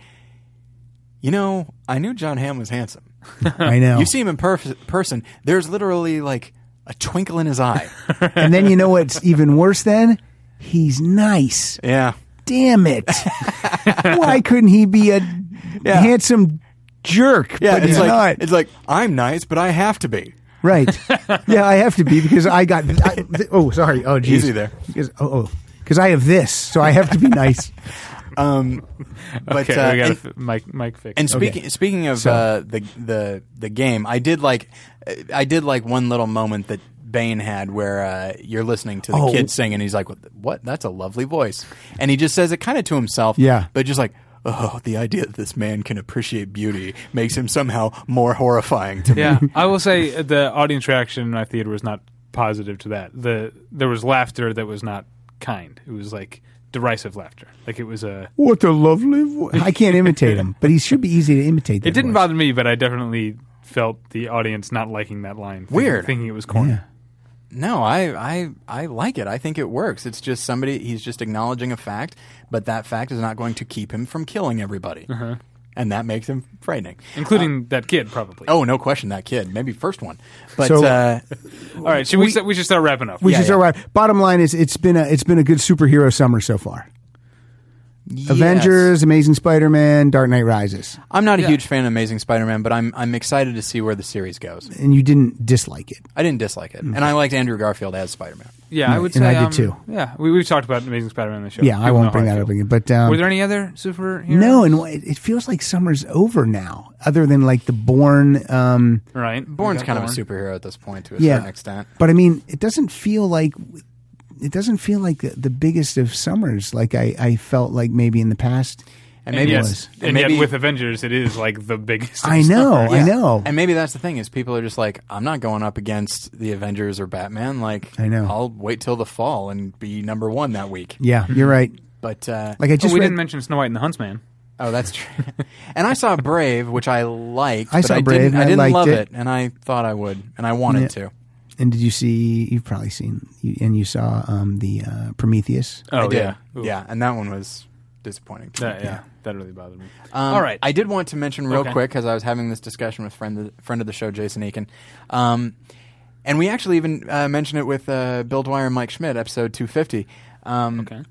you know, I knew John Hamm was handsome. I know. You see him in perf- person. There's literally like a twinkle in his eye. and then you know what's even worse? Then he's nice. yeah, Damn it! Why couldn't he be a Yeah. handsome jerk? yeah. but it's he's like not. it's like I'm nice, but I have to be. Right. yeah, I have to be because I got. I, th- oh, sorry. Oh, geez. Easy there. Because oh, oh, because I have this, so I have to be nice. Um, but okay, uh, we got and- to f- Mike Mike fix. And speaking speaking of uh, the the the game, I did like I did like one little moment that Bane had where uh, you're listening to the Oh. kid sing and he's like, "What? That's a lovely voice," and he just says it kind of to himself, Yeah. but just like. Oh, the idea that this man can appreciate beauty makes him somehow more horrifying to me. yeah, I will say the audience reaction in my theater was not positive to that. The there was laughter that was not kind. It was like derisive laughter. Like it was a. What a lovely voice! I can't imitate him, but he should be easy to imitate. It didn't voice. bother me, but I definitely felt the audience not liking that line. thinking- Weird. thinking it was corny. No, I, I I like it. I think it works. It's just somebody he's just acknowledging a fact, but that fact is not going to keep him from killing everybody, Uh-huh. and that makes him frightening. including that kid probably. Uh, Oh, no question, that kid. Maybe first one. But So- uh, All right, should we, st- we should start wrapping up. Which Yeah, is yeah. all right. Bottom line is, it's been a it's been a good superhero summer so far. Avengers, Amazing Spider-Man, Dark Knight Rises, yes. I'm not a huge fan of Amazing Spider-Man, but I'm I'm excited to see where the series goes. and you didn't dislike it. I didn't dislike it, Mm-hmm. and I liked Andrew Garfield as Spider-Man. yeah, I would and say I did um, too. Yeah, we we've talked about Amazing Spider-Man on the show. Yeah, I People know won't how bring that feel. up again. But um, Were there any other superheroes? no, and it it feels like summer's over now. Other than like the Born. Um, right, we Bourne's got kind Bourne. of a superhero at this point to a Yeah. certain extent. But I mean, it doesn't feel like it doesn't feel like the, the biggest of summers. Like I, I felt like maybe in the past. And And maybe yes, was. and maybe, yet with Avengers, it is like the biggest. Oh, I know, I yeah. know. And maybe that's the thing is people are just like, I'm not going up against the Avengers or Batman. Like, I know. Mm. I'll wait till the fall and be number one that week. yeah, you're right. But uh, Like I Oh, just we read- didn't mention Snow White and the Huntsman. Oh, that's true. and I saw Brave, which I liked. I but saw I Brave, Didn't, and I I didn't liked love it. it. and I thought I would, and I wanted Yeah. to. and did you see? You've probably seen, you, and you saw um, the uh, Prometheus. Oh I did. yeah, Ooh. yeah. And that one was disappointing. to me. That, yeah, that really bothered me. Um, All right, I did want to mention real Okay. quick because I was having this discussion with friend of, friend of the show Jason Aiken, um, and we actually even uh, mentioned it with uh, Bill Dwyer and Mike Schmidt, episode 250, um, okay,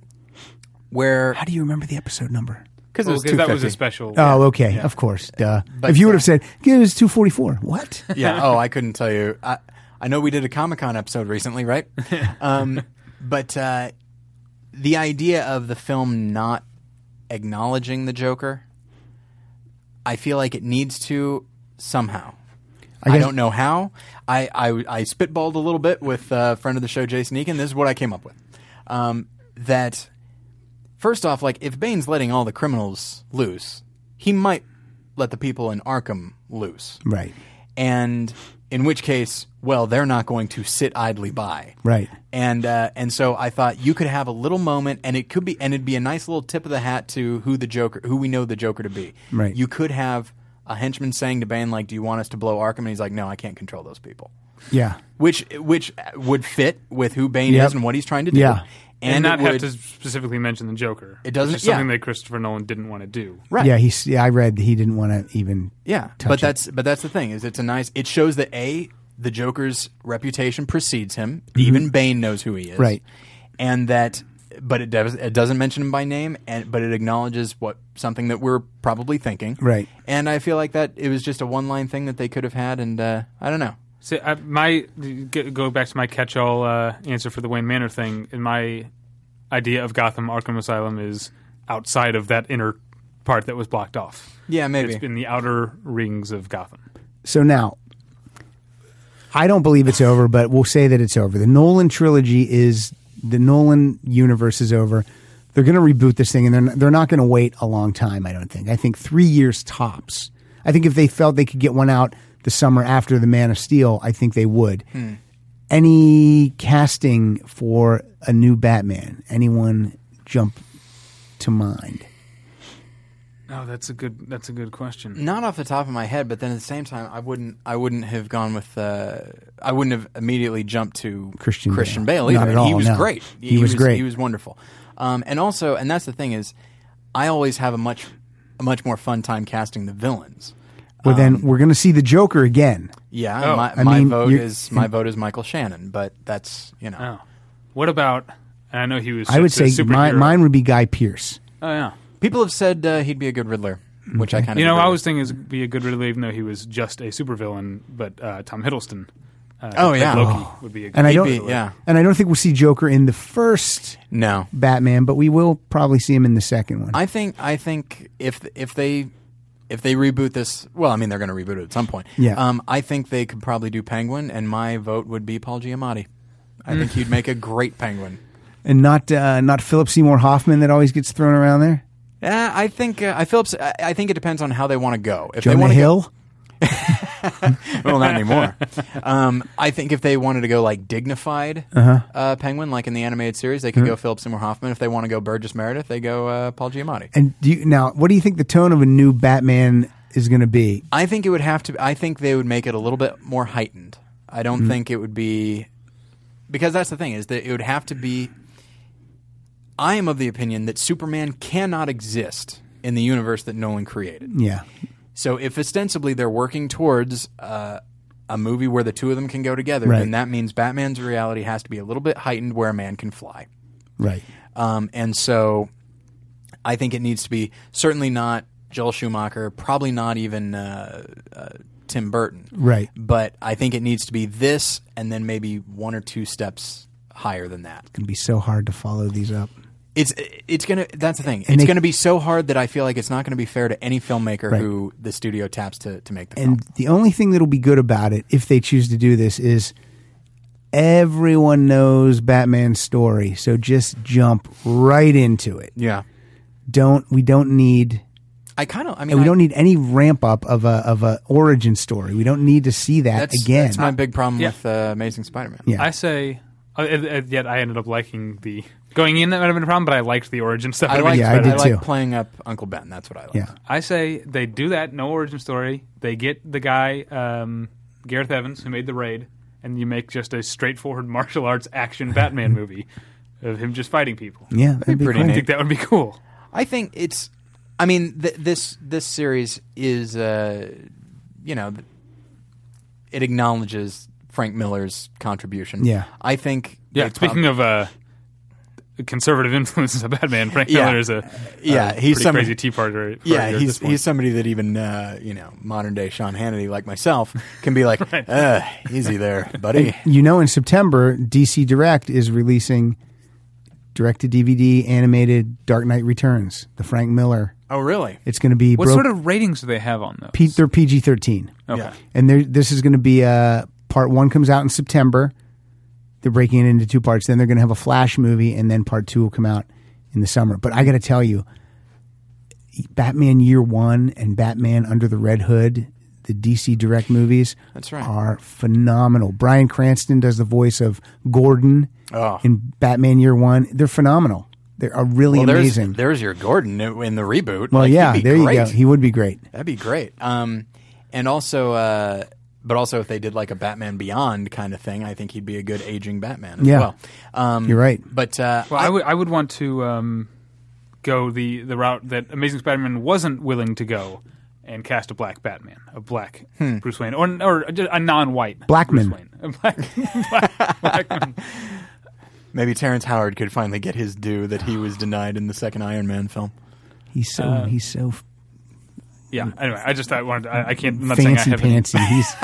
where How do you remember the episode number? because it Well, was 'cause that was 250. a special. Oh, okay, of course. Duh. But, if you would uh, have said "Yeah, it was 244, what? yeah. Oh, I couldn't tell you. I, I know we did a Comic Con episode recently, right? um, but uh, the idea of the film not acknowledging the Joker, I feel like it needs to somehow. I, guess- don't know how. I, I, I spitballed a little bit with uh, friend of the show, Jason Eakin. This is what I came up with. Um, that first off, like if Bane's letting all the criminals loose, he might let the people in Arkham loose Right, and in which case, well, they're not going to sit idly by. right. And uh, and so I thought you could have a little moment, and it could be, and it'd be a nice little tip of the hat to who the Joker, who we know the Joker to be. Right. You could have a henchman saying to Bane, like, "Do you want us to blow Arkham?" And he's like, "No, I can't control those people." Yeah, Which which would fit with who Bane Yep. is and what he's trying to do. Yeah. and, And, not it would, have to specifically mention the Joker. It doesn't- Which is something yeah. that Christopher Nolan didn't want to do. Right. yeah. He's. Yeah, I read that he didn't want to even. Yeah, touch but it. that's but that's the thing is it's a nice. It shows that a the Joker's reputation precedes him. Even Bane knows who he is. Mm-hmm. Right. And that but it, does, it doesn't mention him by name and but it acknowledges what something that we're probably thinking. Right. And I feel like that it was just a one-line thing that they could have had and uh, I don't know. See, I, uh, my g- go back to my catch-all uh, answer for the Wayne Manor thing. And my idea of Gotham Arkham Asylum is outside of that inner part that was blocked off. Yeah, maybe. It's in the outer rings of Gotham. So now, I don't believe it's over, but we'll say that it's over. The Nolan trilogy is the Nolan universe is over. They're going to reboot this thing, and they're not, they're not going to wait a long time. I don't think. I think three years tops. I think if they felt they could get one out the summer after the Man of Steel, I think they would. Hmm. Any casting for a new Batman? Anyone jump to mind? Oh, that's a good. That's a good question. Not off the top of my head, but then at the same time, I wouldn't. I wouldn't have gone with. Uh, I wouldn't have immediately jumped to Christian Christian Bale. Bale. Not either. at He all, was no. great. He was great. He was wonderful. Um, and also, and that's the thing is, I always have a much, a much more fun time casting the villains. Well, Um, then we're going to see the Joker again. Oh, Yeah, my, I my mean, vote you're- is my vote is Michael Shannon, but that's you know. Oh, what about? And I know he was. I would just a say my, superhero. mine would be Guy Pierce. Oh yeah. People have said uh, he'd be a good Riddler, which I kind of You know, I was thinking it would be a good relief. No, he was just a supervillain, but uh, Tom Hiddleston. Uh, Oh, who played yeah. Loki would be a good. and I He'd don't, be- yeah. and I don't think we'll see Joker in the first no. Batman, but we will probably see him in the second one. I think I think if if they if they reboot this, well, I mean they're going to reboot it at some point. Yeah. Um, I think they could probably do Penguin, and my vote would be Paul Giamatti. I Mm. think he'd make a great Penguin. and not uh, not Philip Seymour Hoffman that always gets thrown around there. Yeah, I think uh, I Phillips. I, I think it depends on how they want to go. If they Jonah want Hill. go, well, not anymore. um, I think if they wanted to go like dignified Uh-huh. uh, Penguin, like in the animated series, they could Mm-hmm. go Philip Seymour Hoffman. If they want to go Burgess Meredith, they go uh, Paul Giamatti. And do you, now, what do you think the tone of a new Batman is going to be? I think it would have to. I think they would make it a little bit more heightened. I don't think it would be because that's the thing is that it would have to be. I am of the opinion that Superman cannot exist in the universe that Nolan created. Yeah, So if ostensibly they're working towards uh, a movie where the two of them can go together, Right. then that means Batman's reality has to be a little bit heightened where a man can fly. right. Um, and so I think it needs to be certainly not Joel Schumacher, probably not even uh, uh, Tim Burton. Right. But I think it needs to be this and then maybe one or two steps higher than that. It's going to be so hard to follow these up. It's it's going to that's the thing. And it's they- going to be so hard that I feel like it's not going to be fair to any filmmaker Right. who the studio taps to to make the film. And the only thing that'll be good about it, if they choose to do this, is everyone knows Batman's story, so just jump right into it. Yeah. Don't we don't need I kind of I mean and we I- don't need any ramp up of a of a origin story. We don't need to see that that's, again. That's my big problem Yeah. with uh, Amazing Spider-Man. Yeah. I say, uh, uh, yet I ended up liking the going in. That might have been a problem, but I liked the origin stuff. I It makes like Yeah, it I better. did like too. playing up Uncle Ben. That's what I like. yeah, I say they do that, no origin story. They get the guy, um, Gareth Evans, who made the raid, and you make just a straightforward martial arts action Batman movie of him just fighting people. yeah, that'd be pretty cool. I think that would be cool. I think it's. I mean, th- this this series is, uh, you know, th- it acknowledges Frank Miller's contribution. Yeah. I think. Yeah, they speaking prob- of uh, conservative influences of Batman, Frank Yeah. Miller is a Yeah, a he's pretty some- crazy tea party. yeah, he's he's somebody that even uh, you know modern day Sean Hannity like myself can be like, uh, easy there, buddy. You know, in September, DC Direct is releasing direct to DVD animated Dark Knight Returns, the Frank Miller. oh, really? It's going to be what broke- sort of ratings do they have on those? P- they're PG thirteen, okay. Yeah. and there, this is going to be uh part one comes out in September. They're breaking it into two parts. Then they're going to have a Flash movie, and then part two will come out in the summer. But I got to tell you, Batman Year One and Batman Under the Red Hood, the DC Direct movies, That's right. are phenomenal. Brian Cranston does the voice of Gordon Oh. in Batman Year One. They're phenomenal. They're uh, really Well, there's amazing. there's your Gordon in the reboot. well, Like, he'd yeah, be there great. you go. He would be great. That'd be great. Um, and also, uh, but also if they did like a Batman Beyond kind of thing, I think he'd be a good aging Batman as Yeah. well. Um, You're right. But uh, Well, I would I would want to um, go the the route that Amazing Spider-Man wasn't willing to go and cast a black Batman, a black Hmm. Bruce Wayne, or or a non-white Blackman. Bruce Wayne, a black, black, Blackman. Maybe Terrence Howard could finally get his due that he was denied in the second Iron Man film. He's so uh, he's so Yeah. Anyway, I just I wanted to, I, I can't. I'm not saying I fancy have any- pantsy. He's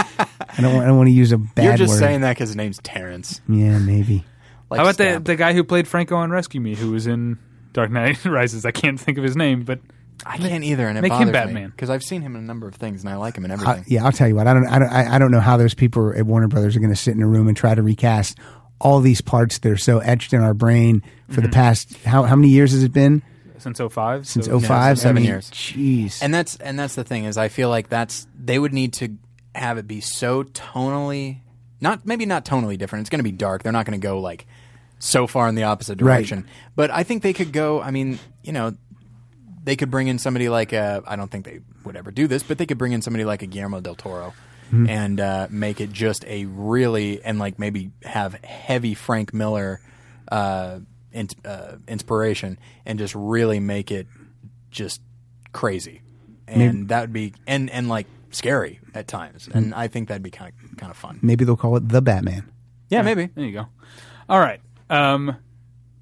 I don't I don't want to use a bad You're just word. saying that because his name's Terrence. Yeah, maybe. Like How about the stab. the guy who played Franco on Rescue Me, who was in Dark Knight Rises? I can't think of his name, but I can't either, and it Make him bothers Batman. because I've seen him in a number of things, and I like him in I, everything. yeah, I'll tell you what. I don't I don't I, I don't know how those people at Warner Brothers are going to sit in a room and try to recast all these parts that are so etched in our brain for Mm-hmm. the past how how many years has it been since 05. since so, 05? seven I mean, years. Jeez. and that's and that's the thing is I feel like that's they would need to have it be so tonally not maybe not tonally different. It's going to be dark. They're not going to go like so far in the opposite Right. direction. But I think they could go. I mean, you know, they could bring in somebody like I I don't think they would ever do this, but they could bring in somebody like a Guillermo del Toro. And uh, make it just a really and like maybe have heavy Frank Miller uh, in, uh, inspiration and just really make it just crazy, and that would be and and like scary at times, and I think that'd be kind of kind of fun. Maybe they'll call it the Batman. Yeah, maybe. there you go. All right. Um,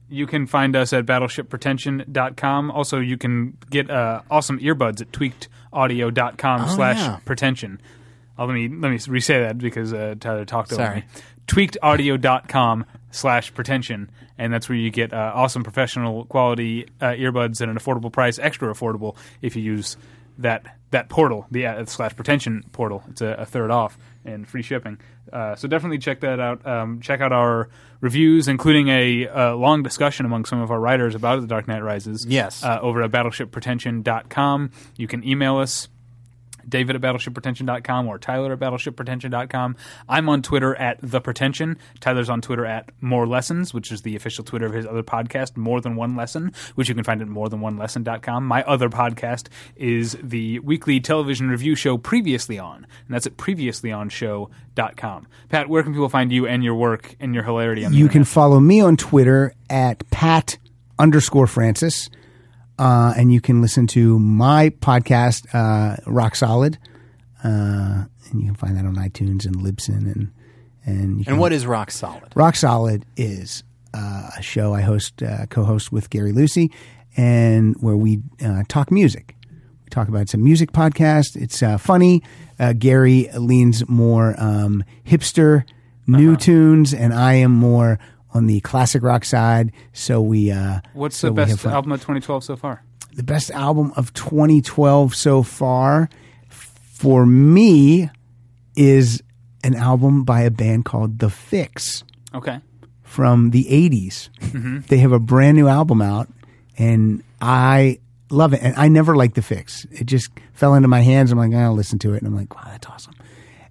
you can find us at battleshippretension.com. Also, you can get uh, awesome earbuds at tweakedaudio.com Oh, slash yeah. pretension. Oh, let me let me re-say that because uh, Tyler talked over Sorry. me. Tweakedaudio.com slash pretension, and that's where you get uh, awesome professional quality uh, earbuds at an affordable price, extra affordable if you use that that portal, the uh, slash pretension portal. It's a, a third off and free shipping. Uh, so definitely check that out. Um, check out our reviews, including a uh, long discussion among some of our writers about The Dark Knight Rises. Yes. Uh, over at battleshippretension.com. You can email us David at battleshippretension.com or Tyler at battleshippretension.com. I'm on Twitter at the pretension. Tyler's on Twitter at more lessons, which is the official Twitter of his other podcast, More Than One Lesson, which you can find at morethanonelesson.com. My other podcast is the weekly television review show Previously On, and that's at previouslyonshow.com. Pat, where can people find you and your work and your hilarity? On the You internet? can follow me on Twitter at Pat underscore Francis. Uh, and you can listen to my podcast, uh, Rock Solid. Uh, and you can find that on iTunes and Libsyn. And, and, you can, And what is rock solid? Rock Solid is uh, a show I host, uh, co host with Gary Lucy, and where we uh, talk music. We talk about it's a music podcast. It's uh, funny. Uh, Gary leans more um, hipster, new Uh-huh. tunes, and I am more on the classic rock side. So we. Uh, What's so the we have best fun. album of 2012 so far? The best album of 2012 so far for me is an album by a band called The Fix Okay. from the 80s. Mm-hmm. They have a brand new album out, and I love it. And I never liked the fix. It just fell into my hands. I'm like, I'll listen to it. And I'm like, wow, that's awesome.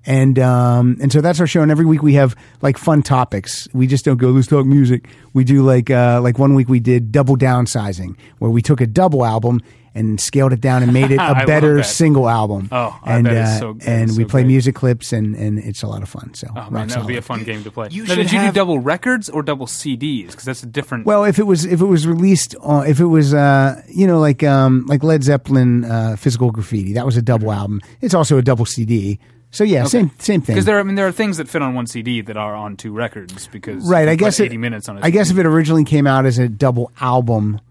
And um, and so that's our show. And every week we have like fun topics. We just don't go let's talk music. We do like uh, like one week we did double downsizing, where we took a double album and scaled it down and made it I a love better that. single album. Oh, I and uh, bet it's so- that and is we so play great. music clips and and it's a lot of fun. So Oh man, rock that would be solid. a fun game to play. you now, should did you have- do double records or double CDs? Because that's a different. Well, if it was if it was released, on, if it was uh, you know like um, like Led Zeppelin, uh, Physical Graffiti, that was a double album. It's also a double CD. So yeah, same same thing. Because there, I mean, there are things that fit on one CD that are on two records. Because right? you I put guess it- eighty minutes on. a I guess if CD. it originally came out as a double album,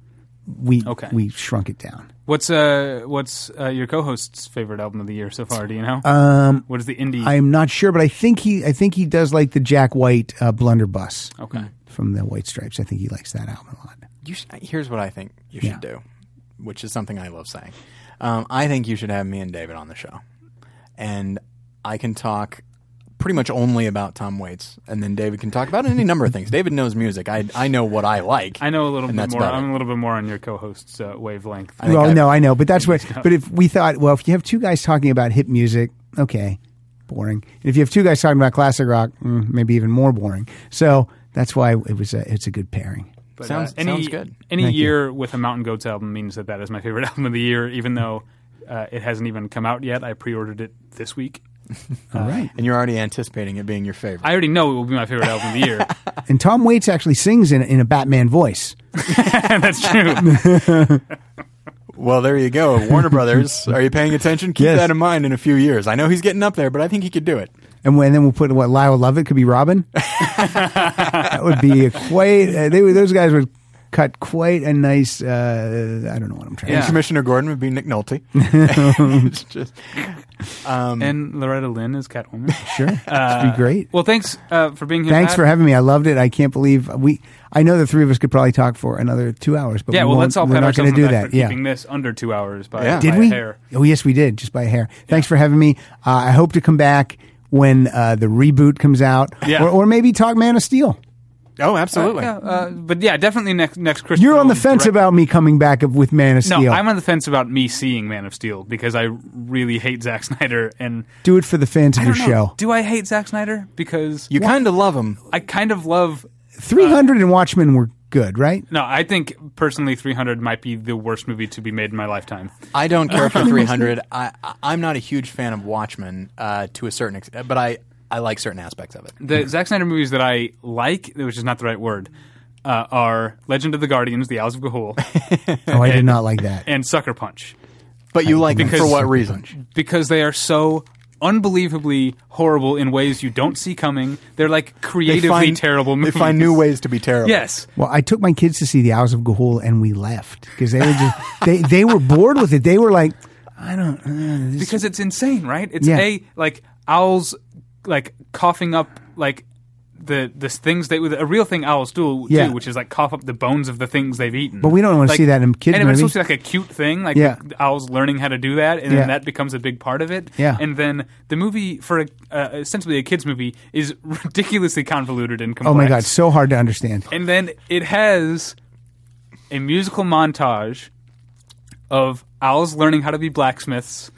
we Okay. we shrunk it down. What's uh, what's uh, your co-host's favorite album of the year so far? Do you know? Um, what is the indie? I'm not sure, but I think he I think he does like the Jack White uh, Blunderbuss okay. from the White Stripes. I think he likes that album a lot. You sh- here's what I think you should do, which is something I love saying. Um, I think you should have me and David on the show, and I can talk pretty much only about Tom Waits, and then David can talk about any number of things. David knows music. I I know what I like. I know a little And bit that's more. about I'm it. a little bit more on your co-host's uh, wavelength. think well, I- no, I know, but that's what. But if we thought, well, if you have two guys talking about hip music, okay, boring. And if you have two guys talking about classic rock, mm, maybe even more boring. So that's why it was a, it's a good pairing. But, uh, Sounds- any, sounds good. Any Thank you. year with a Mountain Goats album means that that is my favorite album of the year, even though uh, it hasn't even come out yet. I pre-ordered it this week. All right. and you're already anticipating it being your favorite. I already know it will be my favorite album of the year. And Tom Waits actually sings in in a Batman voice. That's true. Well, there you go. Warner Brothers, are you paying attention? Keep Yes. that in mind in a few years. I know he's getting up there, but I think he could do it. And when then we'll put what Lyle Lovett could be Robin. that would be a quite. Uh, they would- those guys would cut quite a nice. Uh, I don't know what I'm trying. Yeah. to Commissioner Gordon would be Nick Nolte. It's just- and Loretta Lynn is Catwoman. say. Sure, it'd be Um, great. well, thanks uh, for being here. Thanks Pat. for having me. I loved it. I can't believe we. I know the three of us could probably talk for another two hours, but Yeah, we well, won't- let's all we're pat not ourselves going on to the do back that. for Yeah. keeping this under two hours by, Yeah. by Did a we? hair. Oh, yes, we did, just by a hair. Thanks for having me. Uh, I hope to come back when uh, the reboot comes out, Yeah. or, or maybe talk Man of Steel. oh, absolutely. Yeah, uh, but yeah, definitely next next Christmas. You're on the fence about me coming back of- with Man of No, Steel. I'm on the fence about me seeing Man of Steel because I really hate Zack Snyder, and do it for the fans of I your don't know, show. Do I hate Zack Snyder? Because You kind of love him. I kind of love. Three hundred and Watchmen were good, right? No, I think personally, 300 might be the worst movie to be made in my lifetime. I don't care for 300. I, I- I'm not a huge fan of Watchmen uh, to a certain extent, but I, I like certain aspects of it. Mm-hmm. The Zack Snyder movies that I like, which is not the right word, uh, are Legend of the Guardians, The Owls of Gahul, Oh, I did not like that. and Sucker Punch. But you like him Because- for what reason? because they are so unbelievably horrible in ways you don't see coming. They're like They creatively find- terrible They movies. find new ways to be terrible. Yes. Well, I took my kids to see The Hours of Gahul, and we left because they were just they they were bored with it. They were like, I don't. Uh, this- Because it's insane, right? It's Yeah. a like owls like coughing up like the the things they a real thing owls do, Yeah. do which is like cough up the bones of the things they've eaten. But we don't wanna Like, see that in kid And if it's supposed movies. to be like a cute thing, like Yeah. the owls learning how to do that, and Yeah. then that becomes a big part of it. Yeah. And then the movie for a, uh, essentially a kids movie is ridiculously convoluted and complex. oh my god, so hard to understand. And then it has a musical montage of owls learning how to be blacksmiths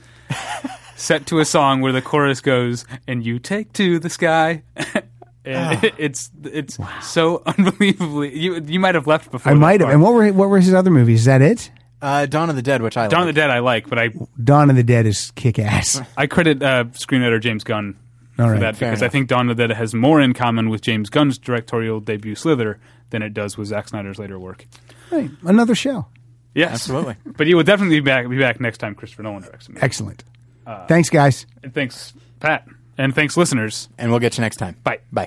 set to a song where the chorus goes, and you take to the sky. Ah. and it's it's so unbelievably you you might have left before. I that might have. part. And what were what were his other movies? Is that it? Uh, Dawn of the Dead, which I Dawn of the like. Dead I like, but I Dawn of the Dead is kick ass. I credit uh, screenwriter James Gunn All for right, that fair because I enough. think Dawn of the Dead has more in common with James Gunn's directorial debut Slither than it does with Zack Snyder's later work. Right. Another show. Yes, Absolutely. But you will definitely be back. Be back next time Christopher Nolan directs me. Excellent. Thanks, guys. And thanks, Pat, and thanks, listeners. And we'll get you next time. Bye. Bye.